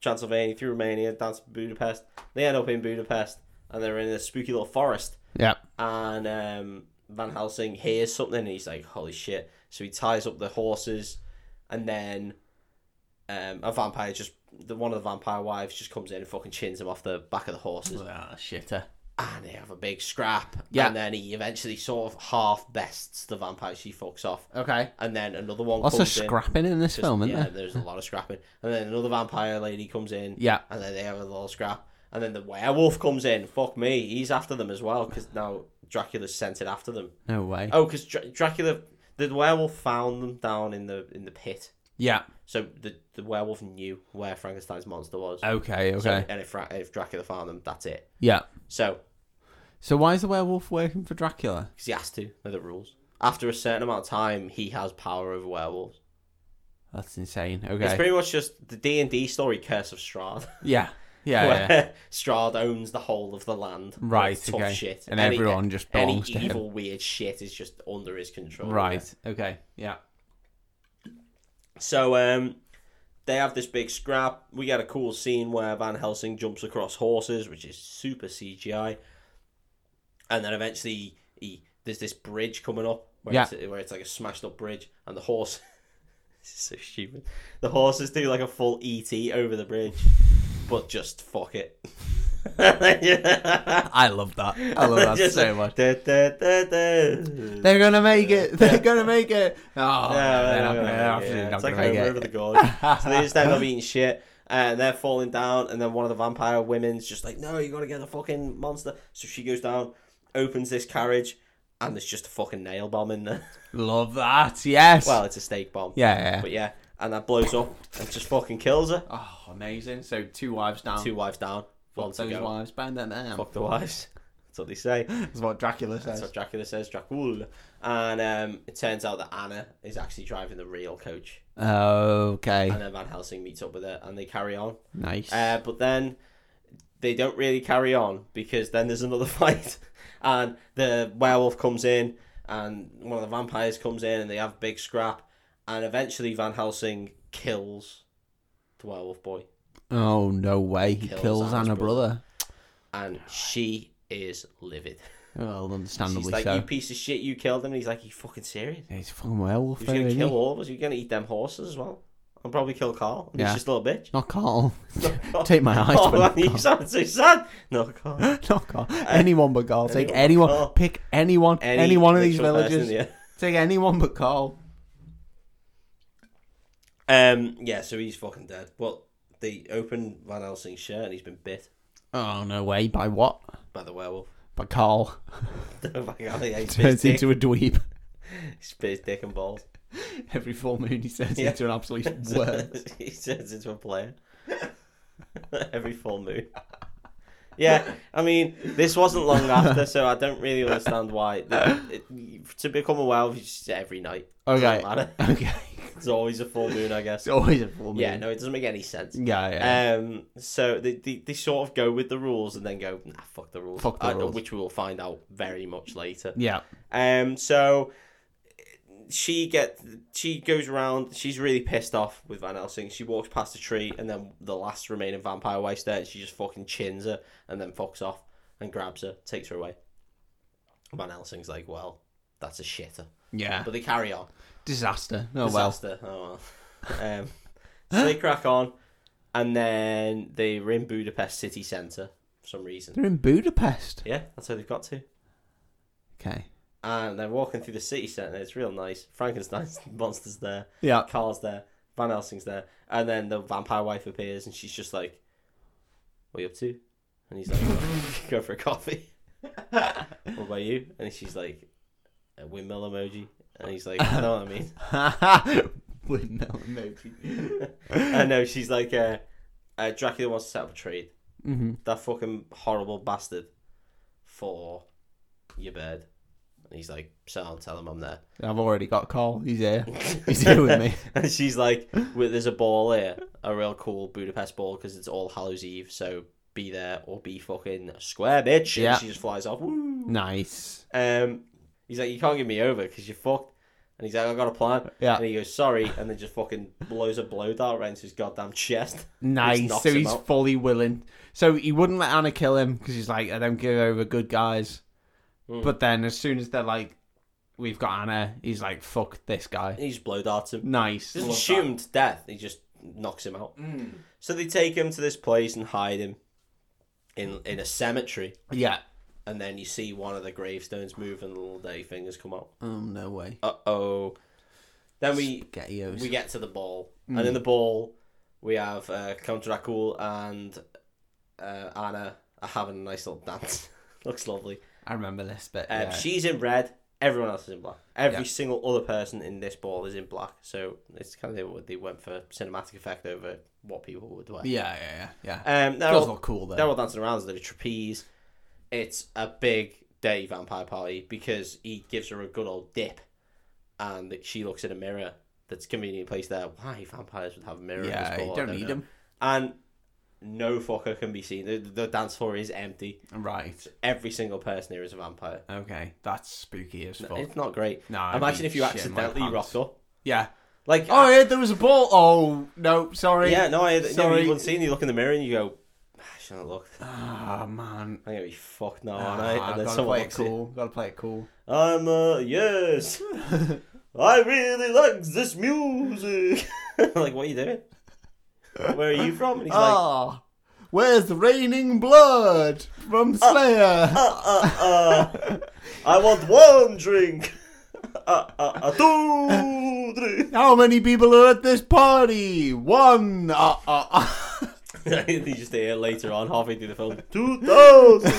Speaker 1: Transylvania, through Romania, down to Budapest. They end up in Budapest and they're in a spooky little forest.
Speaker 2: Yeah,
Speaker 1: And um, Van Helsing hears something and he's like, holy shit. So he ties up the horses and then um, a vampire just, the, one of the vampire wives just comes in and fucking chins him off the back of the horses
Speaker 2: ah, shitter.
Speaker 1: and they have a big scrap.
Speaker 2: Yeah.
Speaker 1: And then he eventually sort of half bests the vampire she fucks off.
Speaker 2: Okay,
Speaker 1: And then another one
Speaker 2: lots of
Speaker 1: comes in.
Speaker 2: scrapping in this
Speaker 1: Just-
Speaker 2: film, isn't
Speaker 1: yeah,
Speaker 2: there?
Speaker 1: there's a lot of scrapping. And then another vampire lady comes in.
Speaker 2: Yeah.
Speaker 1: And then they have a little scrap. And then the werewolf comes in. Fuck me. He's after them as well because now Dracula's sent it after them.
Speaker 2: No way.
Speaker 1: Oh, because Dra- Dracula, the werewolf found them down in the in the pit.
Speaker 2: Yeah.
Speaker 1: So the, the werewolf knew where Frankenstein's monster was.
Speaker 2: Okay. Oh, Okay.
Speaker 1: So- and if, Fra- if Dracula found them, that's it.
Speaker 2: yeah.
Speaker 1: So
Speaker 2: So why is the werewolf working for Dracula?
Speaker 1: Because he has to. They're the rules. After a certain amount of time, he has power over werewolves.
Speaker 2: That's insane. Okay.
Speaker 1: It's pretty much just the D and D story, Curse of Strahd,
Speaker 2: yeah. Yeah.
Speaker 1: where
Speaker 2: yeah.
Speaker 1: Strahd owns the whole of the land.
Speaker 2: Right,
Speaker 1: It's tough
Speaker 2: okay.
Speaker 1: shit,
Speaker 2: And everyone just belongs to
Speaker 1: any
Speaker 2: him.
Speaker 1: evil, weird shit is just under his control.
Speaker 2: Right. Okay. Yeah.
Speaker 1: So um, they have this big scrap. We get a cool scene where Van Helsing jumps across horses, which is super CGI. And then eventually, he, there's this bridge coming up where,
Speaker 2: Yeah.
Speaker 1: it's, where it's like a smashed up bridge, and the horse. this is so stupid. The horses do like a full ET over the bridge, but just fuck it.
Speaker 2: I love that. I love that
Speaker 1: Just
Speaker 2: so much.
Speaker 1: da, da, da, da.
Speaker 2: They're gonna make it. They're gonna make it. Oh,
Speaker 1: Yeah,
Speaker 2: they're
Speaker 1: they're not
Speaker 2: not gonna.
Speaker 1: gonna
Speaker 2: They're
Speaker 1: make
Speaker 2: absolutely
Speaker 1: it.
Speaker 2: not
Speaker 1: It's like
Speaker 2: gonna make
Speaker 1: going
Speaker 2: it.
Speaker 1: over the gorge. so they just end up eating shit. And they're falling down, and then one of the vampire women's just like, "No, you gotta get the fucking monster." So she goes down, opens this carriage, and there's just a fucking nail bomb in there.
Speaker 2: Love that. Yes.
Speaker 1: well, it's a steak bomb.
Speaker 2: yeah. yeah, yeah.
Speaker 1: But yeah, and that blows up and just fucking kills her.
Speaker 2: Oh, amazing. So two wives down.
Speaker 1: Two wives down, one
Speaker 2: Fuck
Speaker 1: to
Speaker 2: those
Speaker 1: go.
Speaker 2: wives. Bang them down.
Speaker 1: Fuck the wives. That's what they say.
Speaker 2: That's what Dracula
Speaker 1: That's
Speaker 2: says.
Speaker 1: what Dracula says. Dracula. And um, it turns out that Anna is actually driving the real coach,
Speaker 2: Okay.
Speaker 1: and then Van Helsing meets up with her, and they carry on.
Speaker 2: Nice.
Speaker 1: Uh, but then they don't really carry on because then there's another fight, and the werewolf comes in, and one of the vampires comes in, and they have a big scrap, and eventually Van Helsing kills the werewolf boy,
Speaker 2: oh no way. He kills,
Speaker 1: kills
Speaker 2: Anna's
Speaker 1: Anna's
Speaker 2: brother.
Speaker 1: and she is livid.
Speaker 2: Well,
Speaker 1: She's
Speaker 2: understandably
Speaker 1: like,
Speaker 2: so.
Speaker 1: "You piece of shit, you killed him." And he's like, "You fucking serious?
Speaker 2: He's a fucking werewolf.
Speaker 1: He was
Speaker 2: though,
Speaker 1: gonna
Speaker 2: isn't
Speaker 1: kill
Speaker 2: he?
Speaker 1: all of us. You're gonna eat them horses as well." And probably kill Carl. And
Speaker 2: Yeah.
Speaker 1: He's just a little bitch.
Speaker 2: Not Carl. Take my eyes.
Speaker 1: Oh,
Speaker 2: but not
Speaker 1: man, you
Speaker 2: Carl.
Speaker 1: sound so sad. No, Carl.
Speaker 2: Not Carl. Anyone but Carl. Take
Speaker 1: anyone
Speaker 2: anyone.
Speaker 1: but Carl.
Speaker 2: Pick anyone. Any,
Speaker 1: Any
Speaker 2: one of these
Speaker 1: literal person,
Speaker 2: villages.
Speaker 1: yeah.
Speaker 2: Take anyone but Carl.
Speaker 1: Um, yeah, so he's fucking dead. Well, they open Van Helsing's shirt and he's been bit
Speaker 2: Oh no way. By what?
Speaker 1: by the werewolf.
Speaker 2: By Carl.
Speaker 1: Oh my God, yeah, he bit his
Speaker 2: Turns
Speaker 1: dick.
Speaker 2: into a dweeb.
Speaker 1: He bit his dick and balls.
Speaker 2: Every full moon, he turns
Speaker 1: Yeah.
Speaker 2: into an absolute word.
Speaker 1: he turns into a player every full moon. Yeah, I mean, this wasn't long after, so I don't really understand why. The- it- to become a werewolf, you just every night.
Speaker 2: Okay.
Speaker 1: Doesn't matter.
Speaker 2: Okay.
Speaker 1: It's always a full moon, I guess.
Speaker 2: It's always a full moon. Uh,
Speaker 1: Yeah, no, it doesn't make any sense.
Speaker 2: Yeah. yeah.
Speaker 1: Um, so they, they they sort of go with the rules and then go nah, fuck the rules,
Speaker 2: Fuck the
Speaker 1: Uh,
Speaker 2: rules.
Speaker 1: which we will find out very much later.
Speaker 2: yeah.
Speaker 1: Um, so she get she goes around. She's really pissed off with Van Helsing. She walks past a tree and then the last remaining vampire waste there, and she just fucking chins her and then fucks off and grabs her, takes her away. Van Helsing's like, well, that's a shitter,
Speaker 2: Yeah.
Speaker 1: but they carry on
Speaker 2: Disaster. Oh well.
Speaker 1: disaster. Oh well. Um, so they crack on, and then they were in Budapest city centre for some reason.
Speaker 2: They're in Budapest.
Speaker 1: Yeah, that's how they've got to.
Speaker 2: Okay.
Speaker 1: And they're walking through the city centre. It's real nice. Frankenstein's monster's there.
Speaker 2: Yeah.
Speaker 1: Carl's there. Van Helsing's there. And then the vampire wife appears, and she's just like, "What are you up to?" And he's like, go for a coffee. what about you? And she's like, a windmill emoji. And he's like, you know what I mean?
Speaker 2: Windmill emoji.
Speaker 1: And no, she's like, uh, uh, Dracula wants to set up a trade.
Speaker 2: Mm-hmm.
Speaker 1: That fucking horrible bastard for your bird. And he's like, sound, tell him I'm there.
Speaker 2: I've already got Cole. He's here. He's here with me.
Speaker 1: And she's like, well, there's a ball here, a real cool Budapest ball because it's All Hallows Eve. So be there or be fucking square, bitch.
Speaker 2: Yeah.
Speaker 1: And she just flies off. Woo.
Speaker 2: Nice.
Speaker 1: Um, he's like, you can't give me over because you're fucked. And he's like, I got a plan.
Speaker 2: Yeah.
Speaker 1: And he goes, sorry. And then just fucking blows a blow dart right into his goddamn chest.
Speaker 2: Nice.
Speaker 1: knocks
Speaker 2: so
Speaker 1: him
Speaker 2: he's
Speaker 1: out.
Speaker 2: fully willing. So he wouldn't let Anna kill him because he's like, I don't give over good guys.
Speaker 1: Hmm.
Speaker 2: But then as soon as they're like, we've got Anna, he's like, fuck this guy.
Speaker 1: And he just blow darts him.
Speaker 2: Nice.
Speaker 1: Doesn't shoot him to death. He just knocks him out. So they take him to this place and hide him in in a cemetery.
Speaker 2: Yeah.
Speaker 1: And then you see one of the gravestones move and the little day fingers come out.
Speaker 2: Oh, no way.
Speaker 1: Uh oh. Then we
Speaker 2: Spaghettios.
Speaker 1: we get to the ball, and in the ball we have uh, Count Dracul and uh, Anna are having a nice little dance. Looks lovely.
Speaker 2: I remember this bit.
Speaker 1: Um,
Speaker 2: yeah.
Speaker 1: She's in red. Everyone else is in black. Every
Speaker 2: Yeah.
Speaker 1: single other person in this ball is in black. So it's kind of what they went for cinematic effect over what people would wear.
Speaker 2: yeah, yeah, yeah, yeah.
Speaker 1: Um, they're,
Speaker 2: Girls
Speaker 1: all,
Speaker 2: look cool
Speaker 1: they're
Speaker 2: though.
Speaker 1: all dancing around. There's a trapeze. It's a big day vampire party because he gives her a good old dip, and she looks in a mirror that's conveniently placed there. Why vampires would have a mirror? in
Speaker 2: Yeah,
Speaker 1: this ball,
Speaker 2: you
Speaker 1: I
Speaker 2: don't need
Speaker 1: know.
Speaker 2: them.
Speaker 1: And no fucker can be seen. The, the dance floor is empty.
Speaker 2: Right.
Speaker 1: Every single person here is a vampire.
Speaker 2: Okay. That's spooky as fuck.
Speaker 1: It's not great.
Speaker 2: No, I'd
Speaker 1: Imagine
Speaker 2: be
Speaker 1: if you
Speaker 2: shitting my
Speaker 1: accidentally
Speaker 2: pants.
Speaker 1: rocked up.
Speaker 2: Yeah.
Speaker 1: Like,
Speaker 2: Oh, yeah, there was a ball. Oh, no, sorry.
Speaker 1: yeah, no, I, no,
Speaker 2: Sorry.
Speaker 1: you wouldn't see. it. You look in the mirror and you go, "Ah, I shouldn't have looked.
Speaker 2: Oh, man.
Speaker 1: I'm gonna be fucked now,
Speaker 2: Ah,
Speaker 1: aren't I? And then
Speaker 2: gotta
Speaker 1: someone
Speaker 2: play it
Speaker 1: looks cool.
Speaker 2: cool. Gotta play it cool.
Speaker 1: I'm uh yes. I really like this music. like, what are you doing? Where are you from? And he's like,
Speaker 2: ah, where's the raining blood from Slayer?
Speaker 1: uh, uh, I want one drink. Uh, uh, uh, two drink.
Speaker 2: How many people are at this party? One. Ah, ah, ah.
Speaker 1: you just hear later on, halfway through the film, two thousand.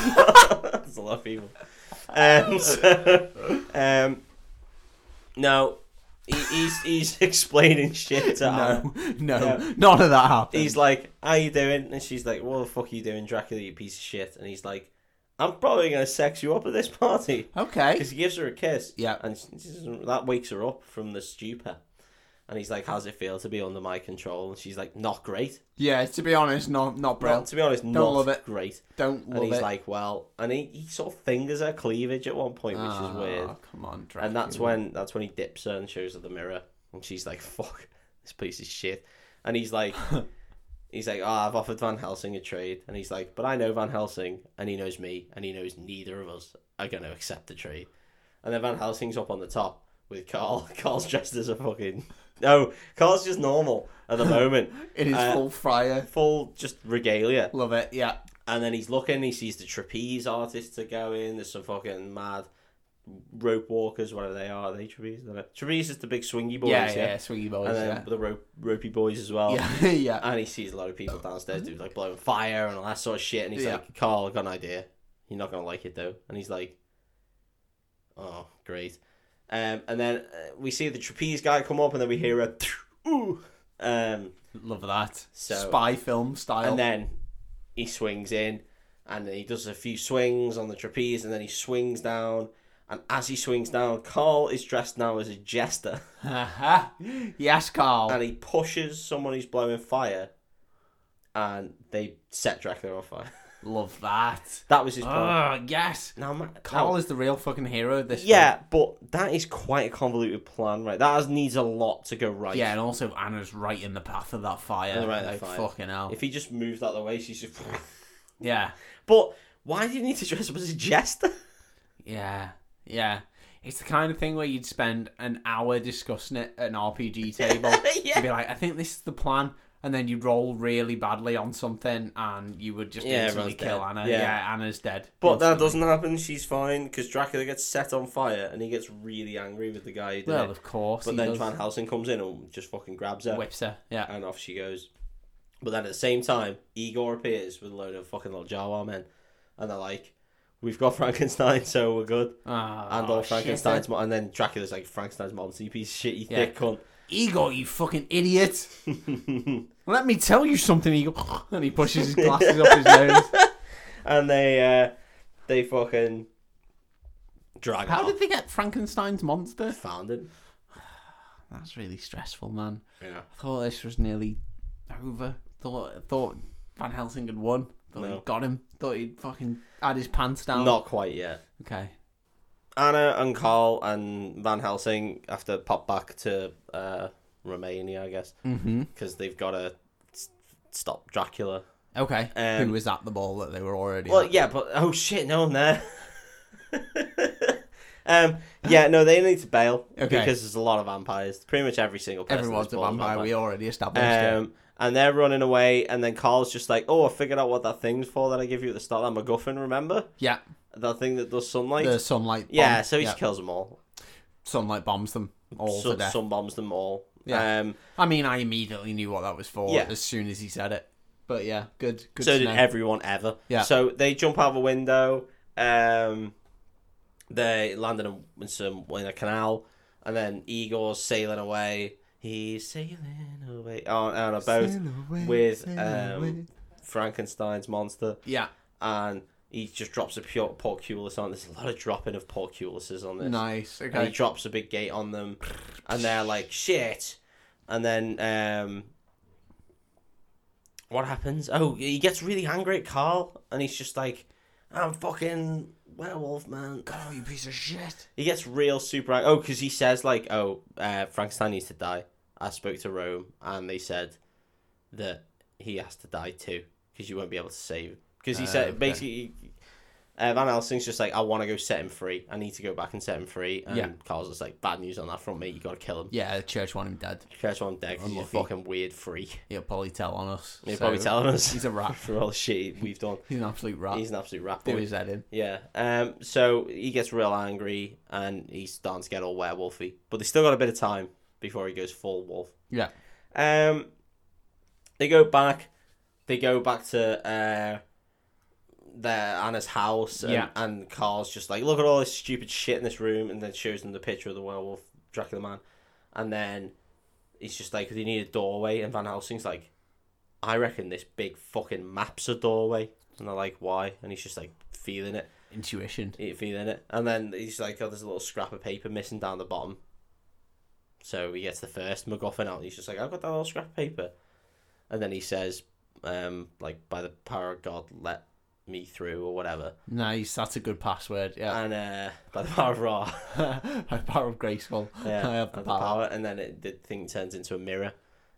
Speaker 1: That's a lot of people. Um, so, um, no, he, he's he's explaining shit to Anna.
Speaker 2: no, no,
Speaker 1: Yeah.
Speaker 2: none of that happened.
Speaker 1: he's like, "How you doing?" And she's like, "What the fuck are you doing, Dracula? You piece of shit." And he's like, "I'm probably gonna sex you up at this party."
Speaker 2: okay.
Speaker 1: Because he gives her a kiss.
Speaker 2: Yeah.
Speaker 1: and she- she doesn't- that wakes her up from the stupor. And he's like, "How's it feel to be under my control?" And she's like, "Not great."
Speaker 2: Yeah, to be honest, not not
Speaker 1: Well,
Speaker 2: brilliant.
Speaker 1: to be honest, not
Speaker 2: love it.
Speaker 1: great.
Speaker 2: Don't
Speaker 1: And
Speaker 2: love
Speaker 1: he's
Speaker 2: it.
Speaker 1: like, "Well," and he, he sort of fingers her cleavage at one point, which
Speaker 2: Ah,
Speaker 1: is weird.
Speaker 2: Come on, Dracula.
Speaker 1: And that's when that's when he dips her and shows her the mirror, and she's like, "Fuck, this piece of shit." And he's like, he's like, "Oh, I've offered Van Helsing a trade," and he's like, "But I know Van Helsing, and he knows me, and he knows neither of us are going to accept the trade." And then Van Helsing's up on the top with Carl. Carl's dressed as a fucking no. Carl's just normal at the moment,
Speaker 2: it is
Speaker 1: uh,
Speaker 2: full fryer.
Speaker 1: full just regalia.
Speaker 2: Love it. Yeah.
Speaker 1: And then he's looking, he sees the trapeze artists are going, there's some fucking mad rope walkers, whatever they are. Are they trapeze? I don't know. Trapeze is the big swingy boys,
Speaker 2: yeah,
Speaker 1: yeah.
Speaker 2: yeah, Swingy boys.
Speaker 1: And then
Speaker 2: Yeah.
Speaker 1: the rope, ropey boys as well.
Speaker 2: Yeah, yeah.
Speaker 1: And he sees a lot of people downstairs do like blowing fire and all that sort of shit. And he's
Speaker 2: Yeah.
Speaker 1: like, Carl, I've got an idea. You're not going to like it though. And he's like, oh, great. Um, and then uh, we see the trapeze guy come up and then we hear a, ooh. Um,
Speaker 2: Love that.
Speaker 1: So-
Speaker 2: Spy film style.
Speaker 1: and then he swings in and he does a few swings on the trapeze and then he swings down and as he swings down carl is dressed now as a jester
Speaker 2: yes, Carl.
Speaker 1: and he pushes someone who's blowing fire and they set dracula on fire
Speaker 2: Love that.
Speaker 1: that was his plan
Speaker 2: Ah, yes.
Speaker 1: now ma-
Speaker 2: Carl
Speaker 1: now-
Speaker 2: is the real fucking hero of this.
Speaker 1: yeah but that is quite a convoluted plan right that has, needs a lot to go right
Speaker 2: film. Yeah, and also Anna's right in the path of that fire.
Speaker 1: the right of that
Speaker 2: like,
Speaker 1: fire.
Speaker 2: Fucking hell.
Speaker 1: if he just moves out of the way she's just
Speaker 2: Yeah,
Speaker 1: but why do you need to dress up as a jester
Speaker 2: yeah, yeah. It's the kind of thing where you'd spend an hour discussing it at an RPG table.
Speaker 1: Yeah.
Speaker 2: You'd be like, I think this is the plan. And then you'd roll really badly on something and you would just
Speaker 1: Yeah,
Speaker 2: instantly
Speaker 1: everyone's
Speaker 2: kill
Speaker 1: dead.
Speaker 2: Anna. Yeah.
Speaker 1: Yeah.
Speaker 2: Anna's dead.
Speaker 1: But that doesn't happen. She's fine because Dracula gets set on fire and he gets really angry with the guy. Who did
Speaker 2: Well,
Speaker 1: it.
Speaker 2: of course.
Speaker 1: But
Speaker 2: he
Speaker 1: then
Speaker 2: does.
Speaker 1: Van Helsing comes in and just fucking grabs her
Speaker 2: whips her. Yeah.
Speaker 1: and off she goes. But then at the same time, Igor appears with a load of fucking little Jawa men, and they're like, "We've got Frankenstein, so we're good."
Speaker 2: Oh, Ah,
Speaker 1: And all Frankenstein's, mo- and then Dracula's like, "Frankenstein's mom, so you piece of shit, you
Speaker 2: Yeah.
Speaker 1: thick cunt."
Speaker 2: Ego, you fucking idiot. Let me tell you something, Ego. And he pushes his glasses up his nose.
Speaker 1: And they, uh, they fucking drag.
Speaker 2: How
Speaker 1: him
Speaker 2: did
Speaker 1: off.
Speaker 2: they get Frankenstein's monster?
Speaker 1: found him?
Speaker 2: That's really stressful, man.
Speaker 1: Yeah.
Speaker 2: I thought this was nearly over. Thought thought Van Helsing had won. Thought
Speaker 1: No.
Speaker 2: he got him. Thought he'd fucking had his pants down.
Speaker 1: Not quite yet.
Speaker 2: Okay.
Speaker 1: Anna and Carl and Van Helsing have to pop back to uh, Romania, I guess,
Speaker 2: Mm-hmm.
Speaker 1: because they've got to stop Dracula.
Speaker 2: Okay.
Speaker 1: Um,
Speaker 2: Who was at the ball that they were already?
Speaker 1: Well,
Speaker 2: at?
Speaker 1: yeah, but oh shit, no one there. um, yeah, no, they need to bail
Speaker 2: Okay.
Speaker 1: because there's a lot of vampires. Pretty much every single person.
Speaker 2: everyone's
Speaker 1: is
Speaker 2: a
Speaker 1: born
Speaker 2: vampire. We already established it.
Speaker 1: Um, and they're running away, and then Carl's just like, "Oh, I figured out what that thing's for that I give you at the start. That MacGuffin, remember
Speaker 2: Yeah.
Speaker 1: that thing that does sunlight?
Speaker 2: The sunlight. Bomb.
Speaker 1: yeah." So he just kills them all.
Speaker 2: sunlight bombs them all to
Speaker 1: Sun,
Speaker 2: death.
Speaker 1: sun bombs them all.
Speaker 2: Yeah.
Speaker 1: Um,
Speaker 2: I mean, I immediately knew what that was for
Speaker 1: Yeah.
Speaker 2: as soon as he said it. But yeah, good. Good.
Speaker 1: so
Speaker 2: to
Speaker 1: did
Speaker 2: know.
Speaker 1: everyone ever.
Speaker 2: Yeah.
Speaker 1: So they jump out of a window. Um, they land in, a, in some in a canal, and then Igor's sailing away. He's sailing away Oh, on, on a boat with, um, Frankenstein's monster,
Speaker 2: yeah.
Speaker 1: and he just drops a pure porculus on. There's a lot of dropping of porculuses on this.
Speaker 2: Nice.
Speaker 1: And he
Speaker 2: Okay.
Speaker 1: drops a big gate on them, and they're like shit. And then um, what happens? Oh, he gets really angry at Carl, and he's just like, "I'm fucking werewolf man."
Speaker 2: Oh, you piece of shit.
Speaker 1: He gets real super angry. Oh, because he says like, "Oh, uh, Frankenstein needs to die." I spoke to Rome, and they said that he has to die too, because you won't be able to save him. Because he
Speaker 2: Uh,
Speaker 1: said
Speaker 2: okay.
Speaker 1: basically, uh, Van Helsing's just like, "I want to go set him free. I need to go back and set him free." And
Speaker 2: Yeah.
Speaker 1: Carl's just like, "Bad news on that front, mate. You got to kill him.
Speaker 2: Yeah, the church want him dead.
Speaker 1: Curse on deck. He's a
Speaker 2: Unlucky.
Speaker 1: fucking weird freak.
Speaker 2: He'll probably tell on us.
Speaker 1: He's
Speaker 2: so
Speaker 1: probably telling us
Speaker 2: He's a rat.
Speaker 1: for all the shit we've done.
Speaker 2: He's an absolute rat.
Speaker 1: He's an absolute rat
Speaker 2: Do
Speaker 1: boy.
Speaker 2: his head in.
Speaker 1: Yeah. Um. So he gets real angry and he's starting to get all werewolfy. But they still got a bit of time before he goes full wolf.
Speaker 2: Yeah.
Speaker 1: Um. They go back. They go back to uh, their Anna's house. And,
Speaker 2: Yeah.
Speaker 1: And Carl's just like, look at all this stupid shit in this room, and then shows them the picture of the werewolf Dracula man, and then he's just like, they need a doorway, and Van Helsing's like, I reckon this big fucking map's a doorway. And they're like, why? And he's just like feeling it
Speaker 2: Intuition.
Speaker 1: eat feeling it. And then he's like, oh, there's a little scrap of paper missing down the bottom. So he gets the first MacGuffin out. And he's just like, "Oh, I've got that little scrap of paper. And then he says, um, like, by the power of God, let me through or whatever.
Speaker 2: Nice. That's a good password. Yeah.
Speaker 1: And uh, by the power of Ra,
Speaker 2: My power of graceful.
Speaker 1: yeah,
Speaker 2: I have the
Speaker 1: and
Speaker 2: power.
Speaker 1: And then it, the thing turns into a mirror.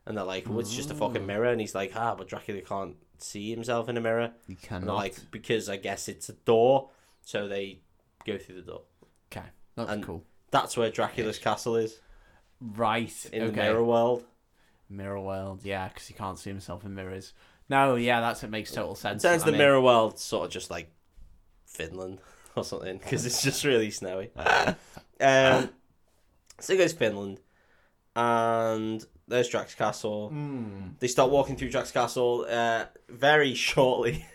Speaker 1: And they're like, well, it's just a
Speaker 2: Mm.
Speaker 1: fucking mirror. And he's like, ah, but Dracula can't see himself in a mirror.
Speaker 2: You
Speaker 1: And they're
Speaker 2: cannot.
Speaker 1: like, because I guess it's a door. So they go through the door.
Speaker 2: okay. That's
Speaker 1: and-
Speaker 2: cool.
Speaker 1: That's where Dracula's castle is.
Speaker 2: Right.
Speaker 1: in
Speaker 2: okay.
Speaker 1: the mirror world.
Speaker 2: Mirror world. Yeah, because he can't see himself in mirrors. No. Yeah, that's it. Makes total sense.
Speaker 1: Sounds
Speaker 2: I
Speaker 1: the
Speaker 2: mean,
Speaker 1: mirror world sort of just like Finland or something because it's just really snowy. um, so he goes to Finland, and there's Drax Castle. They start walking through Drax Castle. Uh, very shortly,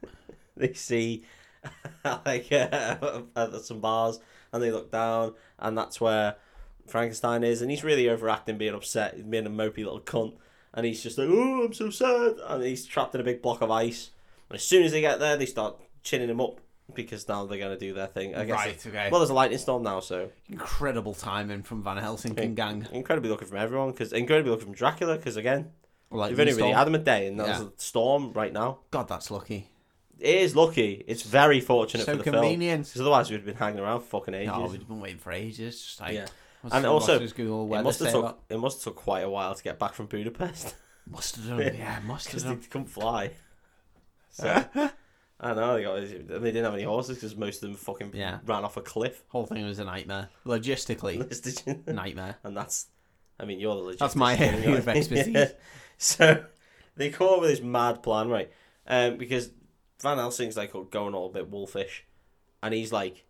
Speaker 1: they see like uh, some bars, and they look down, and that's where Frankenstein is, and he's really overacting, being upset, being a mopey little cunt, and he's just like, "Oh, I'm so sad," and he's trapped in a big block of ice. And as soon as they get there, they start chinning him up because now they're gonna do their thing. I guess.
Speaker 2: Right. Okay.
Speaker 1: Well, there's a lightning storm now, so
Speaker 2: Incredible timing from Van Helsing
Speaker 1: Okay.
Speaker 2: and gang.
Speaker 1: incredibly lucky from everyone because incredibly lucky from Dracula because again,
Speaker 2: Like
Speaker 1: if anybody
Speaker 2: storm.
Speaker 1: had him a day and there's
Speaker 2: Yeah.
Speaker 1: a storm right now,
Speaker 2: God, that's lucky.
Speaker 1: it is lucky. It's very fortunate
Speaker 2: so
Speaker 1: for the film
Speaker 2: convenient.
Speaker 1: because otherwise we'd have been hanging around for fucking ages.
Speaker 2: No, Oh, we've been waiting for ages. Just like,
Speaker 1: Yeah.
Speaker 2: what's
Speaker 1: And
Speaker 2: the
Speaker 1: also,
Speaker 2: Rogers Google
Speaker 1: it
Speaker 2: weather
Speaker 1: must have
Speaker 2: say
Speaker 1: took
Speaker 2: about-
Speaker 1: it must have took quite a while to get back from Budapest.
Speaker 2: Must have done. Yeah, must have
Speaker 1: because
Speaker 2: done.
Speaker 1: they couldn't fly. So I don't know. They, got, they didn't have any horses because most of them fucking
Speaker 2: Yeah.
Speaker 1: ran off a cliff.
Speaker 2: Whole thing was a nightmare. Logistically,
Speaker 1: and
Speaker 2: nightmare.
Speaker 1: that's, I mean, you're the logistics.
Speaker 2: That's my
Speaker 1: guy,
Speaker 2: area of
Speaker 1: right?
Speaker 2: expertise.
Speaker 1: Yeah. So they come up with this mad plan, right? Um, because Van Helsing's like going all a bit wolfish, and he's like,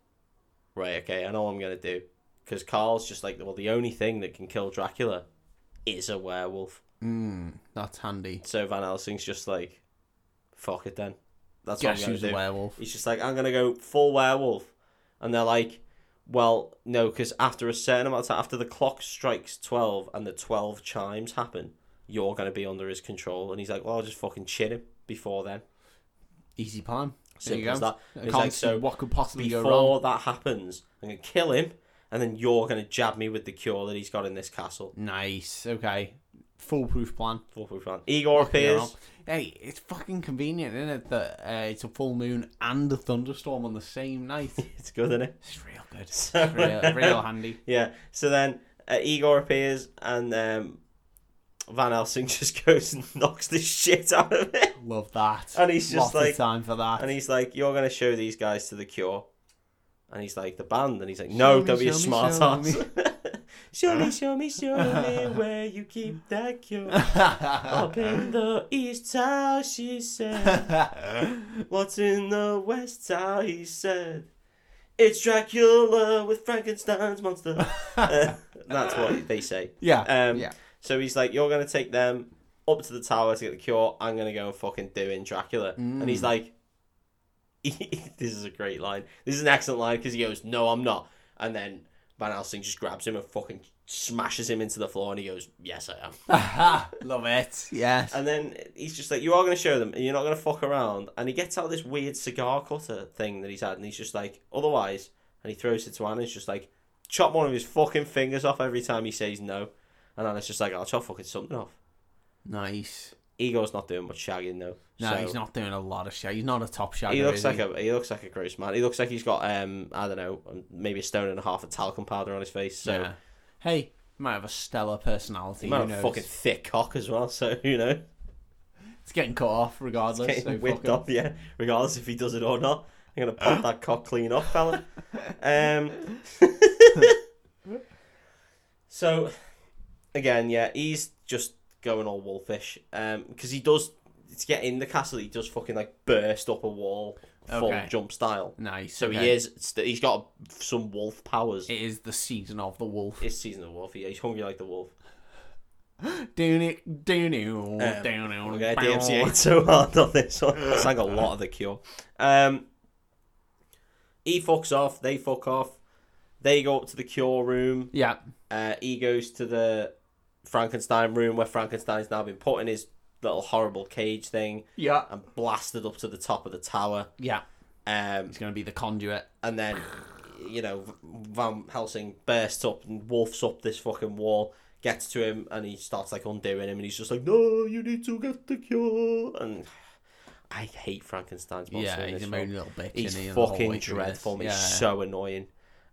Speaker 1: right, okay, I know what I'm gonna do. Because Carl's just like, well, the only thing that can kill Dracula is a werewolf.
Speaker 2: That's handy.
Speaker 1: So Van Helsing's just like, fuck it then. That's
Speaker 2: Guess
Speaker 1: what I'm
Speaker 2: who's a
Speaker 1: gonna do.
Speaker 2: werewolf?
Speaker 1: He's just like, I'm gonna go full werewolf, and they're like, well, no, because after a certain amount of time, after the clock strikes twelve and the twelve chimes happen, you're gonna be under his control. And he's like, well, I'll just fucking chin him before then.
Speaker 2: Easy plan. There you
Speaker 1: Simple
Speaker 2: go.
Speaker 1: as that.
Speaker 2: I
Speaker 1: And he's
Speaker 2: can't
Speaker 1: like,
Speaker 2: see
Speaker 1: so
Speaker 2: what could possibly go wrong.
Speaker 1: before that happens, I'm gonna kill him, and then you're gonna jab me with the cure that he's got in this castle.
Speaker 2: Nice. Okay. Foolproof plan.
Speaker 1: Foolproof plan. Igor appears.
Speaker 2: Hey, it's fucking convenient, isn't it? That uh, it's a full moon and a thunderstorm on the same night.
Speaker 1: It's good, isn't it?
Speaker 2: It's real good.
Speaker 1: So-
Speaker 2: Real, real handy.
Speaker 1: Yeah. So then uh, Igor appears, and um, Van Helsing just goes and knocks the shit out of it.
Speaker 2: Love that.
Speaker 1: And he's just
Speaker 2: Lots of
Speaker 1: like-
Speaker 2: time for that.
Speaker 1: And he's like, "You're going to show these guys to the cure." And he's like, "The band." And he's like, "No,
Speaker 2: me,
Speaker 1: don't be a
Speaker 2: show me,
Speaker 1: smart
Speaker 2: show
Speaker 1: ass."
Speaker 2: me.
Speaker 1: show me, show me, show me where you keep that cure.
Speaker 2: Oh,
Speaker 1: Up in the east tower, she said. What's in the west tower? He said. It's Dracula with Frankenstein's monster. Uh, that's what they say.
Speaker 2: yeah.
Speaker 1: Um,
Speaker 2: yeah.
Speaker 1: So he's like, "You're gonna take them up to the tower to get the cure. I'm gonna go and fucking do in Dracula." And he's like, "This is a great line. This is an excellent line because he goes, "No, I'm not." And then Van Helsing just grabs him and fucking smashes him into the floor, and he goes, "Yes, I am."
Speaker 2: Love it. Uh, Yes.
Speaker 1: And then he's just like, "You are gonna show them, and you're not gonna fuck around." And he gets out this weird cigar cutter thing that he's had, and he's just like, "Otherwise," and he throws it to Anna. And he's just like, "Chop one of his fucking fingers off every time he says no." And Anna's just like, "I'll chop fucking something off."
Speaker 2: nice.
Speaker 1: Ego's not doing much shagging though.
Speaker 2: No,
Speaker 1: So,
Speaker 2: he's not doing a lot of shit. He's not a top shot.
Speaker 1: He looks
Speaker 2: is
Speaker 1: like
Speaker 2: he?
Speaker 1: a he looks like a gross man. He looks like he's got um I don't know maybe a stone and a half of talcum powder on his face. So
Speaker 2: Yeah. Hey, might have a stellar personality.
Speaker 1: he might
Speaker 2: who
Speaker 1: have a
Speaker 2: knows?
Speaker 1: fucking thick cock as well. So you know,
Speaker 2: It's getting cut off regardless.
Speaker 1: getting
Speaker 2: so
Speaker 1: whipped
Speaker 2: fuck it.
Speaker 1: off. Yeah, regardless if he does it or not, I'm gonna pop that cock clean off, fella. Um. so, again, yeah, he's just going all wolfish. Um, because he does to get in the castle, he does fucking like burst up a wall, full
Speaker 2: Okay.
Speaker 1: jump style.
Speaker 2: Nice.
Speaker 1: So he
Speaker 2: okay.
Speaker 1: is. St- he's got some wolf powers.
Speaker 2: It is the season of the wolf.
Speaker 1: It's season of the wolf. Yeah, he's hungry like the wolf.
Speaker 2: Doon it, doon it, doon it.
Speaker 1: Uh, Okay,
Speaker 2: bow.
Speaker 1: DMCA ain't so hard on this one. It's like a lot of the cure. Um, he fucks off. They fuck off. They go up to the cure room.
Speaker 2: Yeah.
Speaker 1: Uh, he goes to the Frankenstein room where Frankenstein's now been put in his little horrible cage thing
Speaker 2: Yeah.
Speaker 1: and blasted up to the top of the tower.
Speaker 2: Yeah.
Speaker 1: Um,
Speaker 2: It's going to be the conduit.
Speaker 1: and then you know Van Helsing bursts up and wolfs up this fucking wall, gets to him, and he starts like undoing him, and he's just like, "No, you need to get the cure." And I hate Frankenstein's monster.
Speaker 2: Yeah,
Speaker 1: in
Speaker 2: he's a
Speaker 1: this
Speaker 2: moody
Speaker 1: film.
Speaker 2: little bitch.
Speaker 1: He's
Speaker 2: isn't he, the whole
Speaker 1: fucking
Speaker 2: way through this.
Speaker 1: dreadful.
Speaker 2: Yeah.
Speaker 1: He's so annoying,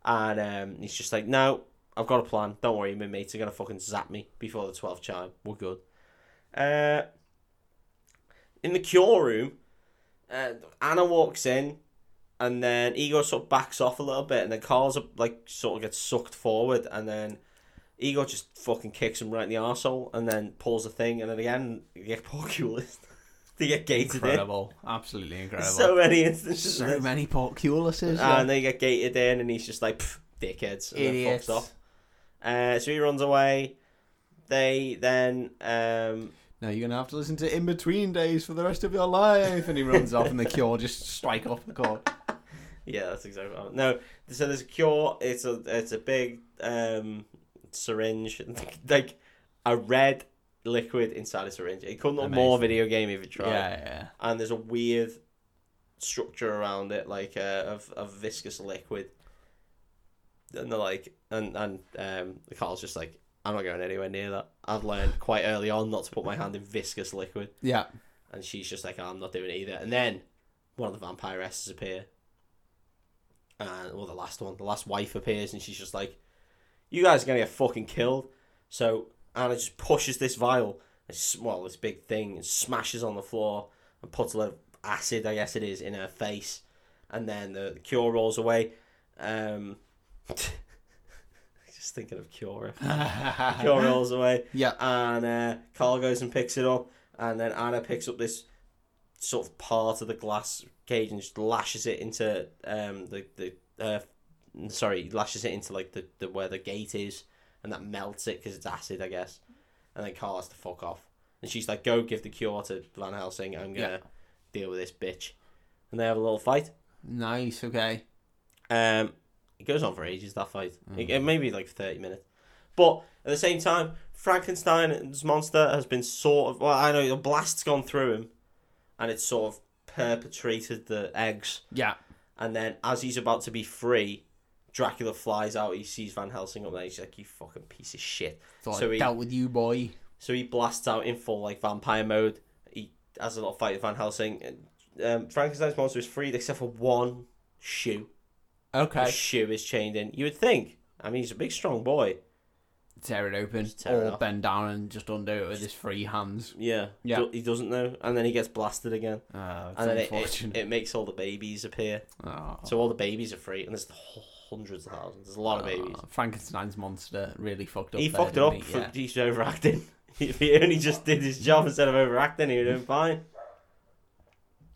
Speaker 1: and um, he's just like, "No, I've got a plan. Don't worry, my mates are gonna fucking zap me before the twelfth chime. We're good." Uh, in the cure room, uh, Anna walks in, and then Ego sort of backs off a little bit, and then Carl's uh, like sort of gets sucked forward, and then Ego just fucking kicks him right in the arsehole, and then pulls the thing, and then again they get porculist. they get gated
Speaker 2: incredible. Absolutely
Speaker 1: in.
Speaker 2: incredible.
Speaker 1: So
Speaker 2: So,
Speaker 1: many instances. of this.
Speaker 2: many porculuses. yeah.
Speaker 1: Ah, And they get gated in, and he's just like, "Pff, dickheads, and then
Speaker 2: Idiots.
Speaker 1: fucks off. Uh, so he runs away. They then um,
Speaker 2: Now you're going to have to listen to In Between Days for the rest of your life. And he runs off, and the cure just strike off the chord.
Speaker 1: Yeah, that's exactly. What I- no, so there's a cure. It's a it's a big um syringe, like a red liquid inside a syringe. It couldn't look more
Speaker 2: Amazing.
Speaker 1: video game if it tried.
Speaker 2: Yeah,
Speaker 1: And there's a weird structure around it, like uh, of of viscous liquid. And they're like, and and um, Carl's just like, I'm not going anywhere near that. I've learned quite early on not to put my hand in viscous liquid.
Speaker 2: yeah.
Speaker 1: And she's just like, oh, I'm not doing it either. And then one of the vampiresses appear. And well, the last one, the last wife appears, and she's just like, "You guys are gonna get fucking killed." So Anna just pushes this vial, and s- well, this big thing, and smashes on the floor and puts a lot of acid, I guess it is, in her face. And then the, the cure rolls away. Um, just thinking of cure.
Speaker 2: Yeah.
Speaker 1: Cure rolls away
Speaker 2: yeah.
Speaker 1: and uh, Carl goes and picks it up, and then Anna picks up this sort of part of the glass cage and just lashes it into um the the uh, sorry lashes it into like the, the where the gate is, and that melts it because it's acid, I guess. and then Carl has to fuck off. And she's like, go give the cure to Van Helsing. I'm going to deal with this bitch. And they have a little fight.
Speaker 2: Nice. Okay.
Speaker 1: Um, it goes on for ages, that fight. It, it may be like 30 minutes. But at the same time, Frankenstein's monster has been sort of, well, I know, the blast's gone through him and it's sort of perpetrated the eggs.
Speaker 2: Yeah.
Speaker 1: And then as he's about to be free, Dracula flies out. He sees Van Helsing up there. He's like, you fucking piece of shit.
Speaker 2: So,
Speaker 1: So
Speaker 2: I
Speaker 1: he-
Speaker 2: dealt with you, boy.
Speaker 1: So he blasts out in full like vampire mode. He has a little fight with Van Helsing. Um, Frankenstein's monster is freed except for one shoe.
Speaker 2: Okay.
Speaker 1: His shoe is chained in. You would think. I mean, he's a big, strong boy.
Speaker 2: Tear it open.
Speaker 1: tear it
Speaker 2: Or
Speaker 1: off.
Speaker 2: bend down and just undo it with his free hands.
Speaker 1: Yeah.
Speaker 2: Yeah.
Speaker 1: Do- He doesn't know, and then he gets blasted again,
Speaker 2: Oh, it's
Speaker 1: and then it, it,
Speaker 2: unfortunate.
Speaker 1: it makes all the babies appear.
Speaker 2: Oh.
Speaker 1: So all the babies are free, and there's hundreds of thousands. There's a lot of babies.
Speaker 2: Oh, Frankenstein's monster really fucked up.
Speaker 1: he
Speaker 2: there,
Speaker 1: fucked it
Speaker 2: didn't
Speaker 1: up.
Speaker 2: he?
Speaker 1: for,
Speaker 2: Yeah.
Speaker 1: He's overacting. if he only just did his job instead of overacting, he would have been fine.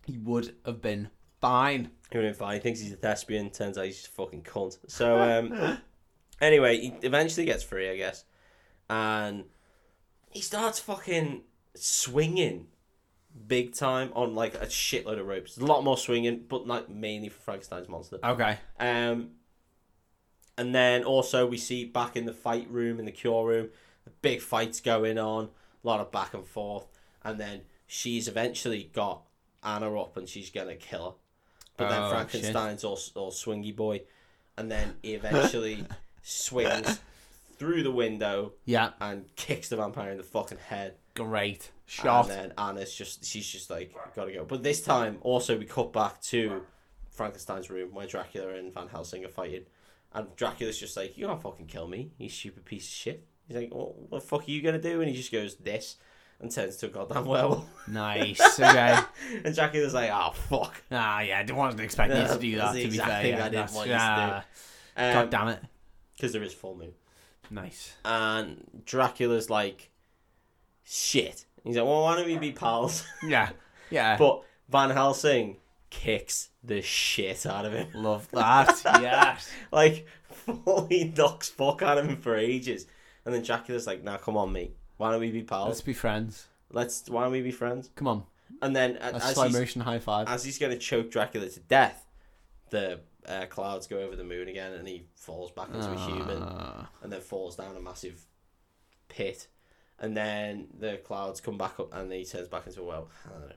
Speaker 2: He would have been fine.
Speaker 1: He would have been fine. He thinks he's a thespian. Turns out he's just a fucking cunt. So um, anyway, he eventually gets free, I guess, and he starts fucking swinging big time on like a shitload of ropes. A lot more swinging, but like mainly for Frankenstein's monster.
Speaker 2: Okay.
Speaker 1: Um, and then also we see back in the fight room in the cure room, the big fights going on, a lot of back and forth, and then she's eventually got Anna up and she's gonna kill her. But
Speaker 2: Oh,
Speaker 1: then Frankenstein's all, all swingy boy, and then he eventually swings through the window
Speaker 2: Yeah.
Speaker 1: and kicks the vampire in the fucking head.
Speaker 2: Great shot.
Speaker 1: And then Anna's just she's just like gotta go. But this time also we cut back to Frankenstein's room where Dracula and Van Helsing are fighting, and Dracula's just like, "You can't fucking kill me, you stupid piece of shit." He's like, well, "What the fuck are you gonna do?" And he just goes this and turns to a goddamn werewolf.
Speaker 2: Nice. Okay.
Speaker 1: and Dracula's like, "Oh fuck."
Speaker 2: ah, yeah. I wasn't expecting you to do that.
Speaker 1: That's
Speaker 2: To
Speaker 1: the
Speaker 2: be
Speaker 1: exact
Speaker 2: fair,
Speaker 1: thing
Speaker 2: yeah,
Speaker 1: I didn't
Speaker 2: that's-
Speaker 1: want you to do.
Speaker 2: yeah. God
Speaker 1: Because
Speaker 2: damn it.
Speaker 1: Um, there is full moon.
Speaker 2: Nice.
Speaker 1: And Dracula's like, "Shit." He's like, "Well, why don't we be pals?"
Speaker 2: Yeah. Yeah.
Speaker 1: but Van Helsing kicks the shit out of him.
Speaker 2: Love that. yes.
Speaker 1: like fully knocks fuck out of him for ages. And then Dracula's like, "Now come on, mate. Why don't we be
Speaker 2: Let's
Speaker 1: pals?
Speaker 2: be friends.
Speaker 1: Let's why don't we be friends?"
Speaker 2: Come on.
Speaker 1: And then a-
Speaker 2: That's
Speaker 1: as
Speaker 2: slow
Speaker 1: he's,
Speaker 2: motion high five. Uh,
Speaker 1: as he's gonna choke Dracula to death, the uh, clouds go over the moon again, and he falls back into a human,
Speaker 2: Ah.
Speaker 1: and then falls down a massive pit. And then the clouds come back up, and he turns back into a well. I don't know.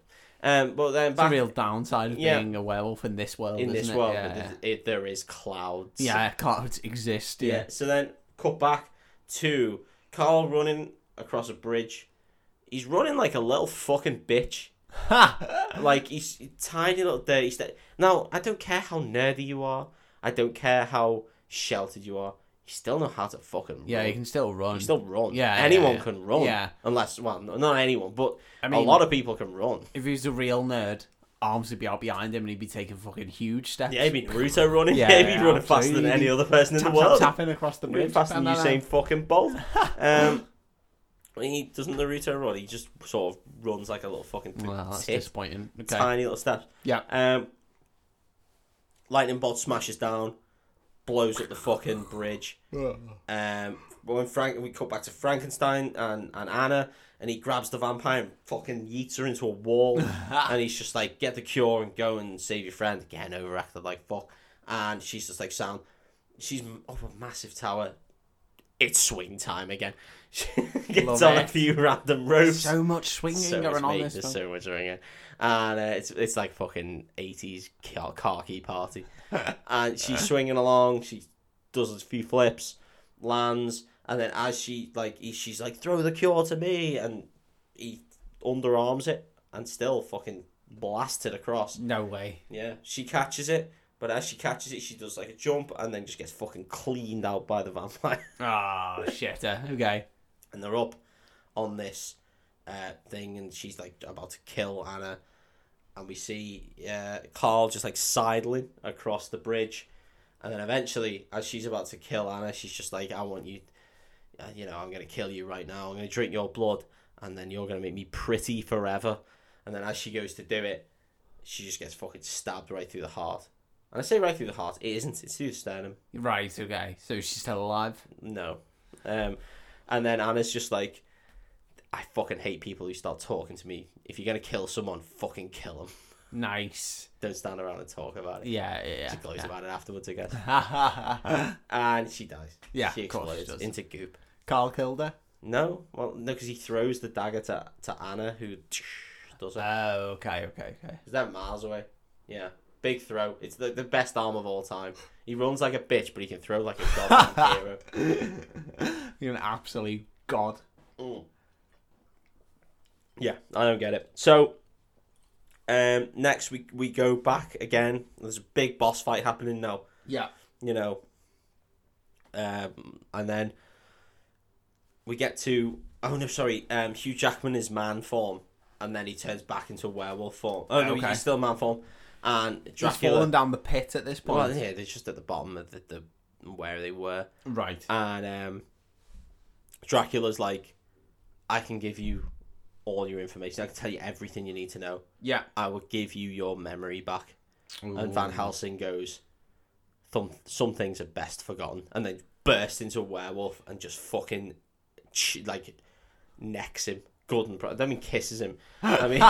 Speaker 1: Um, but then
Speaker 2: It's a
Speaker 1: back
Speaker 2: real downside of
Speaker 1: Yeah.
Speaker 2: being a werewolf in this world.
Speaker 1: in
Speaker 2: isn't
Speaker 1: this
Speaker 2: it?
Speaker 1: world,
Speaker 2: Yeah.
Speaker 1: th- it, there is clouds.
Speaker 2: Yeah, clouds exist. Yeah.
Speaker 1: Yeah. So then cut back to Carl running across a bridge. He's running like a little fucking bitch. like he's tiny little dirty. St- now I don't care how nerdy you are. I don't care how sheltered you are. You still know how to fucking
Speaker 2: Yeah,
Speaker 1: run.
Speaker 2: you can still run.
Speaker 1: You still run.
Speaker 2: Yeah, yeah,
Speaker 1: Anyone
Speaker 2: yeah.
Speaker 1: can run.
Speaker 2: Yeah.
Speaker 1: Unless well, no- not anyone, but
Speaker 2: I
Speaker 1: a
Speaker 2: mean-
Speaker 1: lot of people can run.
Speaker 2: If he was a real nerd, arms would be out behind him and he'd be taking fucking huge steps.
Speaker 1: Yeah, he'd be Naruto running.
Speaker 2: Yeah,
Speaker 1: Yeah, he'd be
Speaker 2: yeah,
Speaker 1: running faster than
Speaker 2: absolutely.
Speaker 1: any other person in
Speaker 2: tap,
Speaker 1: the world.
Speaker 2: tap, tapping across the
Speaker 1: We're
Speaker 2: bridge.
Speaker 1: faster than
Speaker 2: Bam, bam, bam.
Speaker 1: Usain fucking Bolt. Um, he doesn't Naruto run. He just sort of runs like a little fucking
Speaker 2: Well, that's
Speaker 1: tit,
Speaker 2: disappointing. Okay.
Speaker 1: tiny little steps.
Speaker 2: Yeah.
Speaker 1: Um, lightning bolt smashes down, blows up the fucking bridge. Um, when Frank, we cut back to Frankenstein and, and Anna, and he grabs the vampire and fucking yeets her into a wall, and he's just like, "Get the cure and go and save your friend." Again, overacted like fuck, and she's just like, "Sound." She's m- up a massive tower. It's swing time again. She gets
Speaker 2: Love
Speaker 1: on a
Speaker 2: it.
Speaker 1: few random ropes
Speaker 2: So much swinging
Speaker 1: much
Speaker 2: going on
Speaker 1: meat,
Speaker 2: this.
Speaker 1: There's
Speaker 2: film.
Speaker 1: so much ringing, and uh, it's it's like fucking eighties car khaki party. and she's swinging along. She does a few flips, lands, and then as she like he, she's like throw the cure to me, and he underarms it and still fucking blasted across.
Speaker 2: No way.
Speaker 1: Yeah, she catches it. But as she catches it, she does like a jump and then just gets fucking cleaned out by the vampire.
Speaker 2: Ah, shit. uh, Okay.
Speaker 1: and they're up on this uh, thing, and she's like about to kill Anna, and we see uh, Carl just like sidling across the bridge, and then eventually, as she's about to kill Anna, she's just like, "I want you, uh, you know, I'm gonna kill you right now. I'm gonna drink your blood, and then you're gonna make me pretty forever." And then as she goes to do it, she just gets fucking stabbed right through the heart. And I say right through the heart, it isn't. It's through the sternum.
Speaker 2: Right. Okay. So she's still alive.
Speaker 1: No. Um, and then Anna's just like, I fucking hate people who start talking to me. If you're gonna kill someone, fucking kill them.
Speaker 2: Nice.
Speaker 1: Don't stand around and talk about it.
Speaker 2: Yeah, yeah,
Speaker 1: She glows
Speaker 2: yeah.
Speaker 1: about it afterwards, I guess.
Speaker 2: yeah.
Speaker 1: And she dies.
Speaker 2: Yeah,
Speaker 1: she
Speaker 2: of course she
Speaker 1: explodes
Speaker 2: does.
Speaker 1: into goop.
Speaker 2: Carl killed her.
Speaker 1: No, well, no, because he throws the dagger to to Anna, who does it.
Speaker 2: Oh, okay, okay, okay.
Speaker 1: Is that miles away? Yeah. Big throw. It's the, the best arm of all time. He runs like a bitch, but he can throw like a goddamn hero.
Speaker 2: You're an absolute god.
Speaker 1: Yeah, I don't get it. So, um, next we we go back again. There's a big boss fight happening now.
Speaker 2: Yeah.
Speaker 1: You know, um, and then we get to oh no, sorry. Um, Hugh Jackman is man form, and then he turns back into werewolf form. Oh no,
Speaker 2: Okay.
Speaker 1: he's still man form. And
Speaker 2: Just
Speaker 1: Dracula.
Speaker 2: fallen down the pit at this point.
Speaker 1: Well, yeah, they're just at the bottom of the, the where they were,
Speaker 2: Right.
Speaker 1: and um, Dracula's like, "I can give you all your information. I can tell you everything you need to know.
Speaker 2: Yeah.
Speaker 1: I will give you your memory back." And Van Helsing goes, "Some some things are best forgotten," and then bursts into a werewolf and just fucking ch- like necks him. Gordon, I mean, kisses him. I mean,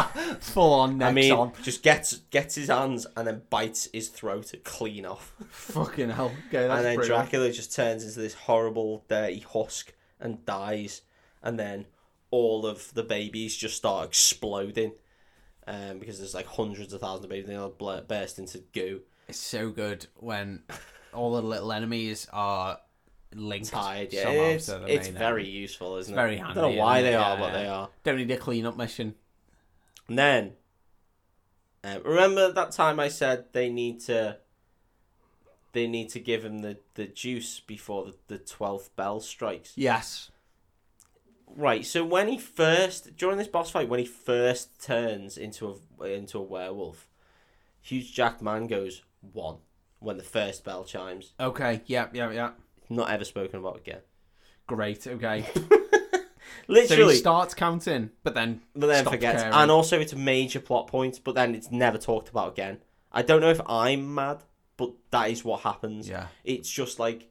Speaker 2: Full on next
Speaker 1: I mean,
Speaker 2: on.
Speaker 1: just gets gets his hands and then bites his throat clean off.
Speaker 2: Fucking hell. Okay, that's
Speaker 1: and then
Speaker 2: brutal.
Speaker 1: Dracula just turns into this horrible, dirty husk and dies. And then all of the babies just start exploding um, because there's like hundreds of thousands of babies. They all bl- burst into goo,
Speaker 2: It's so good when all the little enemies are linked.
Speaker 1: tied. Yeah,
Speaker 2: somehow
Speaker 1: it's,
Speaker 2: so that
Speaker 1: it's
Speaker 2: they know.
Speaker 1: very useful, isn't it?
Speaker 2: very
Speaker 1: I don't
Speaker 2: handy,
Speaker 1: know why
Speaker 2: isn't
Speaker 1: they
Speaker 2: it?
Speaker 1: are,
Speaker 2: Yeah,
Speaker 1: but
Speaker 2: yeah.
Speaker 1: they are.
Speaker 2: Don't need a clean up mission.
Speaker 1: And then, um, remember that time I said they need to. They need to give him the, the juice before the, the 12th bell strikes.
Speaker 2: Yes.
Speaker 1: Right, so when he first during this boss fight, when he first turns into a into a werewolf, Hugh Jackman goes one when the first bell chimes.
Speaker 2: Okay. Yeah. Yeah. Yeah.
Speaker 1: Not ever spoken about again.
Speaker 2: Great. Okay. So
Speaker 1: Literally,
Speaker 2: he starts counting, but then
Speaker 1: but then
Speaker 2: stops
Speaker 1: forgets,
Speaker 2: caring.
Speaker 1: and also it's a major plot point, but then it's never talked about again. I don't know if I'm mad, but that is what happens.
Speaker 2: yeah.
Speaker 1: it's just like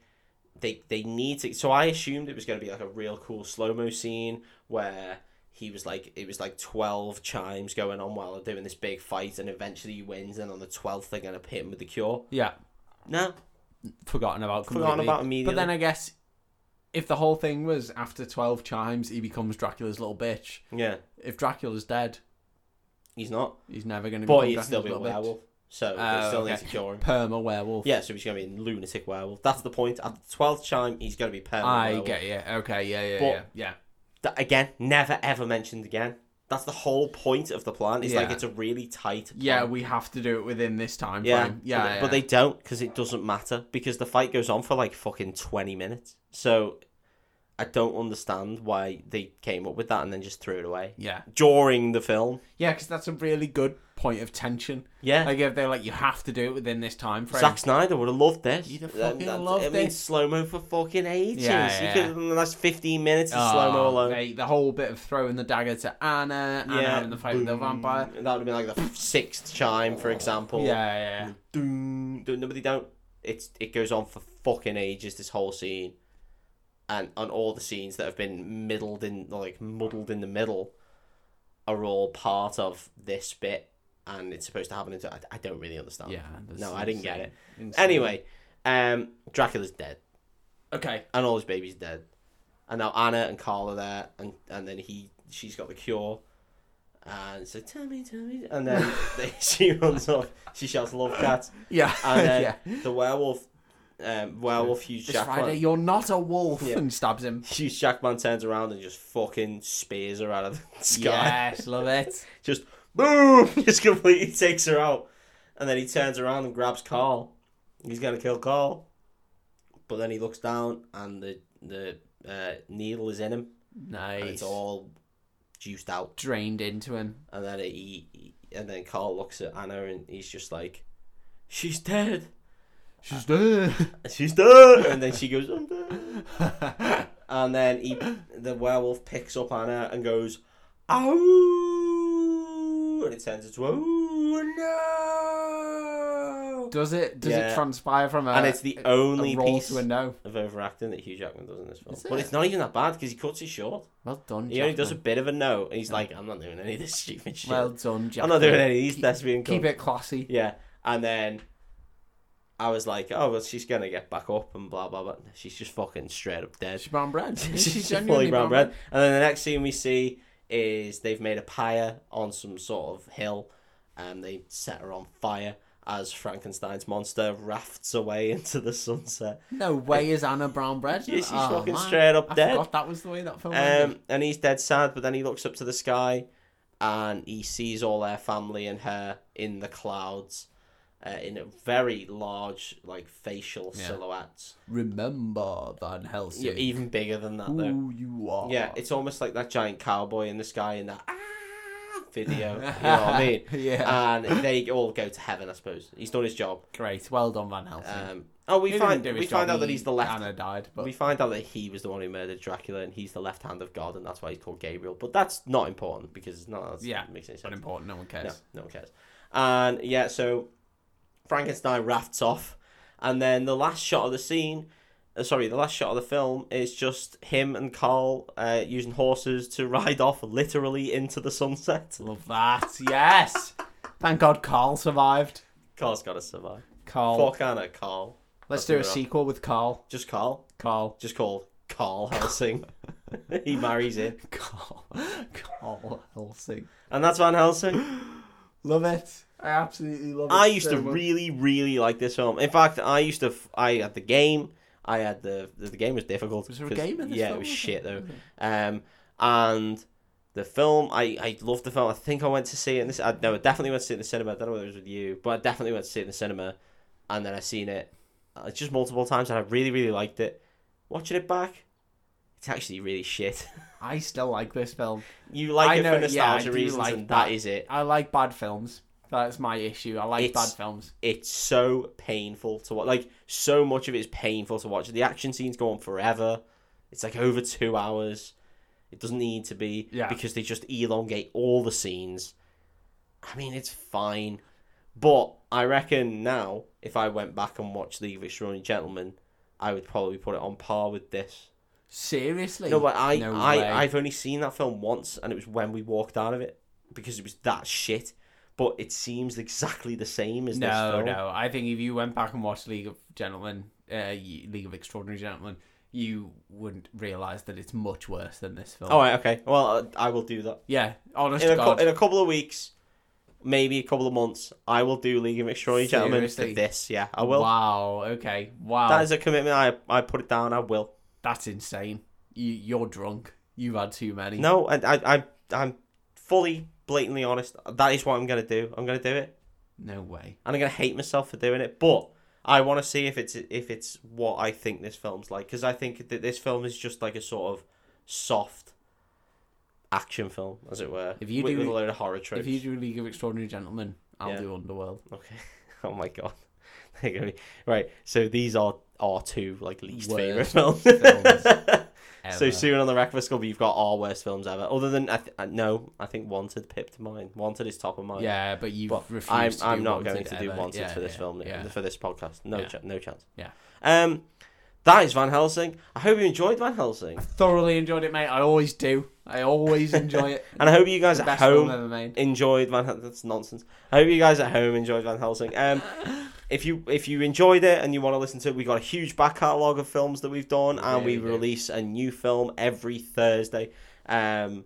Speaker 1: they they need to so i assumed it was going to be like a real cool slow-mo scene where he was like it was like 12 chimes going on while they're doing this big fight and eventually he wins and on the 12th they're going to hit him with the cure
Speaker 2: Yeah.
Speaker 1: no
Speaker 2: Forgotten about. Completely.
Speaker 1: forgotten about immediately
Speaker 2: But then I guess if the whole thing was after twelve chimes, he becomes Dracula's little bitch.
Speaker 1: yeah
Speaker 2: If Dracula's dead,
Speaker 1: he's not
Speaker 2: he's never going to.
Speaker 1: but
Speaker 2: become
Speaker 1: he'd still
Speaker 2: Dracula's
Speaker 1: be a
Speaker 2: little bitch.
Speaker 1: werewolf so they
Speaker 2: Oh,
Speaker 1: still need
Speaker 2: okay.
Speaker 1: to cure him
Speaker 2: Perma werewolf.
Speaker 1: yeah so he's going to be a lunatic werewolf that's the point at the 12th chime he's going to be permanent
Speaker 2: I
Speaker 1: werewolf.
Speaker 2: get you. Okay. Yeah. Yeah.
Speaker 1: But-
Speaker 2: yeah. Yeah.
Speaker 1: that again never ever mentioned again that's the whole point of the plan it's like
Speaker 2: Yeah.
Speaker 1: it's a really tight plan.
Speaker 2: Yeah, we have to do it within this time
Speaker 1: um, Yeah,
Speaker 2: frame. Yeah,
Speaker 1: but,
Speaker 2: yeah.
Speaker 1: but they don't because it doesn't matter because the fight goes on for like fucking twenty minutes. So I don't understand why they came up with that and then just threw it away
Speaker 2: yeah,
Speaker 1: during the film.
Speaker 2: yeah, because that's a really good point of tension.
Speaker 1: Yeah,
Speaker 2: Like if they're like, you have to do it within this time frame.
Speaker 1: Zack Snyder would have loved this.
Speaker 2: You'd have
Speaker 1: That-
Speaker 2: fucking
Speaker 1: that-
Speaker 2: loved
Speaker 1: I mean,
Speaker 2: this.
Speaker 1: slow mo for fucking ages.
Speaker 2: Yeah,
Speaker 1: You
Speaker 2: yeah,
Speaker 1: could- that's fifteen minutes of
Speaker 2: Oh,
Speaker 1: slow mo alone.
Speaker 2: mate, the whole bit of throwing the dagger to Anna, Anna
Speaker 1: Yeah,
Speaker 2: having the fight with the vampire.
Speaker 1: That would have been like the sixth chime, for example.
Speaker 2: Yeah, yeah, yeah.
Speaker 1: Mm. Doom, doom, no, but they don't. It's it goes on for fucking ages. This whole scene, and on all the scenes that have been middled in, like muddled in the middle, are all part of this bit, and it's supposed to happen. Into I, I don't really understand.
Speaker 2: Yeah, that's
Speaker 1: no, I didn't get it.
Speaker 2: insane. Insane.
Speaker 1: Anyway, um, Dracula's dead,
Speaker 2: okay,
Speaker 1: and all his babies dead, and now Anna and Carl are there, and and then he she's got the cure. And so tell me, tell me, and then they, she runs off. She shouts, "Love cats!"
Speaker 2: yeah,
Speaker 1: And then
Speaker 2: yeah.
Speaker 1: the werewolf, um, werewolf Hugh
Speaker 2: This
Speaker 1: Jackman,
Speaker 2: Friday, you're not a wolf,
Speaker 1: Yeah.
Speaker 2: and stabs him.
Speaker 1: Hugh Jackman turns around and just fucking spears her out of the sky.
Speaker 2: Yes, love it.
Speaker 1: Just boom, just completely takes her out. And then he turns around and grabs Carl. He's gonna kill Carl, but then he looks down and the the uh, needle is in him and
Speaker 2: Nice.
Speaker 1: it's all juiced out.
Speaker 2: Drained into him.
Speaker 1: And then he, he and then Carl looks at Anna and he's just like, "She's dead,
Speaker 2: She's dead.
Speaker 1: she's dead." And then she goes, "I'm dead." And then he, the werewolf picks up Anna and goes, ow! And it "Oh!" turns into, ow! were "Oh, no.
Speaker 2: Does it? Does
Speaker 1: Yeah.
Speaker 2: it transpire from a
Speaker 1: And it's the
Speaker 2: Uh, a-
Speaker 1: only
Speaker 2: a roll
Speaker 1: piece
Speaker 2: to a no?
Speaker 1: of overacting that Hugh Jackman does in this film.
Speaker 2: Is
Speaker 1: But
Speaker 2: it?
Speaker 1: it's not even that bad because he cuts it short.
Speaker 2: Well done.
Speaker 1: He only does a
Speaker 2: Jackman.
Speaker 1: bit of a no, and he's like, "I'm not doing any of this stupid shit.
Speaker 2: Well done.
Speaker 1: I'm
Speaker 2: Jackman.
Speaker 1: not doing any of these
Speaker 2: Keep-
Speaker 1: thespian
Speaker 2: Keep
Speaker 1: cunts."
Speaker 2: it classy.
Speaker 1: Yeah, and then I was like, "Oh, well, she's gonna get back up and blah blah blah." She's just fucking straight up dead.
Speaker 2: She's brown bread.
Speaker 1: She's just
Speaker 2: genuinely
Speaker 1: fully brown bread. And then the next scene we see is they've made a pyre on some sort of hill, and they set her on fire as Frankenstein's monster rafts away into the sunset.
Speaker 2: No way is Anna brown bread. Oh,
Speaker 1: Yeah, she's fucking straight up
Speaker 2: I
Speaker 1: dead.
Speaker 2: forgot that was the way that film ended.
Speaker 1: Um, and he's dead sad, but then he looks up to the sky and he sees all their family and her in the clouds uh, in a very large, like, facial
Speaker 2: Yeah.
Speaker 1: silhouettes.
Speaker 2: Remember Van
Speaker 1: Yeah,
Speaker 2: Helsing.
Speaker 1: even bigger than that, though.
Speaker 2: who you are.
Speaker 1: Yeah, it's almost like that giant cowboy in the sky in that "Ah!" video. You know what I mean?
Speaker 2: yeah.
Speaker 1: And they all go to heaven, I suppose. He's done his job.
Speaker 2: Great. Well done, Van Helsing.
Speaker 1: Um, oh, we
Speaker 2: He didn't
Speaker 1: find
Speaker 2: do his
Speaker 1: we
Speaker 2: job,
Speaker 1: find out that
Speaker 2: he-
Speaker 1: he's the left.
Speaker 2: Anna died, but
Speaker 1: We find out that he was the one who murdered Dracula, and he's the left hand of God, and that's why he's called Gabriel. But that's not important because it's not. That's,
Speaker 2: Yeah,
Speaker 1: it makes any sense.
Speaker 2: unimportant. No one cares.
Speaker 1: No, no one cares. And yeah, so Frankenstein rafts off, and then the last shot of the scene, uh, sorry, the last shot of the film is just him and Carl uh, using horses to ride off literally into the sunset.
Speaker 2: Love that. Yes. Thank God Carl survived.
Speaker 1: Carl's got to survive.
Speaker 2: Carl.
Speaker 1: Fuck Anna, Carl.
Speaker 2: Let's
Speaker 1: that's
Speaker 2: do a
Speaker 1: enough.
Speaker 2: sequel with Carl.
Speaker 1: Just Carl.
Speaker 2: Carl.
Speaker 1: Just called Carl Helsing. he marries in,
Speaker 2: Carl. Carl Helsing.
Speaker 1: and that's Van Helsing.
Speaker 2: Love it. I absolutely love it.
Speaker 1: I used
Speaker 2: so
Speaker 1: to
Speaker 2: much.
Speaker 1: really, really like this film. In fact, I used to. f- I had the game. I had the the, the game was difficult.
Speaker 2: Was there a
Speaker 1: 'cause-
Speaker 2: game in this
Speaker 1: Yeah,
Speaker 2: film,
Speaker 1: it was
Speaker 2: was there?
Speaker 1: shit though. Um, and the film, I I loved the film. I think I went to see it. In this, I no, I definitely went to see it in the cinema. I don't know whether it was with you, but I definitely went to see it in the cinema. And then I seen it uh, just multiple times, and I really, really liked it. Watching it back, it's actually really shit.
Speaker 2: I still like this film.
Speaker 1: you like
Speaker 2: I
Speaker 1: it
Speaker 2: know, yeah,
Speaker 1: for nostalgia
Speaker 2: I do
Speaker 1: reasons,
Speaker 2: like
Speaker 1: and
Speaker 2: that.
Speaker 1: that is it.
Speaker 2: I like bad films. That's my issue. I like
Speaker 1: It's-
Speaker 2: bad films.
Speaker 1: it's so painful to watch. Like so much of it is painful to watch. The action scenes go on forever. It's like over two hours. It doesn't need to be
Speaker 2: Yeah.
Speaker 1: because they just elongate all the scenes. I mean, it's fine, but I reckon now if I went back and watched The Extraordinary Gentleman, I would probably put it on par with this.
Speaker 2: Seriously.
Speaker 1: No, but I,
Speaker 2: No way.
Speaker 1: I, I've only seen that film once, and it was when we walked out of it because it was that shit. But it seems exactly the same as this
Speaker 2: No,
Speaker 1: film.
Speaker 2: no. I think if you went back and watched League of Gentlemen, uh, y- League of Extraordinary Gentlemen, you wouldn't realise that it's much worse than this film.
Speaker 1: All right, okay. Well, uh, I will do that.
Speaker 2: Yeah, honest
Speaker 1: In
Speaker 2: to
Speaker 1: a, cou-
Speaker 2: God.
Speaker 1: in a couple of weeks, maybe a couple of months, I will do League of Extraordinary Gentlemen to
Speaker 2: Seriously?
Speaker 1: this. Yeah, I will.
Speaker 2: Wow. Okay. Wow.
Speaker 1: That is a commitment. I I put it down. I will.
Speaker 2: That's insane. You, you're drunk. You've had too many.
Speaker 1: No, and I, I I'm fully blatantly honest. That is what I'm gonna do. I'm gonna do it,
Speaker 2: No way.
Speaker 1: and I'm gonna hate myself for doing it. But I want to see if it's if it's what I think this film's like, because I think that this film is just like a sort of soft action film, as it were.
Speaker 2: If you
Speaker 1: with,
Speaker 2: do-
Speaker 1: with a load of horror tropes.
Speaker 2: If you do League of Extraordinary Gentlemen, I'll
Speaker 1: Yeah.
Speaker 2: do Underworld.
Speaker 1: Okay. Oh my god. They're gonna be right. So these are our two like least
Speaker 2: Worst
Speaker 1: favorite films.
Speaker 2: films
Speaker 1: so
Speaker 2: ever.
Speaker 1: soon on the Rack of Skull, you've got our worst films ever. Other than I th- uh, no, I think Wanted pipped mine. Wanted is top of mine.
Speaker 2: Yeah, but you've
Speaker 1: But
Speaker 2: refused.
Speaker 1: I'm
Speaker 2: to do
Speaker 1: I'm not
Speaker 2: Wanted
Speaker 1: going to do
Speaker 2: ever.
Speaker 1: Wanted
Speaker 2: Yeah,
Speaker 1: for this
Speaker 2: yeah,
Speaker 1: film
Speaker 2: Yeah.
Speaker 1: for this podcast. No
Speaker 2: Yeah.
Speaker 1: cha- no chance.
Speaker 2: Yeah.
Speaker 1: Um, that is Van Helsing. I hope you enjoyed Van Helsing,
Speaker 2: Thoroughly enjoyed it, mate. I always do. I always enjoy it.
Speaker 1: and I hope you guys
Speaker 2: the
Speaker 1: at
Speaker 2: best
Speaker 1: home
Speaker 2: film ever made.
Speaker 1: enjoyed Van Helsing. That's nonsense. I hope you guys at home enjoyed Van Helsing. Um, if you if you enjoyed it and you want to listen to it, we've got a huge back catalogue of films that we've done, and we
Speaker 2: Really do.
Speaker 1: release a new film every Thursday. Um,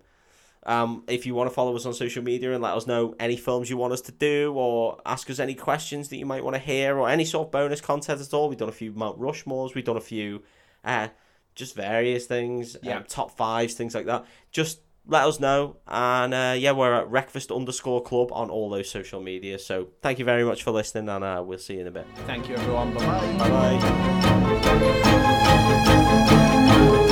Speaker 1: um, if you want to follow us on social media and let us know any films you want us to do, or ask us any questions that you might want to hear, or any sort of bonus content at all, we've done a few Mount Rushmores, we've done a few uh, just various things,
Speaker 2: Yeah.
Speaker 1: um, top fives, things like that. Just let us know. And uh, yeah, we're at breakfast underscore club on all those social media. So thank you very much for listening, and uh, we'll see you in a bit.
Speaker 2: Thank you, everyone. Bye.
Speaker 1: Bye bye.